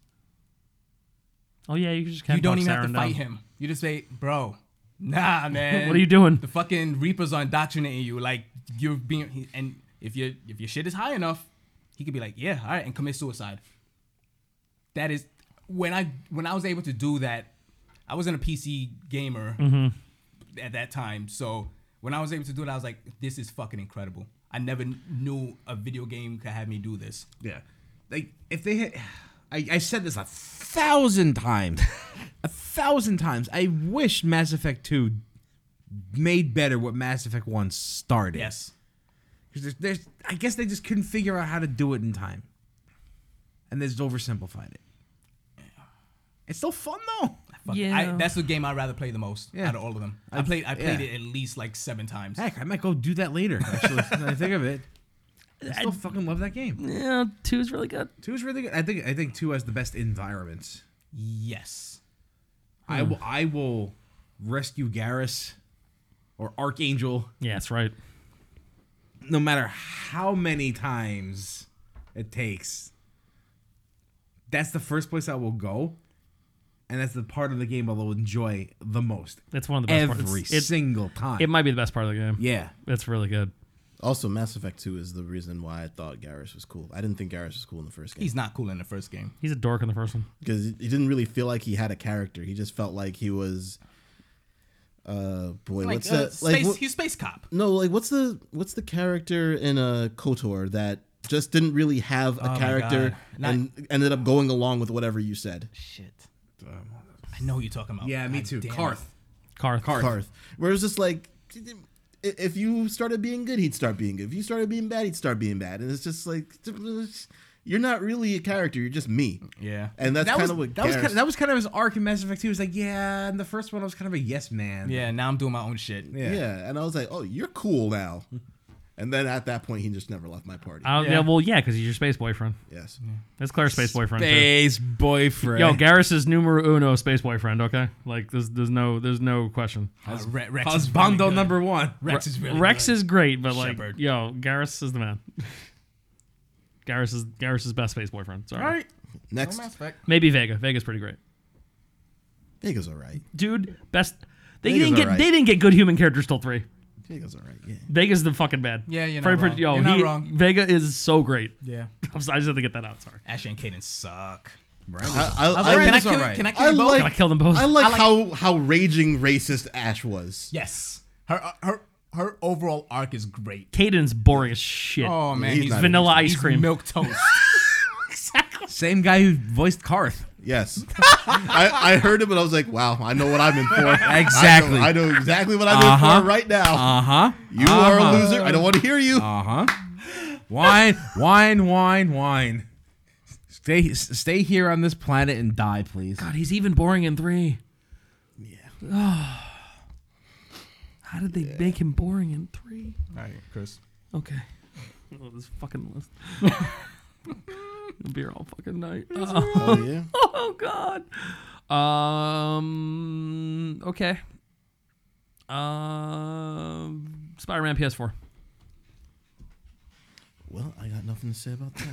[SPEAKER 3] oh yeah, you just can't.
[SPEAKER 1] you don't even
[SPEAKER 3] Saren
[SPEAKER 1] have to
[SPEAKER 3] down.
[SPEAKER 1] fight him. You just say, bro, nah, man.
[SPEAKER 3] What are you doing?
[SPEAKER 1] The fucking Reaper's are indoctrinating you. Like you're being, he- and if your if your shit is high enough, he could be like, yeah, all right, and commit suicide. That is when I when I was able to do that. I wasn't a PC gamer
[SPEAKER 3] Mm-hmm.
[SPEAKER 1] at that time, so when I was able to do it, I was like, this is fucking incredible. I never kn- knew a video game could have me do this.
[SPEAKER 4] Yeah. Like if they had I, I said this a thousand times. a thousand times. I wish Mass Effect 2 made better what Mass Effect One started.
[SPEAKER 1] Yes.
[SPEAKER 4] because there's, there's I guess they just couldn't figure out how to do it in time, and they just oversimplified it. It's still fun though.
[SPEAKER 1] Fuck,
[SPEAKER 3] Yeah.
[SPEAKER 1] I, that's the game I'd rather play the most
[SPEAKER 4] Yeah.
[SPEAKER 1] out of all of them. I played I played
[SPEAKER 4] yeah.
[SPEAKER 1] it at least like seven times.
[SPEAKER 4] Heck, I might go do that later. Actually, now that I think of it. I still fucking love that game.
[SPEAKER 3] Yeah, two is really good.
[SPEAKER 4] Two is really good. I think I think two has the best environments.
[SPEAKER 1] Yes.
[SPEAKER 4] I will I will rescue Garrus or Archangel
[SPEAKER 3] Yeah, that's right.
[SPEAKER 4] no matter how many times it takes. That's the first place I will go, and that's the part of the game I will enjoy the most
[SPEAKER 3] That's one of the best
[SPEAKER 4] every
[SPEAKER 3] parts. It's- It,
[SPEAKER 4] single time.
[SPEAKER 3] it might be the best part of the game.
[SPEAKER 4] yeah,
[SPEAKER 3] It's really good.
[SPEAKER 2] Also, Mass Effect 2 is the reason why I thought Garrus was cool. I didn't think Garrus was cool in the first game
[SPEAKER 1] He's not cool in the first game.
[SPEAKER 3] He's a dork in the first one.
[SPEAKER 2] because he didn't really feel like he had a character. He just felt like he was. Uh, boy,
[SPEAKER 1] Like,
[SPEAKER 2] what's
[SPEAKER 1] uh,
[SPEAKER 2] that? Like,
[SPEAKER 1] space,
[SPEAKER 2] what-
[SPEAKER 1] he's space cop.
[SPEAKER 2] no, like what's the what's the character in a Kotor that just didn't really have a
[SPEAKER 1] my
[SPEAKER 2] character
[SPEAKER 1] God. Not-
[SPEAKER 2] and ended up going along with whatever you said?
[SPEAKER 1] Shit. I know who you're talking about.
[SPEAKER 4] yeah, me
[SPEAKER 1] God
[SPEAKER 4] too.
[SPEAKER 1] damn it.
[SPEAKER 4] Karth,
[SPEAKER 3] Karth.
[SPEAKER 4] Karth.
[SPEAKER 2] Karth. Where it was just like, i- if you started being good, he'd start being good. If you started being bad, he'd start being bad. And it's just like, you're not really a character. You're just me.
[SPEAKER 1] Yeah.
[SPEAKER 2] And that's
[SPEAKER 4] that
[SPEAKER 2] kind
[SPEAKER 4] was
[SPEAKER 2] of what
[SPEAKER 4] that was
[SPEAKER 2] Garrus-
[SPEAKER 4] kind of, that was kind of his arc in Mass Effect 2. He was like, yeah, in the first one I was kind of a yes man.
[SPEAKER 1] Yeah, now I'm doing my own shit.
[SPEAKER 4] yeah.
[SPEAKER 2] yeah. And I was like, oh, you're cool now. And then at that point, he just never left my party.
[SPEAKER 3] Uh, yeah.
[SPEAKER 4] Yeah.
[SPEAKER 3] well, yeah, because he's your space boyfriend.
[SPEAKER 2] yes.
[SPEAKER 3] That's Claire's space boyfriend. Too.
[SPEAKER 4] Space boyfriend.
[SPEAKER 3] Yo, Garrus is numero uno space boyfriend. Okay, like there's there's no there's no question.
[SPEAKER 1] Uh, Re- Rex is really
[SPEAKER 4] Husbando
[SPEAKER 1] good.
[SPEAKER 4] number one.
[SPEAKER 1] Rex is really
[SPEAKER 3] Rex
[SPEAKER 1] good.
[SPEAKER 3] is great, but like,
[SPEAKER 1] Shepard.
[SPEAKER 3] yo, Garrus is the man. Garrus is Garrus is best space boyfriend. Sorry,
[SPEAKER 4] All right.
[SPEAKER 2] Next.
[SPEAKER 3] maybe Vega. Vega's pretty great,
[SPEAKER 2] Vega's all right.
[SPEAKER 3] dude. Best. They
[SPEAKER 2] Vega's
[SPEAKER 3] didn't get
[SPEAKER 2] alright.
[SPEAKER 3] they didn't get good human characters till three.
[SPEAKER 2] Vega's all right. Yeah.
[SPEAKER 3] Vega's the fucking bad.
[SPEAKER 1] Yeah, you're not
[SPEAKER 3] Freddy
[SPEAKER 1] wrong.
[SPEAKER 3] Prinze- yo,
[SPEAKER 1] You're not
[SPEAKER 3] he-
[SPEAKER 1] wrong.
[SPEAKER 3] Vega is so great.
[SPEAKER 1] Yeah.
[SPEAKER 3] I'm sorry, I just had to get that out. Sorry.
[SPEAKER 1] Ash and Kaden suck.
[SPEAKER 2] I, I,
[SPEAKER 1] I was like, can,
[SPEAKER 2] I-
[SPEAKER 1] I
[SPEAKER 4] Brandon's
[SPEAKER 1] kill,
[SPEAKER 4] alright.
[SPEAKER 1] can I kill
[SPEAKER 2] I
[SPEAKER 1] you both?
[SPEAKER 3] Can I
[SPEAKER 2] like,
[SPEAKER 3] kill them both?
[SPEAKER 2] I like
[SPEAKER 1] I like-
[SPEAKER 2] how how raging racist Ash was.
[SPEAKER 1] yes. Her uh, her her overall arc is great.
[SPEAKER 3] Caden's boring as shit.
[SPEAKER 1] Oh man,
[SPEAKER 2] he's
[SPEAKER 1] he's,
[SPEAKER 2] not
[SPEAKER 3] Vanilla ice
[SPEAKER 1] he's
[SPEAKER 3] cream.
[SPEAKER 1] milk toast.
[SPEAKER 4] Same guy who voiced Karth.
[SPEAKER 2] Yes, I, I heard him and I was like, wow, I know what I'm in for.
[SPEAKER 4] Exactly.
[SPEAKER 2] I know, I know exactly what I'm in
[SPEAKER 4] Uh-huh.
[SPEAKER 2] for right now.
[SPEAKER 4] Uh huh.
[SPEAKER 2] You are a loser. I don't want to hear you.
[SPEAKER 4] Uh huh. Wine, wine, wine, wine. Stay, stay here on this planet and die, please.
[SPEAKER 3] God, he's even boring in three. Yeah. How did they make him boring in three?
[SPEAKER 1] All right, Chris.
[SPEAKER 3] Okay. Oh, this fucking list. Beer all fucking night. Uh,
[SPEAKER 2] oh yeah.
[SPEAKER 3] Oh God. Um. Okay. Um. Spider-Man PS4.
[SPEAKER 2] Well, I got nothing to say about that.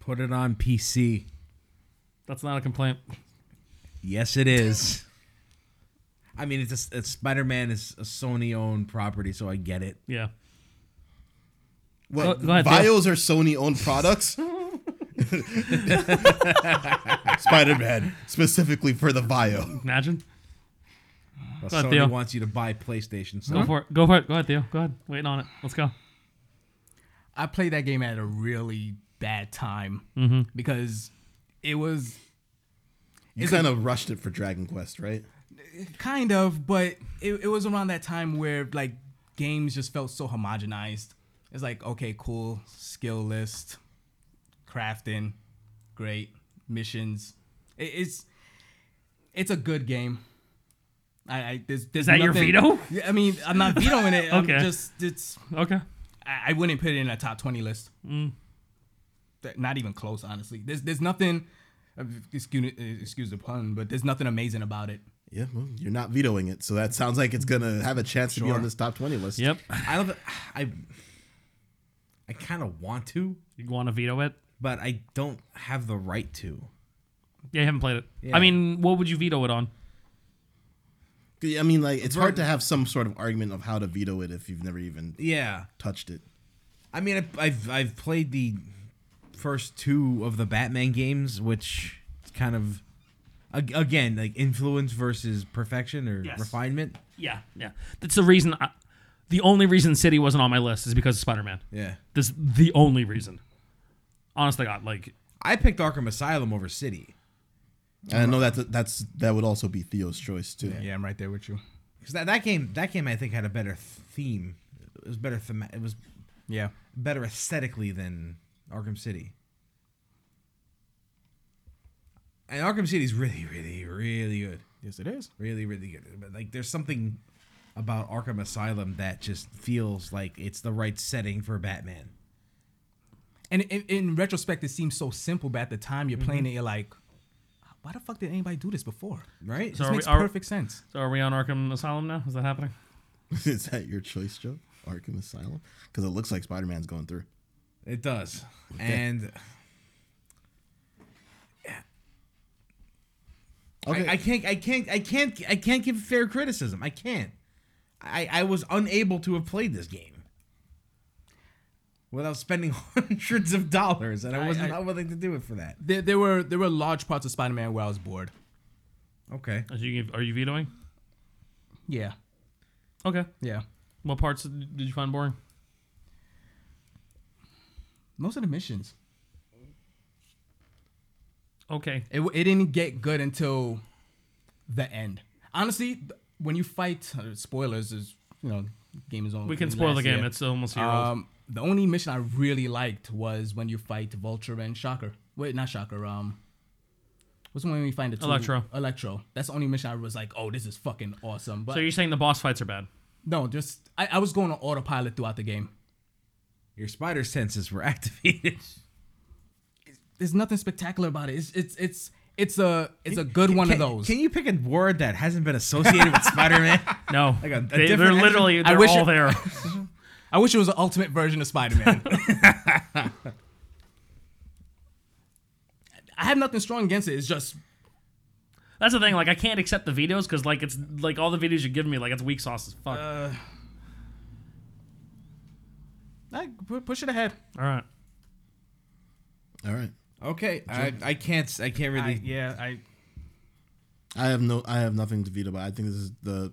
[SPEAKER 4] Put it on PC.
[SPEAKER 3] That's not a complaint.
[SPEAKER 4] Yes, it is. I mean, it's, a, it's Spider-Man is a Sony-owned property, so I get it.
[SPEAKER 3] Yeah.
[SPEAKER 2] What
[SPEAKER 3] Go- go ahead, Theo.
[SPEAKER 2] vials are Sony owned products? Spider Man, specifically for the bio.
[SPEAKER 3] Imagine.
[SPEAKER 4] Well,
[SPEAKER 3] ahead,
[SPEAKER 4] Sony
[SPEAKER 3] Theo.
[SPEAKER 4] wants you to buy PlayStation. So
[SPEAKER 3] Go for it. Go for it. Go ahead, Theo. Go ahead. Waiting on it. Let's go.
[SPEAKER 1] I played that game at a really bad time
[SPEAKER 3] Mm-hmm.
[SPEAKER 1] because it was
[SPEAKER 2] You kind of rushed it for Dragon Quest, right?
[SPEAKER 1] kind of, but it, it was around that time where like games just felt so homogenized. It's like, okay, cool, skill list, crafting, great, missions. It, it's it's a good game. I, I there's, there's
[SPEAKER 3] that your
[SPEAKER 1] nothing-
[SPEAKER 3] veto?
[SPEAKER 1] Yeah, I mean, I'm not vetoing it. I'm
[SPEAKER 3] Okay.
[SPEAKER 1] just it's
[SPEAKER 3] Okay.
[SPEAKER 1] I, I wouldn't put it in a top 20 list. Th- Not even close, honestly. There's there's nothing. uh, Excuse, uh, excuse the pun, but there's nothing amazing about it.
[SPEAKER 2] Yeah, well, you're not vetoing it, so that sounds like it's gonna have a chance to be
[SPEAKER 4] Sure.
[SPEAKER 2] on this top twenty list.
[SPEAKER 3] Yep.
[SPEAKER 4] I don't. I I kind of want to,
[SPEAKER 3] You want to veto it?
[SPEAKER 4] but I don't have the right to.
[SPEAKER 3] Yeah, you haven't played it.
[SPEAKER 4] Yeah.
[SPEAKER 3] I mean, what would you veto it on?
[SPEAKER 2] I mean, like it's hard to have some sort of argument of how to veto it if you've never even
[SPEAKER 4] Yeah,
[SPEAKER 2] touched it.
[SPEAKER 4] I mean, I- I've I've played the first two of the Batman games, which is kind of ag- again like influence versus perfection or
[SPEAKER 3] Yes.
[SPEAKER 4] refinement.
[SPEAKER 3] Yeah, yeah. That's the reason. I, the only reason City wasn't on my list is because of Spider-Man.
[SPEAKER 4] Yeah,
[SPEAKER 3] That's the only reason. Honestly, God, like,
[SPEAKER 4] I picked Arkham Asylum over City.
[SPEAKER 2] And I know that that's that would also be Theo's choice too.
[SPEAKER 1] Yeah, I'm right there with you.
[SPEAKER 4] because that, that game that game I think had a better theme. It was better thema- It was
[SPEAKER 1] Yeah.
[SPEAKER 4] better aesthetically than Arkham City. And Arkham City is really, really, really good.
[SPEAKER 1] Yes, it is.
[SPEAKER 4] Really, really good. But, Like, there's something about Arkham Asylum that just feels like it's the right setting for Batman.
[SPEAKER 1] And in, in retrospect, it seems so simple, but at the time you're playing it, you're like, why the fuck did anybody do this before?
[SPEAKER 4] Right?
[SPEAKER 1] This
[SPEAKER 3] So- are we-
[SPEAKER 1] makes
[SPEAKER 3] are-
[SPEAKER 1] perfect sense.
[SPEAKER 3] So are we on Arkham Asylum now? Is that happening?
[SPEAKER 2] Is that your choice, Joe? Arkham Asylum? Because it looks like Spider Man's going through.
[SPEAKER 4] it does. And
[SPEAKER 2] Okay.
[SPEAKER 4] I, I can't I can't I can't I can't give fair criticism. I can't. I, I was unable to have played this game without spending hundreds of dollars and I
[SPEAKER 1] I-
[SPEAKER 4] was
[SPEAKER 1] I-
[SPEAKER 4] not willing to do it for that.
[SPEAKER 1] There, there were there were large parts of Spider-Man where I was bored.
[SPEAKER 4] Okay.
[SPEAKER 3] Are you, are you vetoing?
[SPEAKER 1] Yeah,
[SPEAKER 3] Okay.
[SPEAKER 1] yeah.
[SPEAKER 3] What parts did you find boring?
[SPEAKER 1] Most of the missions.
[SPEAKER 3] Okay.
[SPEAKER 1] It, w- it didn't get good until the end. Honestly, th- when you fight uh, spoilers is you know game is on.
[SPEAKER 3] We can spoil the game.
[SPEAKER 1] It's
[SPEAKER 3] It's almost a year old.
[SPEAKER 1] um the only mission I really liked was when you fight Vulture and Shocker. Wait, not Shocker. Um, what's the one we find the two-
[SPEAKER 3] Electro.
[SPEAKER 1] Electro. That's the only mission I was like, oh, this is fucking awesome. But
[SPEAKER 3] So you're saying the boss fights are bad?
[SPEAKER 1] no, just I, I was going on autopilot throughout the game.
[SPEAKER 4] Your spider senses were activated.
[SPEAKER 1] There's nothing spectacular about it. It's it's it's it's a it's a good one
[SPEAKER 4] can,
[SPEAKER 1] of those.
[SPEAKER 4] Can you pick a word that hasn't been associated with Spider-Man?
[SPEAKER 3] No.
[SPEAKER 4] Like a- a
[SPEAKER 3] they,
[SPEAKER 4] different
[SPEAKER 3] they're
[SPEAKER 4] engine?
[SPEAKER 3] literally
[SPEAKER 1] I
[SPEAKER 3] they're
[SPEAKER 1] wish
[SPEAKER 3] all
[SPEAKER 1] it-
[SPEAKER 3] there.
[SPEAKER 1] I wish it was an ultimate version of Spider Man. I have nothing strong against it. It's just
[SPEAKER 3] That's the thing. Like I can't accept the videos because like it's like all the videos you give me like it's weak sauce as fuck.
[SPEAKER 1] Uh, like, pu- push it ahead.
[SPEAKER 3] all right.
[SPEAKER 2] All right.
[SPEAKER 4] Okay, I, I can't I can't really.
[SPEAKER 1] yeah, I
[SPEAKER 2] I have no. I have nothing to veto, but I think this is the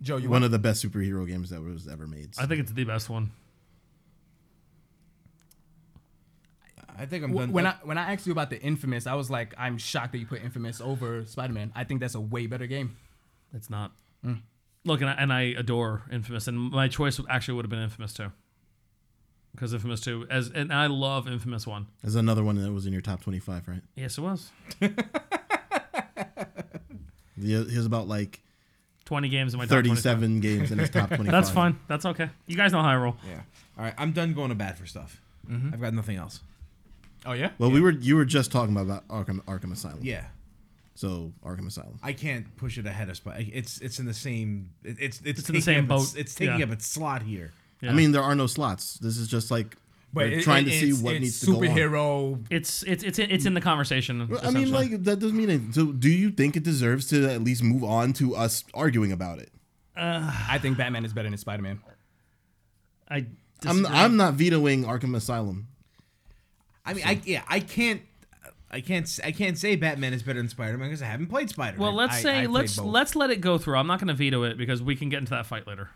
[SPEAKER 1] Joe, you
[SPEAKER 2] one
[SPEAKER 1] want
[SPEAKER 2] of the best superhero games that was ever made.
[SPEAKER 3] I think it's the best one.
[SPEAKER 4] I, think I'm done. Oh,
[SPEAKER 1] when I when I asked you about the Infamous, I was like, I'm shocked that you put Infamous over Spider Man. I think that's a way better game.
[SPEAKER 3] It's not.
[SPEAKER 2] Mm.
[SPEAKER 3] Look, and I, and I adore Infamous, and my choice actually would have been Infamous too. Because Infamous two, as and I love Infamous one.
[SPEAKER 2] There's another one that was in your top 25, right?
[SPEAKER 3] Yes, it was
[SPEAKER 2] He he has about like
[SPEAKER 3] twenty games in my top 25.
[SPEAKER 2] 37 games in his top 25.
[SPEAKER 3] That's fine. That's okay. You guys know how I roll.
[SPEAKER 4] yeah. All right, I'm done going to bat for stuff. I've got nothing else.
[SPEAKER 1] Oh yeah,
[SPEAKER 2] Well, we were you were just talking about Arkham Arkham Asylum.
[SPEAKER 4] Yeah,
[SPEAKER 2] So Arkham Asylum.
[SPEAKER 4] I can't push it ahead of Spider. It's it's in the same. it- It's it's,
[SPEAKER 3] It's in the
[SPEAKER 4] taking
[SPEAKER 3] same
[SPEAKER 4] up its-
[SPEAKER 3] boat.
[SPEAKER 4] It's taking
[SPEAKER 3] Yeah.
[SPEAKER 4] up its slot here.
[SPEAKER 3] Yeah.
[SPEAKER 2] I mean, there are no slots. This is just like
[SPEAKER 1] but
[SPEAKER 2] we're
[SPEAKER 1] it-
[SPEAKER 2] trying
[SPEAKER 1] it-
[SPEAKER 2] to see
[SPEAKER 1] it's-
[SPEAKER 2] what
[SPEAKER 1] it's
[SPEAKER 2] needs to go on.
[SPEAKER 1] superhero.
[SPEAKER 3] It's it's it's in- it's in the conversation.
[SPEAKER 2] Well, I mean,
[SPEAKER 3] essentially.
[SPEAKER 2] like that doesn't mean it. So, do you think it deserves to at least move on to us arguing about it?
[SPEAKER 1] I think Batman is better than Spider Man.
[SPEAKER 3] I
[SPEAKER 2] I'm
[SPEAKER 3] disagree.
[SPEAKER 2] I'm not vetoing Arkham Asylum.
[SPEAKER 4] I mean, I yeah, I can't. I can't. s- I can't say Batman is better than Spider-Man because I haven't played Spider-Man.
[SPEAKER 3] Well, let's
[SPEAKER 1] I- I
[SPEAKER 3] say
[SPEAKER 1] played
[SPEAKER 3] let's
[SPEAKER 1] both.
[SPEAKER 3] let's let it go through. I'm not going to veto it because we can get into that fight later.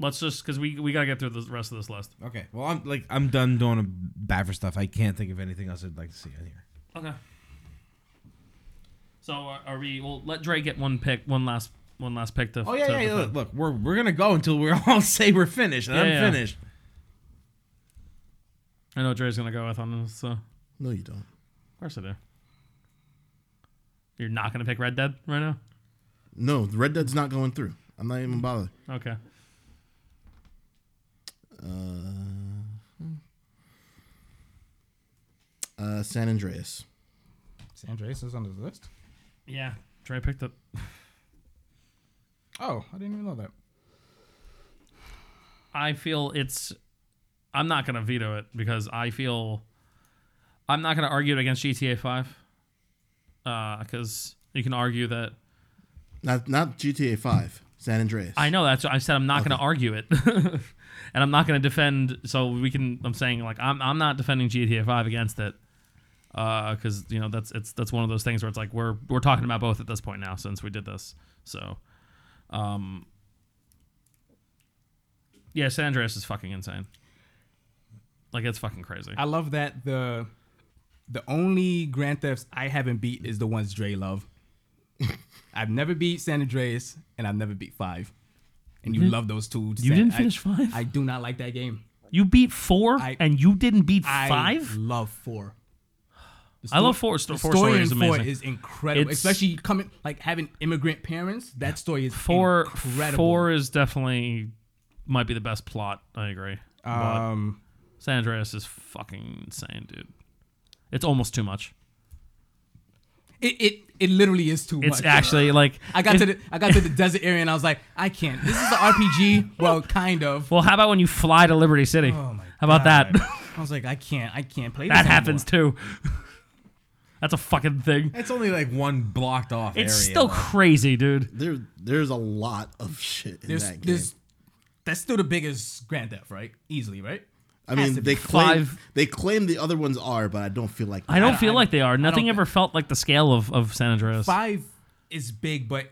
[SPEAKER 3] Let's just because we we got to get through the rest of this list.
[SPEAKER 4] okay. Well, I'm like I'm done doing a bat for stuff. I can't think of anything else I'd like to see on here.
[SPEAKER 3] Okay. So are, are we? Well, let Dre get one pick, one last one last pick to.
[SPEAKER 4] Oh yeah,
[SPEAKER 3] to
[SPEAKER 4] yeah. yeah,
[SPEAKER 3] defend.
[SPEAKER 4] Look, look, we're we're gonna go until we all say we're finished. And
[SPEAKER 3] Yeah,
[SPEAKER 4] I'm
[SPEAKER 3] yeah.
[SPEAKER 4] finished.
[SPEAKER 3] I know Dre's going to go with on this. So of
[SPEAKER 2] No, you don't.
[SPEAKER 3] course I do. You're not going to pick Red Dead right now.
[SPEAKER 2] No, Red Dead's not going through. I'm not even bothered.
[SPEAKER 3] Okay.
[SPEAKER 2] Uh, San Andreas.
[SPEAKER 1] San Andreas is on this list.
[SPEAKER 3] Yeah, Dre picked up.
[SPEAKER 1] Oh, I didn't even know that.
[SPEAKER 3] I feel it's. I'm not gonna veto it because I feel. I'm not gonna argue it against GTA Five. Because you can argue that
[SPEAKER 2] Not not GTA Five. San Andreas.
[SPEAKER 3] I know that's. I said I'm not gonna argue it, and I'm not gonna defend. So we can. I'm saying like I'm. I'm not defending GTA Five against it. Because you know that's it's that's one of those things where it's like we're we're talking about both at this point now since we did this. So, um. Yeah, San Andreas is fucking insane. Like it's fucking crazy.
[SPEAKER 1] I love that the the only Grand Thefts I haven't beat is the ones Dre love. I've never beat San Andreas and I've never beat five. And you love those two.
[SPEAKER 3] Mm-hmm. You didn't finish five?
[SPEAKER 1] I do not like that game.
[SPEAKER 3] You beat four,
[SPEAKER 1] I-
[SPEAKER 3] and you didn't beat
[SPEAKER 1] I
[SPEAKER 3] five.
[SPEAKER 1] love four. The
[SPEAKER 3] I love four.
[SPEAKER 1] the
[SPEAKER 3] Four story is
[SPEAKER 1] in four
[SPEAKER 3] amazing.
[SPEAKER 1] is incredible,
[SPEAKER 3] It's-
[SPEAKER 1] especially coming like having immigrant parents. That story is
[SPEAKER 3] Four,
[SPEAKER 1] incredible.
[SPEAKER 3] four is definitely might be the best plot. I agree. but
[SPEAKER 1] Um,
[SPEAKER 3] San Andreas is fucking insane, dude. It's almost too much.
[SPEAKER 1] it, it it literally is too
[SPEAKER 3] It's
[SPEAKER 1] much.
[SPEAKER 3] actually like
[SPEAKER 1] I got
[SPEAKER 3] it-
[SPEAKER 1] to the I got to the desert area and I was like, I can't. This is an RPG. Well, kind of.
[SPEAKER 3] Well, how about when you fly to Liberty City?
[SPEAKER 1] Oh my
[SPEAKER 3] how about that?
[SPEAKER 1] God. I was like, I can't. I can't play.
[SPEAKER 3] that
[SPEAKER 1] this
[SPEAKER 3] happens
[SPEAKER 1] Anymore.
[SPEAKER 3] too. That's a fucking thing.
[SPEAKER 4] It's only like one blocked off area.
[SPEAKER 3] It's still
[SPEAKER 4] though.
[SPEAKER 3] crazy, dude.
[SPEAKER 2] There, there's a lot of shit in
[SPEAKER 1] There's,
[SPEAKER 2] that game.
[SPEAKER 1] there's, that's still the biggest Grand Theft, right? Easily, right?
[SPEAKER 2] I
[SPEAKER 1] has
[SPEAKER 2] mean,
[SPEAKER 1] to
[SPEAKER 2] they
[SPEAKER 1] be
[SPEAKER 2] claim
[SPEAKER 3] five.
[SPEAKER 2] they claim the other ones are, but I don't feel like
[SPEAKER 3] I don't feel
[SPEAKER 1] I
[SPEAKER 3] like they are. Nothing
[SPEAKER 1] don't-
[SPEAKER 3] ever felt like the scale of, of San Andreas. Five,
[SPEAKER 1] Five is big, but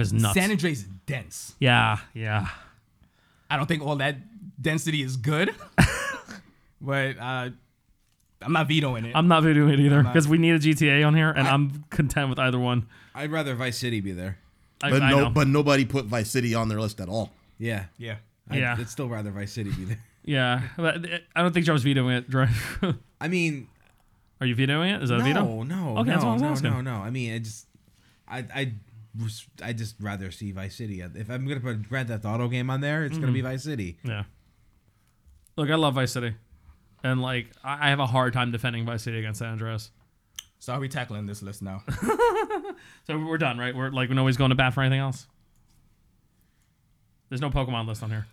[SPEAKER 3] is nuts.
[SPEAKER 1] San Andreas is dense.
[SPEAKER 3] yeah, yeah.
[SPEAKER 1] I don't think all that density is good, but uh, I'm not vetoing it.
[SPEAKER 3] I'm not videoing it either because we need a GTA on here, and I, am content with either one.
[SPEAKER 4] I'd rather Vice City be there.
[SPEAKER 3] I,
[SPEAKER 2] But
[SPEAKER 3] I
[SPEAKER 2] no,
[SPEAKER 3] know.
[SPEAKER 2] but nobody put Vice City on their list at all.
[SPEAKER 4] Yeah.
[SPEAKER 1] yeah.
[SPEAKER 4] I'd-
[SPEAKER 3] Yeah.
[SPEAKER 4] I'd still rather Vice City be there.
[SPEAKER 3] yeah, but uh, I don't think Joe's vetoing it. Dre.
[SPEAKER 4] I mean,
[SPEAKER 3] are you vetoing it? Is that a
[SPEAKER 4] no,
[SPEAKER 3] veto?
[SPEAKER 4] no,
[SPEAKER 3] Okay,
[SPEAKER 4] no,
[SPEAKER 3] that's what I was
[SPEAKER 4] no,
[SPEAKER 3] asking.
[SPEAKER 4] no, no. I mean, I just, I, I, was- I just rather see Vice City. If I'm gonna put a Grand Theft Auto game on there, it's
[SPEAKER 3] Mm-hmm.
[SPEAKER 4] gonna be Vice City.
[SPEAKER 3] Yeah. Look, I love Vice City, and like I I have a hard time defending Vice City against San Andreas.
[SPEAKER 1] So are we tackling this list now?
[SPEAKER 3] So we're done, right? We're like nobody's going to bat for anything else. There's no Pokemon list on here.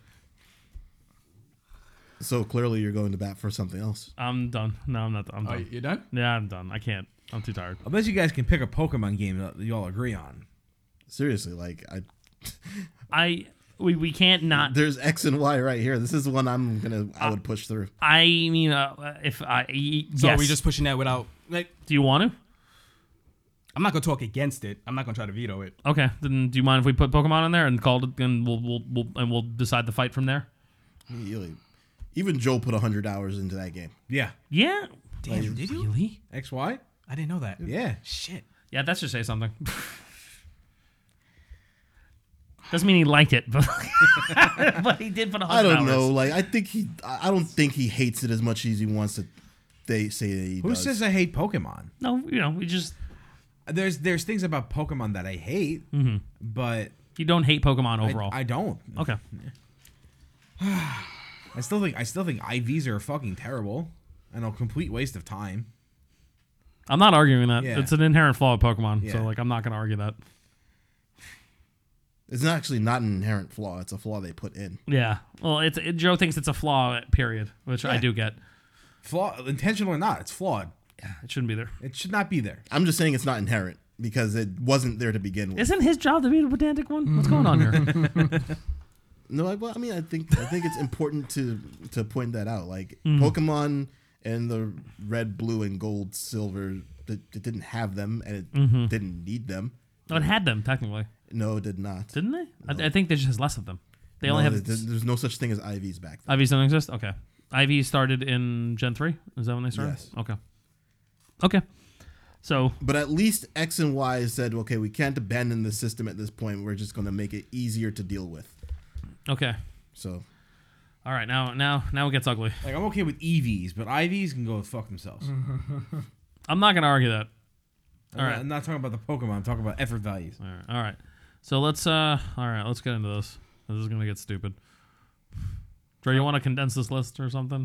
[SPEAKER 2] So clearly, you're going to bat for something else.
[SPEAKER 3] I'm done. No, I'm not. I'm
[SPEAKER 1] Are
[SPEAKER 3] done.
[SPEAKER 1] you you done?
[SPEAKER 3] Yeah, I'm done. I can't. I'm too tired.
[SPEAKER 4] I bet you guys can pick a Pokemon game that you all agree on.
[SPEAKER 2] Seriously, like I,
[SPEAKER 3] I we, we can't not.
[SPEAKER 2] there's X and Y right here. This is one I'm gonna I would push through.
[SPEAKER 3] I mean, uh, if I
[SPEAKER 1] So
[SPEAKER 3] yes.
[SPEAKER 1] are we just pushing that without like?
[SPEAKER 3] do you want to?
[SPEAKER 1] I'm not gonna talk against it. I'm not gonna try to veto it.
[SPEAKER 3] Okay, then do you mind if we put Pokemon in there and call it, and we'll we'll, we'll and we'll decide the fight from there?
[SPEAKER 2] Really. Even Joe put hundred hours into that game.
[SPEAKER 4] Yeah.
[SPEAKER 3] Yeah.
[SPEAKER 1] Damn, did you?
[SPEAKER 3] Really?
[SPEAKER 4] X Y.
[SPEAKER 1] I didn't know that.
[SPEAKER 4] Yeah.
[SPEAKER 1] Shit.
[SPEAKER 3] Yeah, that's just say something. Doesn't mean he liked it, but, but he did put a
[SPEAKER 2] I
[SPEAKER 3] hundred
[SPEAKER 2] don't
[SPEAKER 3] hours.
[SPEAKER 2] know. Like I think he, I I don't think he hates it as much as he wants to. They say that he
[SPEAKER 4] Who
[SPEAKER 2] does.
[SPEAKER 4] says I hate Pokemon?
[SPEAKER 3] No, you know, we just
[SPEAKER 4] There's there's things about Pokemon that I hate, but
[SPEAKER 3] you don't hate Pokemon
[SPEAKER 4] I-
[SPEAKER 3] Mm-hmm. overall. Oh.
[SPEAKER 4] I, don't.
[SPEAKER 3] okay.
[SPEAKER 4] I still think I still think IVs are fucking terrible and a complete waste of time.
[SPEAKER 3] I'm not arguing that.
[SPEAKER 4] Yeah.
[SPEAKER 3] It's an inherent flaw of Pokemon, so
[SPEAKER 4] Yeah.
[SPEAKER 3] like I'm not gonna argue that.
[SPEAKER 2] It's not actually not an inherent flaw. It's a flaw they put in.
[SPEAKER 3] Yeah. Well, it's it, Joe thinks it's a flaw. Period, which I
[SPEAKER 4] Yeah.
[SPEAKER 3] do get.
[SPEAKER 4] Flaw, intentional or not, it's flawed.
[SPEAKER 3] It shouldn't be there.
[SPEAKER 4] It should not be there.
[SPEAKER 2] I'm just saying it's not inherent because it wasn't there to begin with.
[SPEAKER 3] Isn't his job to be the pedantic one? What's going on here?
[SPEAKER 2] No, I, well, I mean, I think I think it's important to to point that out. Like
[SPEAKER 3] Hmm.
[SPEAKER 2] Pokemon and the red, blue, and gold, silver, it, it didn't have them and it
[SPEAKER 3] Mm-hmm.
[SPEAKER 2] didn't need them.
[SPEAKER 3] no, Oh, it had them technically,
[SPEAKER 2] No, it did not.
[SPEAKER 3] didn't they? I, I think there's just less of them. They only
[SPEAKER 2] No,
[SPEAKER 3] have
[SPEAKER 2] there- there's no such thing as IVs back then.
[SPEAKER 3] IVs don't exist? Okay. IV started in Gen 3? Is that when they started?
[SPEAKER 2] Yes.
[SPEAKER 3] Okay. Okay. So,
[SPEAKER 2] But at least X and Y said, okay, we can't abandon the system at this point. We're just going to make it easier to deal with.
[SPEAKER 3] okay.
[SPEAKER 2] So
[SPEAKER 3] All right, now now now it gets ugly.
[SPEAKER 4] Like I'm okay with EVs, but IVs can go fuck themselves.
[SPEAKER 3] I'm not going to argue that.
[SPEAKER 4] I'm,
[SPEAKER 3] Mm-hmm. All
[SPEAKER 4] not,
[SPEAKER 3] right.
[SPEAKER 4] I'm not talking about the Pokemon. I'm talking about effort values.
[SPEAKER 3] All right. All right. So let's uh all right, let's get into this. This is going to get stupid. Dre, you want to condense this list or something?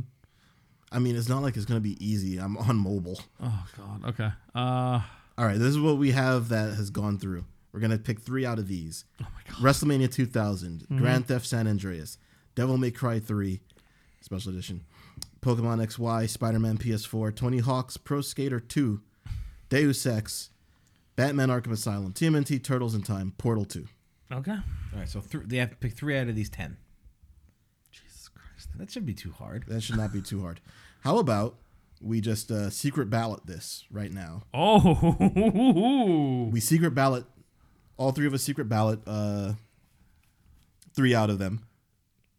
[SPEAKER 2] I mean, it's not like it's going to be easy. I'm on mobile.
[SPEAKER 3] Oh god. Okay. Uh
[SPEAKER 2] All right, this is what we have that has gone through. We're gonna pick three out of these:
[SPEAKER 3] oh my god. Mm-hmm.
[SPEAKER 2] WrestleMania 2000, Grand Theft San Andreas, Devil May Cry 3, Special Edition, Pokemon XY, Spider-Man PS4, Tony Hawk's Pro Skater 2, Deus Ex, Batman: Arkham Asylum, TMNT, Turtles in Time, Portal 2.
[SPEAKER 3] Okay.
[SPEAKER 4] All right, so th- they have to pick three out of these ten.
[SPEAKER 3] Jesus Christ.
[SPEAKER 4] That should be too hard.
[SPEAKER 2] That should not be too hard. How about we just uh, secret ballot this right now?
[SPEAKER 3] Oh.
[SPEAKER 2] We secret ballot, all three of us secret ballot, uh, three out of them.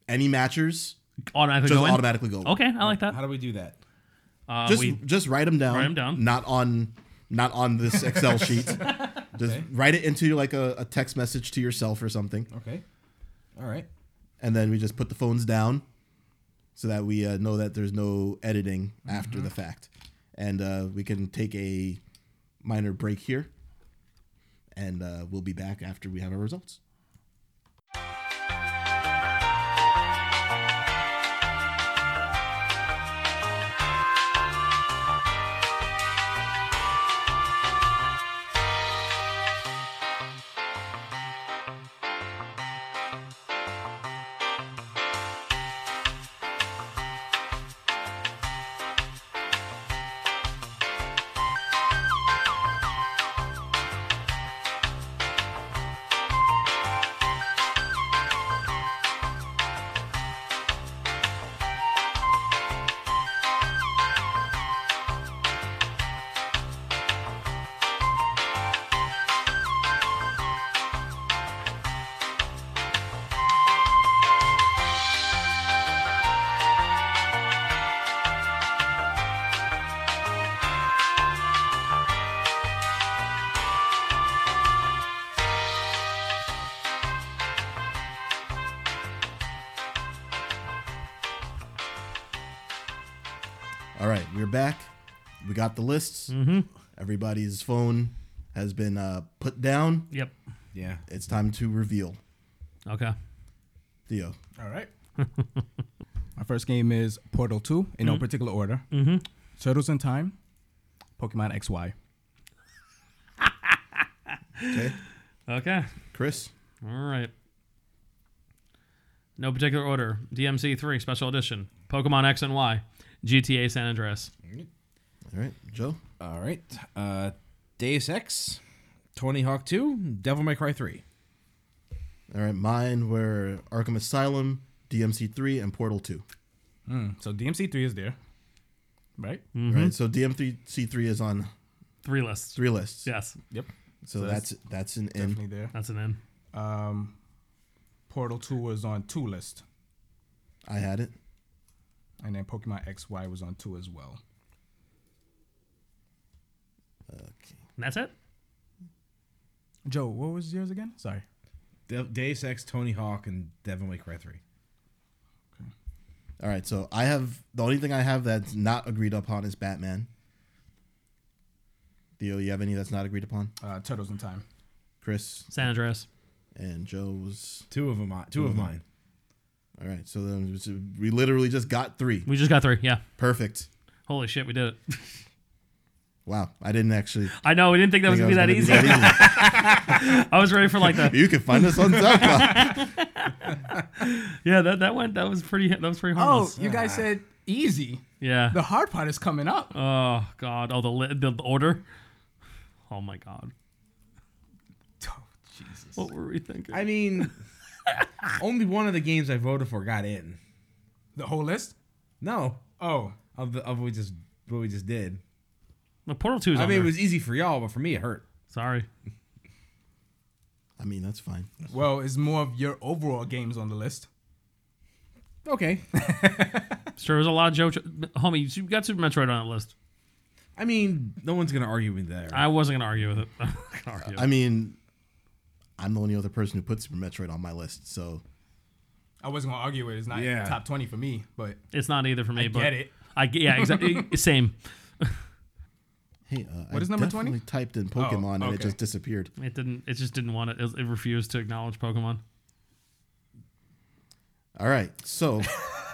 [SPEAKER 2] Any matchers
[SPEAKER 3] automatically
[SPEAKER 2] just
[SPEAKER 3] go in?
[SPEAKER 2] automatically go.
[SPEAKER 3] Okay, I like that.
[SPEAKER 4] How do we do that?
[SPEAKER 3] Uh,
[SPEAKER 2] Just
[SPEAKER 3] we
[SPEAKER 2] just write them down.
[SPEAKER 3] Write 'em down.
[SPEAKER 2] Not on not on this Excel sheet. Just
[SPEAKER 4] Okay.
[SPEAKER 2] write it into like a, a text message to yourself or something,
[SPEAKER 4] Okay. All right.
[SPEAKER 2] and then we just put the phones down, so that we uh, know that there's no editing after
[SPEAKER 3] Mm-hmm.
[SPEAKER 2] the fact, and uh, we can take a minor break here, and uh, we'll be back after we have our results. All right, we're back. We got the lists.
[SPEAKER 1] Mm-hmm.
[SPEAKER 2] Everybody's phone has been uh, put down.
[SPEAKER 3] Yep.
[SPEAKER 4] Yeah.
[SPEAKER 2] It's time to reveal.
[SPEAKER 3] Okay.
[SPEAKER 2] Theo,
[SPEAKER 4] All right.
[SPEAKER 1] My first game is Portal 2 in no particular order. Mm-hmm. Turtles in Time, Pokemon XY.
[SPEAKER 2] okay?
[SPEAKER 3] Okay.
[SPEAKER 2] Chris,
[SPEAKER 3] All right. No particular order. DMC3 Special Edition. Pokemon X and Y. GTA San Andreas.
[SPEAKER 2] all right, Joe,
[SPEAKER 4] All right. Uh, Deus Ex, Tony Hawk 2, Devil May Cry 3.
[SPEAKER 2] all right. Mine were Arkham Asylum, DMC3, and Portal 2.
[SPEAKER 1] Mm, so DMC3 is there, right?
[SPEAKER 2] All Right, so DMC3 is on
[SPEAKER 3] Three lists.
[SPEAKER 2] three lists.
[SPEAKER 3] Yes.
[SPEAKER 1] Yep,
[SPEAKER 2] So,
[SPEAKER 1] So
[SPEAKER 2] that's
[SPEAKER 1] that's-
[SPEAKER 2] that's an
[SPEAKER 1] definitely
[SPEAKER 2] in.
[SPEAKER 1] there.
[SPEAKER 3] That's an N.
[SPEAKER 1] Um, Portal 2 was on two list,
[SPEAKER 2] I had it.
[SPEAKER 1] and then Pokemon XY was on two as well.
[SPEAKER 2] Okay.
[SPEAKER 3] And that's it?
[SPEAKER 1] Joe, what was yours again? Sorry.
[SPEAKER 4] De- Deus Ex, Tony Hawk, and Devil May Cry 3.
[SPEAKER 2] All right, so I have the only thing I have that's not agreed upon is Batman. Theo, you have any that's not agreed upon?
[SPEAKER 1] Uh, Turtles in Time.
[SPEAKER 2] Chris
[SPEAKER 3] San Andreas.
[SPEAKER 2] and Joe was
[SPEAKER 4] Two of them. Two of mine.
[SPEAKER 2] All right, so then we s- we literally just got three.
[SPEAKER 3] We just got three. Yeah.
[SPEAKER 2] Perfect.
[SPEAKER 3] Holy shit, we did it.
[SPEAKER 2] Wow, I didn't actually.
[SPEAKER 3] I know. We didn't think that was
[SPEAKER 2] think
[SPEAKER 3] going to be
[SPEAKER 2] I was
[SPEAKER 3] that easy.
[SPEAKER 2] gonna that
[SPEAKER 3] I was ready for like the.
[SPEAKER 2] easy. you can find us on SoundCloud.
[SPEAKER 3] Yeah, that, that went. That was pretty. That was pretty
[SPEAKER 1] Oh,
[SPEAKER 3] harmless.
[SPEAKER 1] you guys said easy.
[SPEAKER 3] yeah.
[SPEAKER 1] The hard part is coming up.
[SPEAKER 3] Oh God! Oh, the li- the the order. Oh my God!
[SPEAKER 1] Oh, Jesus.
[SPEAKER 3] What were we thinking?
[SPEAKER 4] I mean, only one of the games I voted for got in.
[SPEAKER 1] The whole list?
[SPEAKER 4] No.
[SPEAKER 1] Oh,
[SPEAKER 4] Of, the, of what, we just, what we just did.
[SPEAKER 3] The Portal Two. Is
[SPEAKER 4] I
[SPEAKER 3] on
[SPEAKER 4] mean, it
[SPEAKER 3] there.
[SPEAKER 4] was easy for y'all, but for me, it hurt.
[SPEAKER 3] sorry.
[SPEAKER 2] I mean, that's fine.
[SPEAKER 1] well, it's more of your overall games on the list.
[SPEAKER 4] Okay.
[SPEAKER 3] Sure, there's a lot of Joe. Homie, you got Super Metroid on that list.
[SPEAKER 4] I mean, no one's going to argue with that.
[SPEAKER 3] I wasn't gonna argue with it. I'm not gonna argue.
[SPEAKER 2] I mean, I'm the only other person who put Super Metroid on my list, so
[SPEAKER 1] I wasn't gonna argue it. It's not
[SPEAKER 4] Yeah.
[SPEAKER 1] top twenty for me, but
[SPEAKER 3] it's not either for me.
[SPEAKER 1] I
[SPEAKER 3] but
[SPEAKER 1] get it.
[SPEAKER 3] I get. Yeah, exactly. Same.
[SPEAKER 2] hey, uh,
[SPEAKER 1] What
[SPEAKER 2] I
[SPEAKER 1] is number 20?
[SPEAKER 2] definitely Typed in Pokemon and it
[SPEAKER 1] okay.
[SPEAKER 2] just disappeared.
[SPEAKER 3] It didn't. It just didn't want it. It, it refused to acknowledge Pokemon.
[SPEAKER 2] All right, so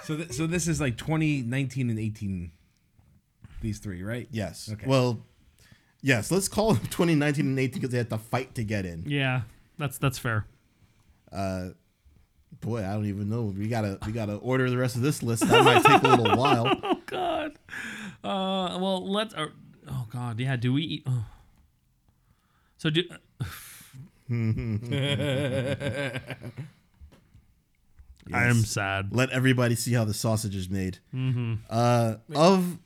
[SPEAKER 4] So, th- so this is like 20, 19, and 18. These three, right?
[SPEAKER 2] yes,
[SPEAKER 4] Okay.
[SPEAKER 2] well, yes, let's call them 2019 and 18 because they had to fight to get in.
[SPEAKER 3] Yeah, that's that's fair.
[SPEAKER 2] Boy, I don't even know. We gotta we gotta order the rest of this list. That might take a little while.
[SPEAKER 3] Oh God. Uh, well, let's. Uh, oh God, yeah. Do we? Eat, oh. So do. I am sad.
[SPEAKER 2] let everybody see how the sausage is made. Uh, of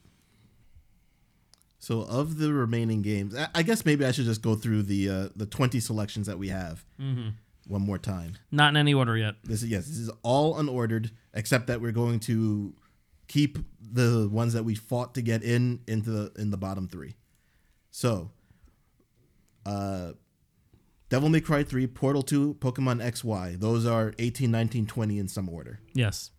[SPEAKER 2] so of the remaining games, I, I guess maybe I should just go through the uh, the twenty selections that we have one more time.
[SPEAKER 3] Not in any order yet.
[SPEAKER 2] This is yes, this is all unordered except that we're going to keep the ones that we fought to get in into the in the bottom three. So, uh, Devil May Cry 3, Portal 2, Pokemon XY. Those are 18, 19, 20 in some order.
[SPEAKER 3] Yes.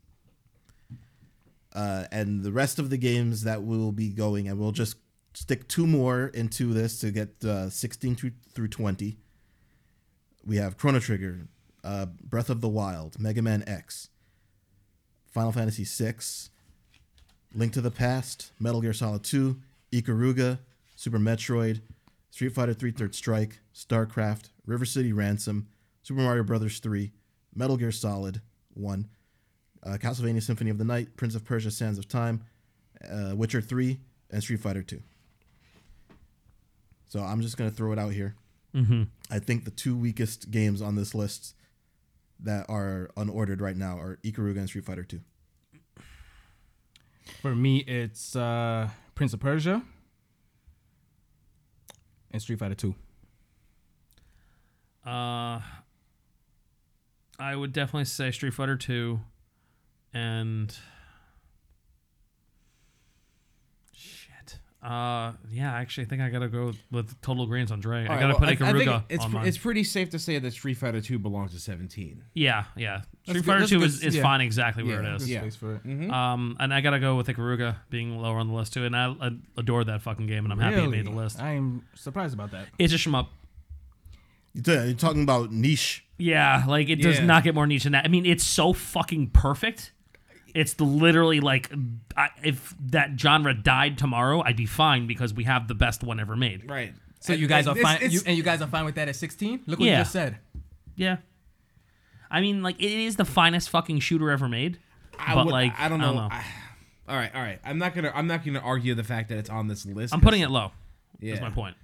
[SPEAKER 2] Uh, and the rest of the games that will be going, and we'll just stick two more into this to get uh, 16 through, through 20. We have Chrono Trigger, uh, Breath of the Wild, Mega Man X, Final Fantasy VI, Link to the Past, Metal Gear Solid 2, Ikaruga, Super Metroid, Street Fighter 3 Third Strike, StarCraft, River City Ransom, Super Mario Brothers 3, Metal Gear Solid 1, uh, Castlevania Symphony of the Night, Prince of Persia Sands of Time, uh, Witcher 3, and Street Fighter 2. So I'm just going to throw it out here. I think the two weakest games on this list that are unordered right now are Ikaruga and Street Fighter 2.
[SPEAKER 1] For me, it's uh, Prince of Persia and Street Fighter Two.
[SPEAKER 3] Uh, I would definitely say Street Fighter Two, and shit. Uh, yeah, I actually think I gotta go with total agreement on Dre. I
[SPEAKER 4] All right,
[SPEAKER 3] gotta
[SPEAKER 4] well,
[SPEAKER 3] put Ikaruga
[SPEAKER 4] think it's,
[SPEAKER 3] on
[SPEAKER 4] pr-
[SPEAKER 3] mine.
[SPEAKER 4] it's pretty safe to say that Street Fighter 2 belongs to 17.
[SPEAKER 3] yeah, yeah. Street
[SPEAKER 1] good-
[SPEAKER 3] Fighter
[SPEAKER 1] that's
[SPEAKER 3] Two
[SPEAKER 1] good-
[SPEAKER 3] is, is
[SPEAKER 1] yeah.
[SPEAKER 3] fine exactly where
[SPEAKER 4] Yeah,
[SPEAKER 3] it is.
[SPEAKER 4] Yeah.
[SPEAKER 1] Space for it.
[SPEAKER 3] Um, and I gotta go with Ikaruga being lower on the list too. And I, I adore that fucking game, and I'm happy it made the
[SPEAKER 1] Really?
[SPEAKER 3] list.
[SPEAKER 1] I am surprised about that.
[SPEAKER 3] It's a shmup.
[SPEAKER 2] You're you're talking about niche
[SPEAKER 3] Yeah, like it does
[SPEAKER 4] Yeah.
[SPEAKER 3] not get more niche than that. I mean, it's so fucking perfect. It's the, literally like I, if that genre died tomorrow, I'd be fine because we have the best one ever made.
[SPEAKER 4] Right.
[SPEAKER 1] So
[SPEAKER 4] And-
[SPEAKER 1] you guys
[SPEAKER 4] and
[SPEAKER 1] are
[SPEAKER 4] it's-
[SPEAKER 1] fine,
[SPEAKER 4] it's-
[SPEAKER 1] you, and you guys are fine with that at 16. Look what
[SPEAKER 3] Yeah.
[SPEAKER 1] you just said.
[SPEAKER 3] Yeah. I mean, like it is the finest fucking shooter ever made.
[SPEAKER 4] I
[SPEAKER 3] but
[SPEAKER 4] would-
[SPEAKER 3] like
[SPEAKER 4] I don't know. I- all right, all right. I'm not gonna. I'm not gonna argue the fact that it's on this list.
[SPEAKER 3] I'm putting it low.
[SPEAKER 4] Yeah.
[SPEAKER 3] Is my point.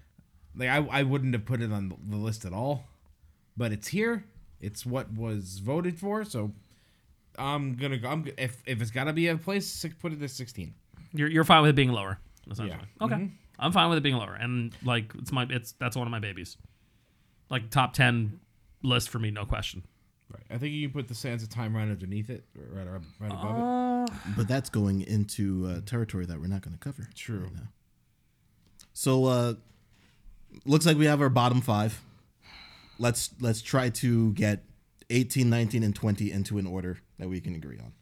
[SPEAKER 4] Like I, I wouldn't have put it on the list at all, but it's here. It's what was voted for. So I'm gonna go. I'm g- if if it's gotta be a place, si- put it at 16.
[SPEAKER 3] You're you're fine with it being lower. Essentially. Okay.
[SPEAKER 4] Mm-hmm.
[SPEAKER 3] I'm fine with it being lower, and like it's my it's that's one of my babies. Like top ten list for me, no question.
[SPEAKER 4] Right. I think you can put the Sands of Time right underneath it, or right, or right above it.
[SPEAKER 2] But that's going into uh, territory that we're not going to cover.
[SPEAKER 4] True.
[SPEAKER 2] now. So, uh, looks like we have our bottom five. Let's let's try to get 18, 19, and 20 into an order that we can agree on.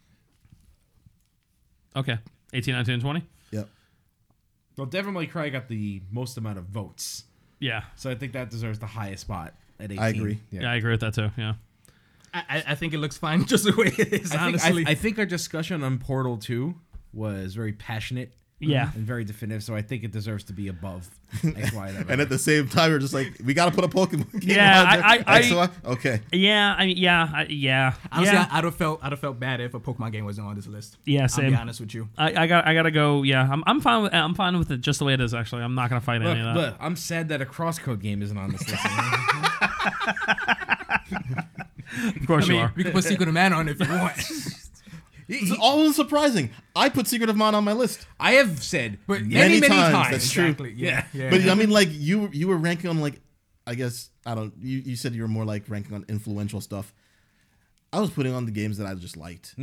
[SPEAKER 3] Okay. 18, 19, and 20?
[SPEAKER 2] Yep.
[SPEAKER 4] Well, Devil May Cry got the most amount of votes,
[SPEAKER 3] Yeah.
[SPEAKER 4] so I think that deserves the highest spot at 18.
[SPEAKER 2] I agree.
[SPEAKER 4] Yeah.
[SPEAKER 3] Yeah, I agree with that too. Yeah.
[SPEAKER 1] I, I- I think it looks fine just the way it is.
[SPEAKER 4] I think, I-
[SPEAKER 1] honestly,
[SPEAKER 4] I, think our discussion on Portal 2 was very passionate.
[SPEAKER 3] Yeah.
[SPEAKER 4] And very definitive, so I think it deserves to be above XY. that
[SPEAKER 2] And at the same time, we're just like, we got to put a Pokemon. game
[SPEAKER 3] Yeah,
[SPEAKER 2] on there.
[SPEAKER 3] I- I-
[SPEAKER 2] X, Y? okay.
[SPEAKER 3] Yeah, I mean, yeah, I, yeah,
[SPEAKER 1] honestly,
[SPEAKER 3] yeah.
[SPEAKER 1] I, I'd have felt I'd have felt bad if a Pokemon game wasn't on this list.
[SPEAKER 3] Yeah,
[SPEAKER 1] I'll
[SPEAKER 3] same.
[SPEAKER 1] be honest with you.
[SPEAKER 3] I, I got, I gotta go. Yeah, I'm, I'm fine with, I'm fine with it just the way it is. Actually, I'm not gonna fight
[SPEAKER 4] Look,
[SPEAKER 3] any of that.
[SPEAKER 4] look, I'm sad that a crosscode game isn't on this list.
[SPEAKER 3] Of course
[SPEAKER 1] I
[SPEAKER 3] you
[SPEAKER 1] mean,
[SPEAKER 3] are.
[SPEAKER 1] we can put Secret of Mana on it if you want.
[SPEAKER 2] It's always surprising. I put Secret of Mana on my list.
[SPEAKER 4] I have said,
[SPEAKER 1] But many,
[SPEAKER 2] Many
[SPEAKER 1] many,
[SPEAKER 2] times,
[SPEAKER 1] times.
[SPEAKER 2] that's true.
[SPEAKER 1] Exactly. Yeah. yeah.
[SPEAKER 2] but I mean, like you you were ranking on like, I guess I don't. You, you said you were more like ranking on influential stuff. I was putting on the games that I just liked.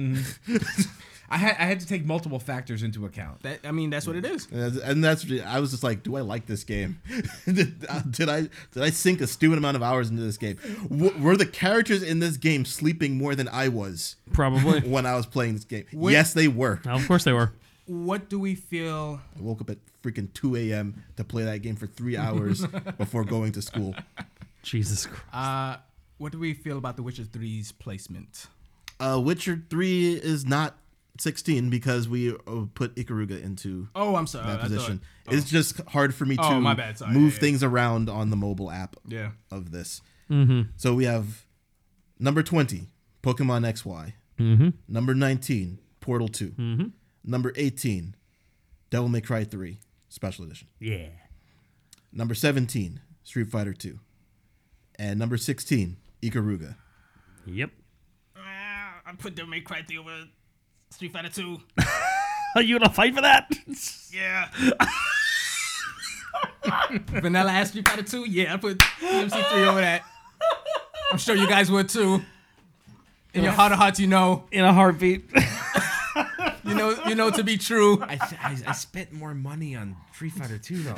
[SPEAKER 4] I had I had to take multiple factors into account.
[SPEAKER 1] that, I mean, that's what it is.
[SPEAKER 2] And that's- And that's I was just like, do I like this game? did, uh, did I did I sink a stupid amount of hours into this game? W- were the characters in this game sleeping more than I was
[SPEAKER 3] Probably.
[SPEAKER 2] when I was playing this game?
[SPEAKER 1] Wait.
[SPEAKER 2] Yes, they were.
[SPEAKER 3] no, of course they were.
[SPEAKER 1] What do we feel?
[SPEAKER 2] I woke up at freaking two a.m. to play that game for three hours before going to school.
[SPEAKER 3] Jesus Christ.
[SPEAKER 1] Uh, what do we feel about The Witcher 3's placement?
[SPEAKER 2] Uh, Witcher three is not sixteen because we uh, put Ikaruga into
[SPEAKER 1] Oh, I'm sorry.
[SPEAKER 2] that
[SPEAKER 1] I thought-
[SPEAKER 2] position. It's just hard for me to
[SPEAKER 1] Oh, my bad. Sorry.
[SPEAKER 2] move
[SPEAKER 1] Yeah, yeah.
[SPEAKER 2] things around on the mobile app
[SPEAKER 1] yeah.
[SPEAKER 2] of this. So we have number 20, Pokemon XY. Number 19, Portal 2. Number 18, Devil May Cry 3, Special Edition.
[SPEAKER 3] Yeah.
[SPEAKER 2] Number 17, Street Fighter 2. And number 16, Ikaruga.
[SPEAKER 3] Yep.
[SPEAKER 1] I put Devil May Cry 3 over Street Fighter 2.
[SPEAKER 3] Are you gonna fight for that?
[SPEAKER 1] Yeah. Vanilla Ice Street Fighter 2? Yeah, I put MC3 over that. I'm sure you guys would too. In your heart of hearts, you know,
[SPEAKER 3] In a heartbeat.
[SPEAKER 1] you know, you know to be true.
[SPEAKER 4] I, I, I spent more money on Street Fighter 2 though.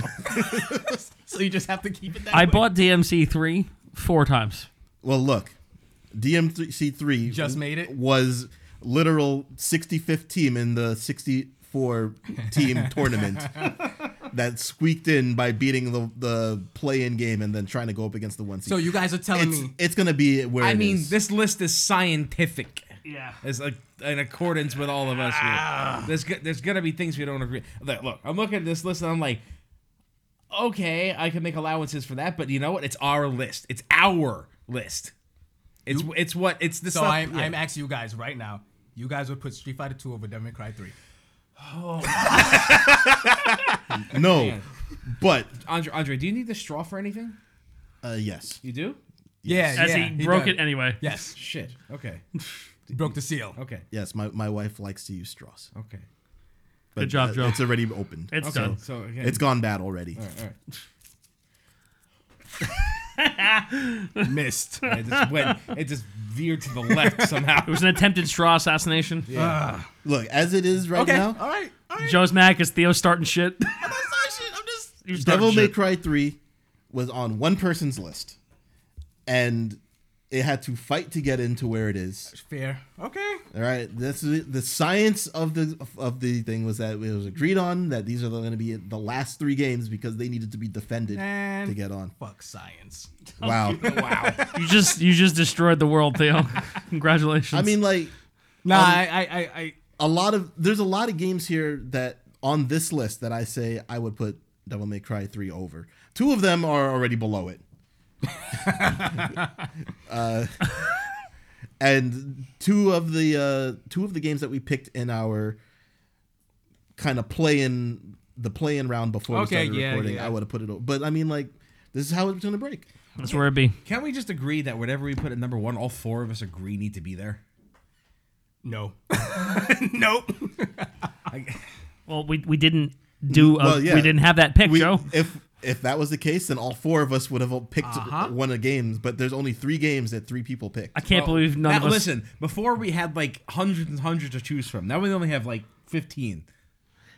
[SPEAKER 1] So you just have to keep it that
[SPEAKER 3] I
[SPEAKER 1] way.
[SPEAKER 3] bought DMC three four times.
[SPEAKER 2] Well, look, DMC three
[SPEAKER 1] Just made it?
[SPEAKER 2] was literal 65th team in the 64 team tournament that squeaked in by beating the the play in game and then trying to go up against the one seed.
[SPEAKER 1] So you guys are telling
[SPEAKER 2] it's,
[SPEAKER 1] me
[SPEAKER 2] it's gonna be where
[SPEAKER 4] I
[SPEAKER 2] it
[SPEAKER 4] mean,
[SPEAKER 2] is.
[SPEAKER 4] this list is scientific.
[SPEAKER 3] Yeah.
[SPEAKER 4] It's like in accordance with all of us
[SPEAKER 1] Ah.
[SPEAKER 4] here. There's go- there's gonna be things we don't agree. Look, look, I'm looking at this list and I'm like, okay, I can make allowances for that, but you know what? It's our list. It's our list. It's it's what it's the
[SPEAKER 1] So
[SPEAKER 4] stuff.
[SPEAKER 1] I'm,
[SPEAKER 4] yeah.
[SPEAKER 1] I'm asking you guys right now. You guys would put Street Fighter 2 over Devil May Cry 3.
[SPEAKER 2] no, but
[SPEAKER 4] Andre. Andre, do you need the straw for anything?
[SPEAKER 2] uh, yes,
[SPEAKER 4] You do?
[SPEAKER 1] Yeah,
[SPEAKER 3] As
[SPEAKER 1] yeah.
[SPEAKER 3] he broke
[SPEAKER 1] does.
[SPEAKER 3] it anyway.
[SPEAKER 1] Yes,
[SPEAKER 4] Shit. Okay.
[SPEAKER 1] broke the seal.
[SPEAKER 4] Okay.
[SPEAKER 2] yes, my, my wife likes to use straws.
[SPEAKER 4] Okay.
[SPEAKER 2] But, uh,
[SPEAKER 3] Good job, Joe.
[SPEAKER 2] It's already opened.
[SPEAKER 3] It's
[SPEAKER 4] Okay.
[SPEAKER 3] done.
[SPEAKER 4] So again,
[SPEAKER 2] it's gone bad already.
[SPEAKER 4] All right. All right.
[SPEAKER 1] Missed.
[SPEAKER 4] It just went. It just veered to the left somehow.
[SPEAKER 3] It was an attempted straw assassination.
[SPEAKER 2] Look, as it is right
[SPEAKER 1] Okay.
[SPEAKER 2] now,
[SPEAKER 1] All right. All right.
[SPEAKER 3] Joe's mad because Theo's starting shit.
[SPEAKER 1] I'm just.
[SPEAKER 3] He was starting
[SPEAKER 2] Devil May
[SPEAKER 3] shit.
[SPEAKER 2] Cry 3 was on one person's list. And it had to fight to get into where it is.
[SPEAKER 1] Fair. Okay.
[SPEAKER 2] All right. That's the, the science of the of the thing was that it was agreed on that these are going to be the last three games because they needed to be defended
[SPEAKER 1] And-
[SPEAKER 2] to get on.
[SPEAKER 1] Fuck science.
[SPEAKER 2] Wow.
[SPEAKER 4] wow.
[SPEAKER 3] You just you just destroyed the world, Theo. Congratulations.
[SPEAKER 2] I mean, like
[SPEAKER 1] Nah,
[SPEAKER 2] Um,
[SPEAKER 1] I, I, I, I.
[SPEAKER 2] a lot of there's a lot of games here that on this list that I say I would put Devil May Cry 3 over. Two of them are already below it. uh, and two of the uh, two of the games that we picked in our kind of play in the play in round before
[SPEAKER 1] Okay,
[SPEAKER 2] we started
[SPEAKER 1] yeah,
[SPEAKER 2] recording,
[SPEAKER 1] yeah.
[SPEAKER 2] I would have put it over. But I mean like this is how it's gonna break.
[SPEAKER 3] that's where it be.
[SPEAKER 4] Can't we just agree that whatever we put at number one, all four of us agree need to be there?
[SPEAKER 1] No. nope.
[SPEAKER 3] Well, we we didn't do. A,
[SPEAKER 2] Well, yeah.
[SPEAKER 3] We didn't have that pick,
[SPEAKER 2] We,
[SPEAKER 3] Joe.
[SPEAKER 2] if if that was the case, then all four of us would have picked
[SPEAKER 1] Uh-huh.
[SPEAKER 2] one of the games, but there's only three games that three people picked.
[SPEAKER 3] I can't
[SPEAKER 4] Well,
[SPEAKER 3] believe none
[SPEAKER 4] now,
[SPEAKER 3] of us.
[SPEAKER 4] Oh, Listen, before we had like hundreds and hundreds to choose from. Now we only have like fifteen.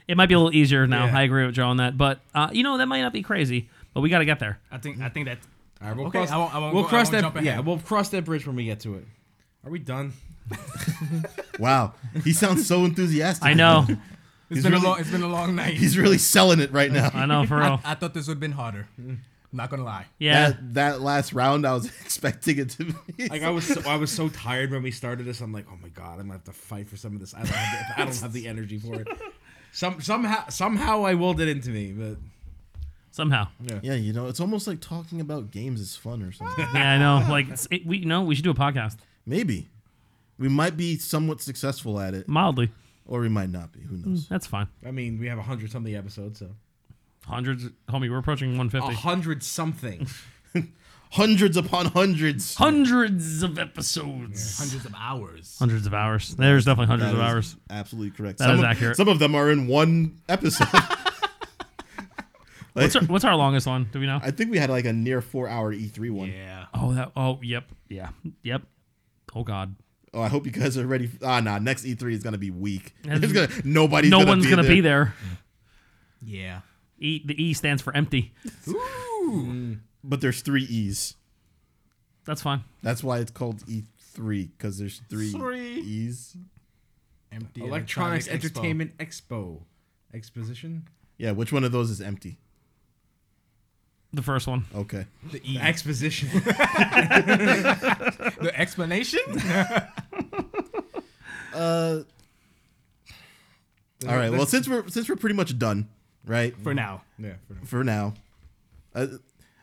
[SPEAKER 3] It might be a little easier now.
[SPEAKER 4] Yeah.
[SPEAKER 3] I agree with Joe on that, but uh, you know that might not be crazy. But we got to get there.
[SPEAKER 1] I think, I think that.
[SPEAKER 4] All right, we'll
[SPEAKER 1] Okay,
[SPEAKER 4] cross.
[SPEAKER 1] I won't- I won't
[SPEAKER 4] we'll
[SPEAKER 1] go- I
[SPEAKER 4] cross
[SPEAKER 1] won't
[SPEAKER 4] that.
[SPEAKER 1] jump ahead.
[SPEAKER 4] Yeah, we'll cross that bridge when we get to it. Are we done?
[SPEAKER 2] Wow, he sounds so enthusiastic.
[SPEAKER 3] I know.
[SPEAKER 1] It's
[SPEAKER 2] He's
[SPEAKER 1] been,
[SPEAKER 2] really-
[SPEAKER 1] a long, it's been a long night.
[SPEAKER 2] He's really selling it right
[SPEAKER 3] I
[SPEAKER 2] now.
[SPEAKER 3] know for real.
[SPEAKER 1] I thought this would have been harder. Not gonna lie.
[SPEAKER 3] Yeah.
[SPEAKER 2] That, that last round, I was expecting it to be.
[SPEAKER 4] Like I was, so, I was so tired when we started this. I'm like, oh my god, I'm gonna have to fight for some of this. I don't have the, I don't have the energy for it. Some somehow somehow I willed it into me, but
[SPEAKER 3] Somehow.
[SPEAKER 2] yeah, you know, it's almost like talking about games is fun or something.
[SPEAKER 3] Yeah, I know. Like it's, it, we you know we should do a podcast
[SPEAKER 2] Maybe. We might be somewhat successful at it,
[SPEAKER 3] mildly.
[SPEAKER 2] or we might not be. Who knows?
[SPEAKER 3] That's fine.
[SPEAKER 4] I mean, we have a hundred something episodes, so
[SPEAKER 3] Hundreds, homie. We're approaching one
[SPEAKER 4] a
[SPEAKER 3] fifty.
[SPEAKER 4] hundred something.
[SPEAKER 2] Hundreds upon hundreds.
[SPEAKER 3] Hundreds of episodes.
[SPEAKER 1] Hundreds of hours.
[SPEAKER 3] Hundreds of hours. There's definitely hundreds
[SPEAKER 2] That
[SPEAKER 3] of
[SPEAKER 2] is
[SPEAKER 3] hours.
[SPEAKER 2] Absolutely correct.
[SPEAKER 3] That
[SPEAKER 2] some
[SPEAKER 3] is
[SPEAKER 2] of,
[SPEAKER 3] accurate.
[SPEAKER 2] Some of them are in one episode.
[SPEAKER 3] What's our, what's our longest one? Do we know?
[SPEAKER 2] I think we had like a near four hour E3 one.
[SPEAKER 1] Yeah.
[SPEAKER 3] Oh, that. Oh, yep. Yeah. Yep. Oh God.
[SPEAKER 2] Oh, I hope you guys are ready. Ah, nah, next E3 is going to be weak.
[SPEAKER 3] That's-
[SPEAKER 2] It's gonna, nobody's
[SPEAKER 3] no
[SPEAKER 2] gonna
[SPEAKER 3] one's
[SPEAKER 2] be
[SPEAKER 3] gonna
[SPEAKER 2] there.
[SPEAKER 3] be there.
[SPEAKER 1] Yeah.
[SPEAKER 3] E, the E stands for empty.
[SPEAKER 2] But there's three E's.
[SPEAKER 3] That's fine.
[SPEAKER 2] That's why it's called E3 because there's three
[SPEAKER 1] Three.
[SPEAKER 2] E's.
[SPEAKER 1] Empty
[SPEAKER 4] Electronics
[SPEAKER 1] Expo.
[SPEAKER 4] Entertainment Expo. Exposition?
[SPEAKER 2] Yeah, which one of those is empty?
[SPEAKER 3] The first one.
[SPEAKER 2] Okay.
[SPEAKER 1] The, E.
[SPEAKER 4] Exposition.
[SPEAKER 1] the explanation.
[SPEAKER 2] Uh, all right. Well, since we're since we're pretty much done, right?
[SPEAKER 1] For now.
[SPEAKER 4] yeah, for now.
[SPEAKER 2] For now, uh,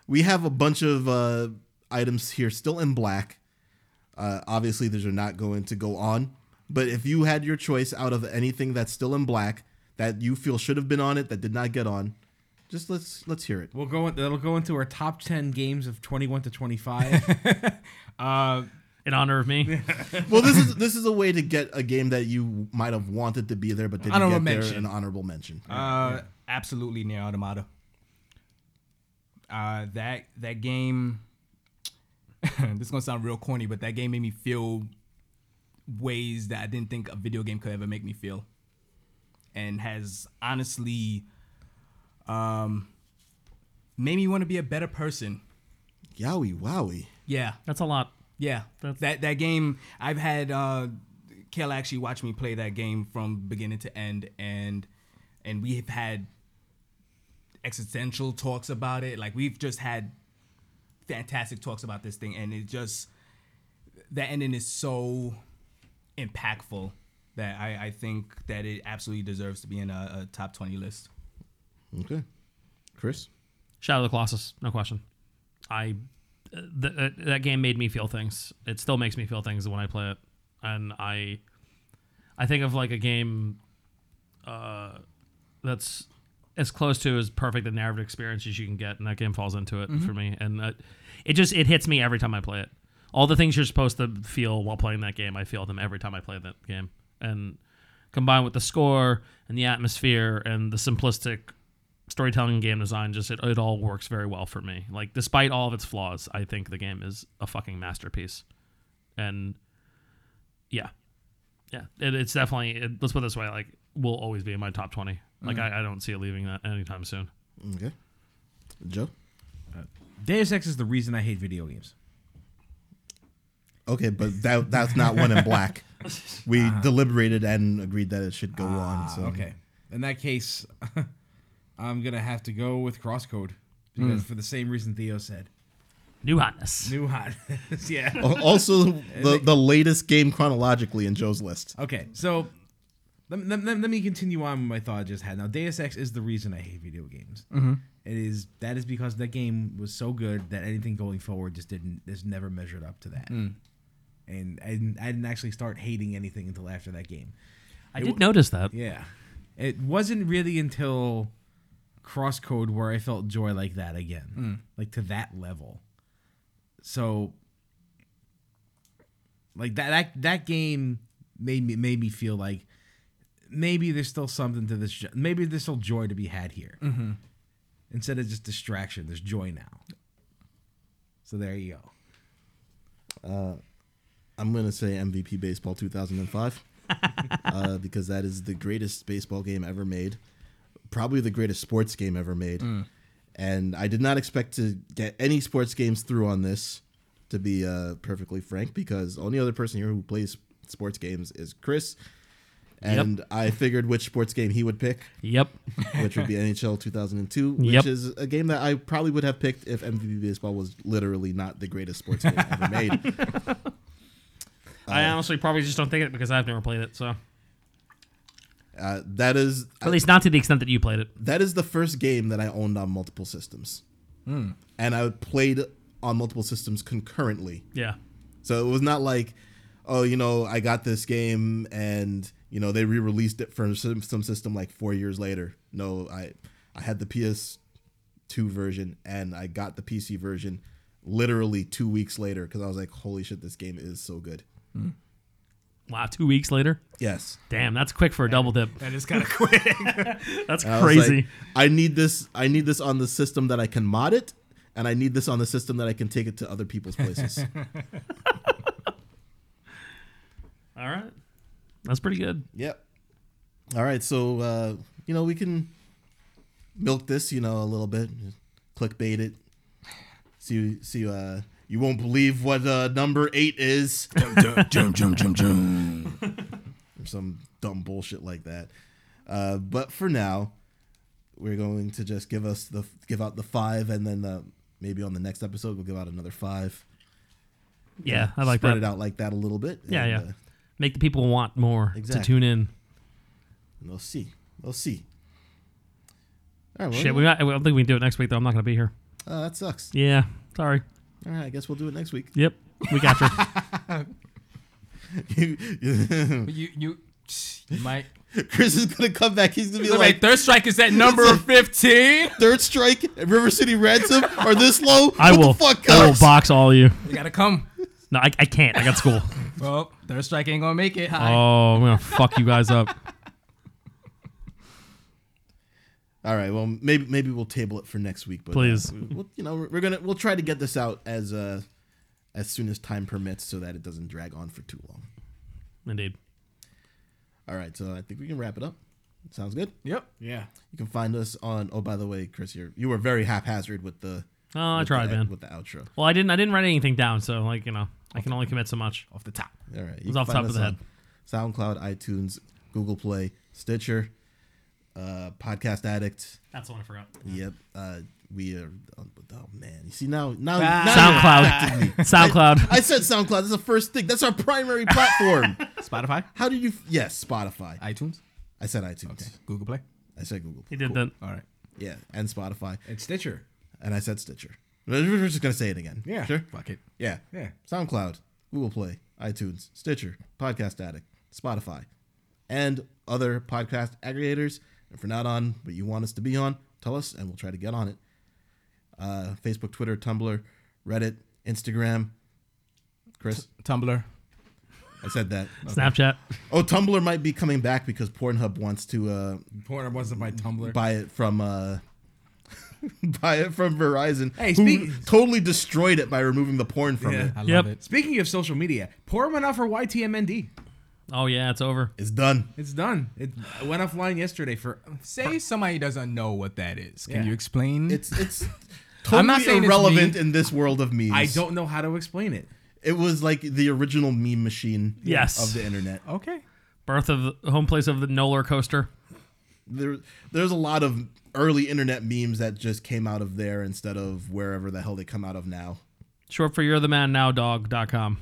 [SPEAKER 2] we have a bunch of uh, items here still in black. Uh, obviously, these are not going to go on. But if you had your choice out of anything that's still in black that you feel should have been on it that did not get on, just let's let's hear it.
[SPEAKER 4] We'll go. In, that'll go into our top ten games of twenty-one to twenty-five.
[SPEAKER 1] Uh,
[SPEAKER 3] In honor of me.
[SPEAKER 2] Well, this is this is a way to get a game that you might have wanted to be there, but didn't
[SPEAKER 1] Honorable
[SPEAKER 2] get there.
[SPEAKER 1] mention.
[SPEAKER 2] An honorable mention.
[SPEAKER 1] Uh, absolutely near automata. Uh, that that game. this is gonna sound real corny, but that game made me feel ways that I didn't think a video game could ever make me feel, and has honestly um, made me want to be a better person
[SPEAKER 2] Yowie, wowie.
[SPEAKER 1] Yeah,
[SPEAKER 3] That's a lot.
[SPEAKER 1] yeah.
[SPEAKER 3] That's-
[SPEAKER 1] that that game, I've had uh, Kale actually watch me play that game from beginning to end, and and we have had existential talks about it. Like we've just had fantastic talks about this thing, and it just that ending is so impactful that I, I think that it absolutely deserves to be in a, a top twenty list.
[SPEAKER 2] Okay. Chris?
[SPEAKER 3] Shadow of the Colossus, no question. I uh, th- uh, that game made me feel things. It still makes me feel things when I play it, and I I think of like a game uh, that's as close to as perfect a narrative experience as you can get, and that game falls into it for me. And uh, it just it hits me every time I play it. All the things you're supposed to feel while playing that game, I feel them every time I play that game. And combined with the score and the atmosphere and the simplistic storytelling and game design, just it, it all works very well for me. Like despite all of its flaws, I think the game is a fucking masterpiece. And yeah, yeah, it, it's definitely. It, let's put it this way: like, will always be in my top twenty. Like, I, I don't see it leaving that anytime soon.
[SPEAKER 2] Okay. Joe?
[SPEAKER 4] Deus Ex is the reason I hate video games.
[SPEAKER 2] Okay, but that that's not one in black. We
[SPEAKER 1] Uh-huh.
[SPEAKER 2] deliberated and agreed that it should go
[SPEAKER 1] Ah,
[SPEAKER 2] on. So
[SPEAKER 4] Okay. In that case, I'm gonna have to go with Crosscode because for the same reason Theo said,
[SPEAKER 3] New hotness.
[SPEAKER 4] new hot. yeah.
[SPEAKER 2] Al- Also, the, the latest game chronologically in Joe's list.
[SPEAKER 4] Okay, so let, let, let- let me continue on with my thought I just had. Now, Deus Ex is the reason I hate video games. It is that is because that game was so good that anything going forward just didn't just never measured up to that. And I didn't, I didn't actually start hating anything until after that game.
[SPEAKER 3] I did notice that.
[SPEAKER 4] Yeah, it wasn't really until Crosscode where I felt joy like that again, like to that level. So, like that that that game made me made me feel like maybe there's still something to this. jo- Maybe there's still joy to be had here. Instead of just distraction, there's joy now. So there you go.
[SPEAKER 2] I'm gonna say MVP Baseball 2005 uh, because that is the greatest baseball game ever made, probably the greatest sports game ever made. And I did not expect to get any sports games through on this, to be uh, perfectly frank, because only other person here who plays sports games is Chris. And I figured which sports game he would pick,
[SPEAKER 3] Yep.
[SPEAKER 2] which would be NHL 2002, which
[SPEAKER 3] Yep.
[SPEAKER 2] is a game that I probably would have picked if MVP Baseball was literally not the greatest sports game ever made.
[SPEAKER 3] I honestly probably just don't think it because I've never played it. So
[SPEAKER 2] Uh, that is
[SPEAKER 3] at least not to the extent that you played it.
[SPEAKER 2] that is the first game that I owned on multiple systems, and I played on multiple systems concurrently.
[SPEAKER 3] Yeah.
[SPEAKER 2] So it was not like, oh, you know, I got this game and you know they re-released it for some, some system like four years later. No, I I had the PS2 version and I got the PC version literally two weeks later because I was like, holy shit, this game is so good.
[SPEAKER 3] Wow. Two weeks later.
[SPEAKER 2] Yes.
[SPEAKER 3] Damn, that's quick for a double dip.
[SPEAKER 1] That is kind of quick.
[SPEAKER 3] That's
[SPEAKER 2] And I was
[SPEAKER 3] crazy.
[SPEAKER 2] like, I need this. I need this on the system that I can mod it, and I need this on the system that I can take it to other people's places.
[SPEAKER 3] All right. That's pretty good.
[SPEAKER 2] yep. All right, so uh, you know we can milk this, you know, a little bit, clickbait it. See, see, uh, you won't believe what uh, number eight is.
[SPEAKER 5] Jump, jump, jump, jump.
[SPEAKER 2] or some dumb bullshit like that. Uh, but for now, we're going to just give us the give out the five, and then uh, maybe on the next episode we'll give out another five.
[SPEAKER 3] Yeah, I like
[SPEAKER 2] spread
[SPEAKER 3] that.
[SPEAKER 2] it out like that a little bit.
[SPEAKER 3] Yeah,
[SPEAKER 2] and,
[SPEAKER 3] yeah.
[SPEAKER 2] uh,
[SPEAKER 3] Make the people want more
[SPEAKER 2] Exactly.
[SPEAKER 3] to tune in.
[SPEAKER 2] and we'll see. We'll see. All right, well,
[SPEAKER 3] Shit, we might, I don't think we can do it next week though. I'm not gonna be here.
[SPEAKER 2] uh, that sucks.
[SPEAKER 3] Yeah, sorry.
[SPEAKER 2] All right, I guess we'll do it next week.
[SPEAKER 3] Yep, week after.
[SPEAKER 1] you you you might.
[SPEAKER 2] Chris is gonna come back. He's gonna be
[SPEAKER 1] Like,
[SPEAKER 2] like
[SPEAKER 1] third strike is at number fifteen.
[SPEAKER 2] third strike. and River City Ransom are this low.
[SPEAKER 3] I
[SPEAKER 2] what
[SPEAKER 3] will.
[SPEAKER 2] The fuck,
[SPEAKER 3] I will
[SPEAKER 2] Cubs?
[SPEAKER 3] box all you.
[SPEAKER 1] You gotta come.
[SPEAKER 3] No, I, I can't. I got school.
[SPEAKER 1] Well, third strike ain't gonna make it.
[SPEAKER 3] oh,
[SPEAKER 1] Hi.
[SPEAKER 3] I'm gonna fuck you guys up.
[SPEAKER 2] All right. Well, maybe maybe we'll table it for next week. But uh,
[SPEAKER 3] Please.
[SPEAKER 2] we'll, you know, we're, we're gonna we'll try to get this out as uh as soon as time permits, so that it doesn't drag on for too long.
[SPEAKER 3] Indeed.
[SPEAKER 2] All right. So I think we can wrap it up. Sounds good.
[SPEAKER 1] Yep.
[SPEAKER 4] Yeah.
[SPEAKER 2] You can find us on. Oh, by the way, Chris, you you were very haphazard with the
[SPEAKER 3] Oh, I
[SPEAKER 2] with
[SPEAKER 3] tried,
[SPEAKER 2] the,
[SPEAKER 3] man.
[SPEAKER 2] With the outro.
[SPEAKER 3] Well, I didn't. I didn't write anything down, so like you know, I can only commit so much.
[SPEAKER 4] off the top.
[SPEAKER 2] All right. It
[SPEAKER 3] was off the top of the head.
[SPEAKER 2] SoundCloud, iTunes, Google Play, Stitcher, uh, Podcast Addict.
[SPEAKER 3] That's the one I forgot.
[SPEAKER 2] Yep. Uh, we are. Oh, oh, man, you see now now,
[SPEAKER 3] Ah.
[SPEAKER 2] now
[SPEAKER 3] SoundCloud. SoundCloud.
[SPEAKER 2] I said SoundCloud. That's the first thing. That's our primary platform.
[SPEAKER 1] Spotify,
[SPEAKER 2] How did you? Yes, Spotify. I,
[SPEAKER 1] iTunes,
[SPEAKER 2] said iTunes.
[SPEAKER 1] Google Play.
[SPEAKER 2] I said Google.
[SPEAKER 3] He did that.
[SPEAKER 1] All right.
[SPEAKER 2] Yeah, and Spotify,
[SPEAKER 4] And Stitcher.
[SPEAKER 2] and I said Stitcher. We're just gonna say it again.
[SPEAKER 4] Yeah.
[SPEAKER 2] Sure.
[SPEAKER 1] Fuck it.
[SPEAKER 2] Yeah.
[SPEAKER 4] Yeah.
[SPEAKER 2] SoundCloud, Google Play, iTunes, Stitcher, Podcast Addict, Spotify, and other podcast aggregators. If you're not on but you want us to be on, tell us and we'll try to get on it. Uh, Facebook, Twitter, Tumblr, Reddit, Instagram. Chris,
[SPEAKER 1] Tumblr.
[SPEAKER 2] I said that.
[SPEAKER 3] Snapchat.
[SPEAKER 2] Oh, Tumblr might be coming back because Pornhub wants to uh,
[SPEAKER 4] Porn wasn't my Tumblr.
[SPEAKER 2] buy it from uh, buy it from Verizon.
[SPEAKER 4] Hey,
[SPEAKER 2] who
[SPEAKER 4] speak-
[SPEAKER 2] totally destroyed it by removing the porn from
[SPEAKER 4] Yeah.
[SPEAKER 2] it.
[SPEAKER 1] I
[SPEAKER 3] Yep.
[SPEAKER 1] love it.
[SPEAKER 4] Speaking of social media, Porn went off for YTMND.
[SPEAKER 3] Oh yeah, it's over.
[SPEAKER 2] It's done.
[SPEAKER 4] It's done. It went offline yesterday for.
[SPEAKER 1] Say somebody doesn't know what that is. Can
[SPEAKER 4] Yeah.
[SPEAKER 1] you explain?
[SPEAKER 2] It's it's totally
[SPEAKER 1] I'm not saying it's
[SPEAKER 2] irrelevant
[SPEAKER 1] me.
[SPEAKER 2] in this world of memes.
[SPEAKER 4] I don't know how to explain it.
[SPEAKER 2] It was like the original meme machine.
[SPEAKER 3] Yes.
[SPEAKER 2] Of the internet.
[SPEAKER 1] okay.
[SPEAKER 3] Birth of the home place of the Nolar coaster.
[SPEAKER 2] There, there's a lot of early internet memes that just came out of there instead of wherever the hell they come out of now.
[SPEAKER 3] Short for you're the man now dog.com.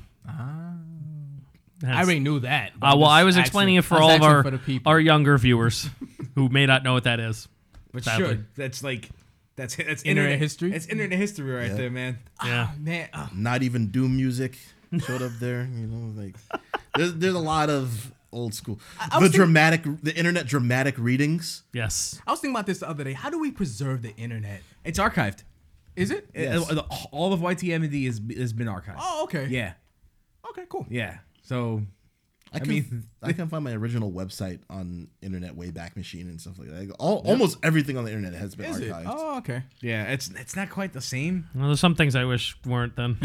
[SPEAKER 3] Ah.
[SPEAKER 1] I already knew that.
[SPEAKER 3] Uh, well, I was explaining it for all of our our younger viewers who may not know what that is.
[SPEAKER 4] But
[SPEAKER 3] Sadly.
[SPEAKER 4] should that's like that's that's
[SPEAKER 1] Internet history?
[SPEAKER 4] It's internet history right there, man.
[SPEAKER 3] Yeah.
[SPEAKER 1] man. ah,
[SPEAKER 2] Not even doom music showed up there. You know, like there's there's a lot of old school. the dramatic, the internet dramatic readings.
[SPEAKER 3] Yes.
[SPEAKER 1] I was thinking about this the other day. How do we preserve the internet?
[SPEAKER 4] It's archived.
[SPEAKER 1] Is it?
[SPEAKER 4] It-
[SPEAKER 2] Yes.
[SPEAKER 4] the- all of YTMND has, has been archived.
[SPEAKER 1] Oh, okay.
[SPEAKER 4] Yeah,
[SPEAKER 1] Okay. Cool.
[SPEAKER 4] yeah. So
[SPEAKER 2] I, can,
[SPEAKER 4] mean-
[SPEAKER 2] I can find my original website on Internet Wayback Machine and stuff like that. All, Almost everything on the internet has been
[SPEAKER 1] Is it?
[SPEAKER 2] archived.
[SPEAKER 1] Oh, okay.
[SPEAKER 4] yeah, it's it's not quite the same.
[SPEAKER 3] Well, there's some things I wish weren't then.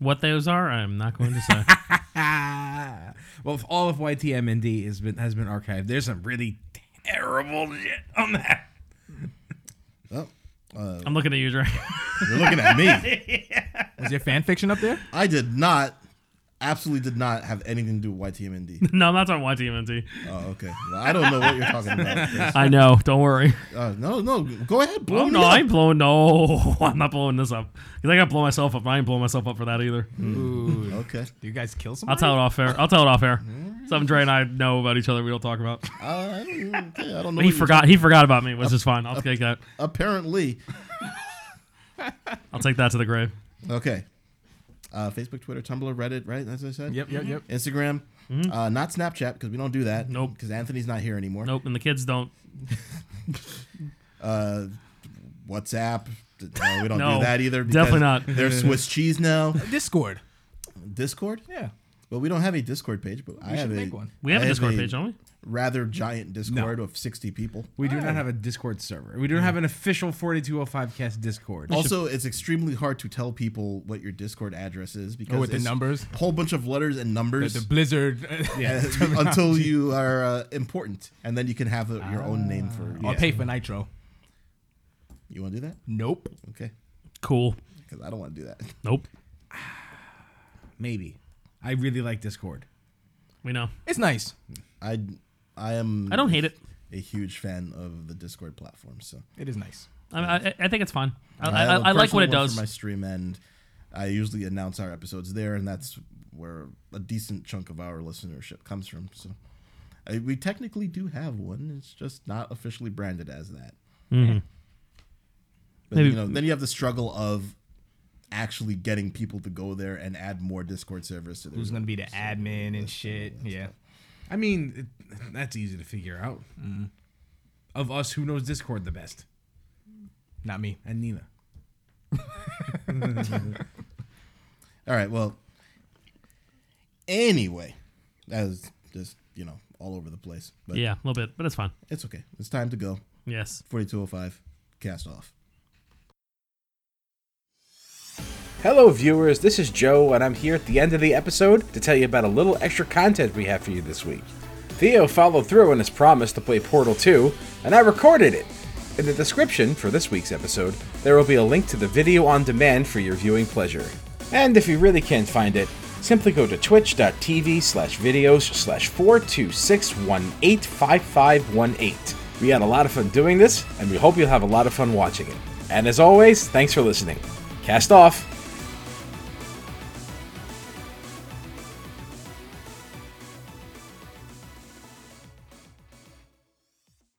[SPEAKER 3] what those are, I'm not going to say.
[SPEAKER 4] Ah, well, if all of YTMND has been has been archived. There's some really terrible shit on that.
[SPEAKER 2] Oh,
[SPEAKER 3] I'm looking at you, Dre.
[SPEAKER 2] you're looking at me.
[SPEAKER 1] Was your fan fiction up there?
[SPEAKER 2] I did not, absolutely did not have anything to do with YTMND.
[SPEAKER 3] no, I'm not talking YTMNT.
[SPEAKER 2] oh, okay. Well, I don't know what you're talking about. Chris.
[SPEAKER 3] I know. Don't worry.
[SPEAKER 2] Uh, no, no, go ahead, blow
[SPEAKER 3] Oh
[SPEAKER 2] me
[SPEAKER 3] no,
[SPEAKER 2] up.
[SPEAKER 3] I ain't blowing. No, I'm not blowing this up because I gotta blow myself up. I ain't blowing myself up for that either.
[SPEAKER 2] Mm.
[SPEAKER 1] Ooh.
[SPEAKER 2] Okay.
[SPEAKER 1] Do you guys kill
[SPEAKER 3] I'll
[SPEAKER 1] somebody?
[SPEAKER 3] tell it off air. I'll tell it off air. Something Dre and I know about each other. We don't talk about.
[SPEAKER 2] Uh, Mm. I don't, okay, I don't know. what
[SPEAKER 3] He
[SPEAKER 2] you're
[SPEAKER 3] forgot. He forgot about me, which is fine. I'll take that.
[SPEAKER 2] talking- Apparently.
[SPEAKER 3] I'll take that to the grave.
[SPEAKER 2] Okay. Uh, Facebook, Twitter, Tumblr, Reddit, right? That's what I said?
[SPEAKER 1] Yep. Yep. Yep.
[SPEAKER 2] Instagram. Uh, not Snapchat because we don't do that.
[SPEAKER 3] Nope.
[SPEAKER 2] Because Anthony's not here anymore.
[SPEAKER 3] Nope, and the kids don't.
[SPEAKER 2] uh, WhatsApp. No, we don't
[SPEAKER 3] No,
[SPEAKER 2] do that either. because
[SPEAKER 3] definitely not.
[SPEAKER 2] They're Swiss cheese now.
[SPEAKER 1] Discord.
[SPEAKER 2] Discord.
[SPEAKER 1] Yeah.
[SPEAKER 2] Well, we don't have a Discord page, but I
[SPEAKER 1] should
[SPEAKER 2] have
[SPEAKER 1] make
[SPEAKER 2] a,
[SPEAKER 1] one.
[SPEAKER 3] We have
[SPEAKER 2] I
[SPEAKER 3] a Discord page,
[SPEAKER 2] a
[SPEAKER 3] don't we?
[SPEAKER 2] Rather giant Discord of sixty people.
[SPEAKER 4] We do not have a Discord server. We don't have an official 4205cast Discord.
[SPEAKER 2] Also, it's extremely hard to tell people what your Discord address is because
[SPEAKER 1] with the
[SPEAKER 2] it's
[SPEAKER 1] numbers?
[SPEAKER 2] a whole bunch of letters and
[SPEAKER 1] The,
[SPEAKER 2] numbers.
[SPEAKER 1] the Blizzard.
[SPEAKER 2] uh, until you are uh, important, and then you can have a, your own name for.
[SPEAKER 1] Ah. I'll pay for Nitro.
[SPEAKER 2] You want to do that?
[SPEAKER 1] Nope.
[SPEAKER 2] Okay,
[SPEAKER 3] Cool.
[SPEAKER 2] because I don't want to do that.
[SPEAKER 3] Nope.
[SPEAKER 4] Maybe. I really like Discord.
[SPEAKER 3] We know.
[SPEAKER 1] It's nice.
[SPEAKER 2] I, I am.
[SPEAKER 3] I don't hate it.
[SPEAKER 2] A huge fan of the Discord platform, so.
[SPEAKER 1] It is nice.
[SPEAKER 3] I, I, I think it's fine. I, I,
[SPEAKER 2] have a
[SPEAKER 3] I like
[SPEAKER 2] personal
[SPEAKER 3] what it
[SPEAKER 2] one for
[SPEAKER 3] does.
[SPEAKER 2] my stream, and I usually announce our episodes there, and that's where a decent chunk of our listenership comes from. So I, we technically do have one; it's just not officially branded as that. But,
[SPEAKER 3] Mm-hmm. Maybe-
[SPEAKER 2] you know, then you have the struggle of actually getting people to go there and add more Discord servers to their.
[SPEAKER 1] Who's gonna be the admin and shit? Yeah.
[SPEAKER 4] I mean, it, that's easy to figure out. Of us, who knows Discord the best?
[SPEAKER 1] Not me.
[SPEAKER 4] And Nina.
[SPEAKER 2] All right. Well. Anyway, that was just you know all over the place, but
[SPEAKER 3] Yeah, a little bit, but it's fine.
[SPEAKER 2] it's okay. It's time to go.
[SPEAKER 3] Yes.
[SPEAKER 2] 4205 cast off.
[SPEAKER 4] Hello, viewers. This is Joe, and I'm here at the end of the episode to tell you about a little extra content we have for you this week. Theo followed through on his promise to play Portal 2, and I recorded it. In the description for this week's episode, there will be a link to the video on demand for your viewing pleasure. And if you really can't find it, simply go to twitch.tv slash videos slash 426185518. We had a lot of fun doing this, and we hope you'll have a lot of fun watching it. And as always, thanks for listening. Cast off!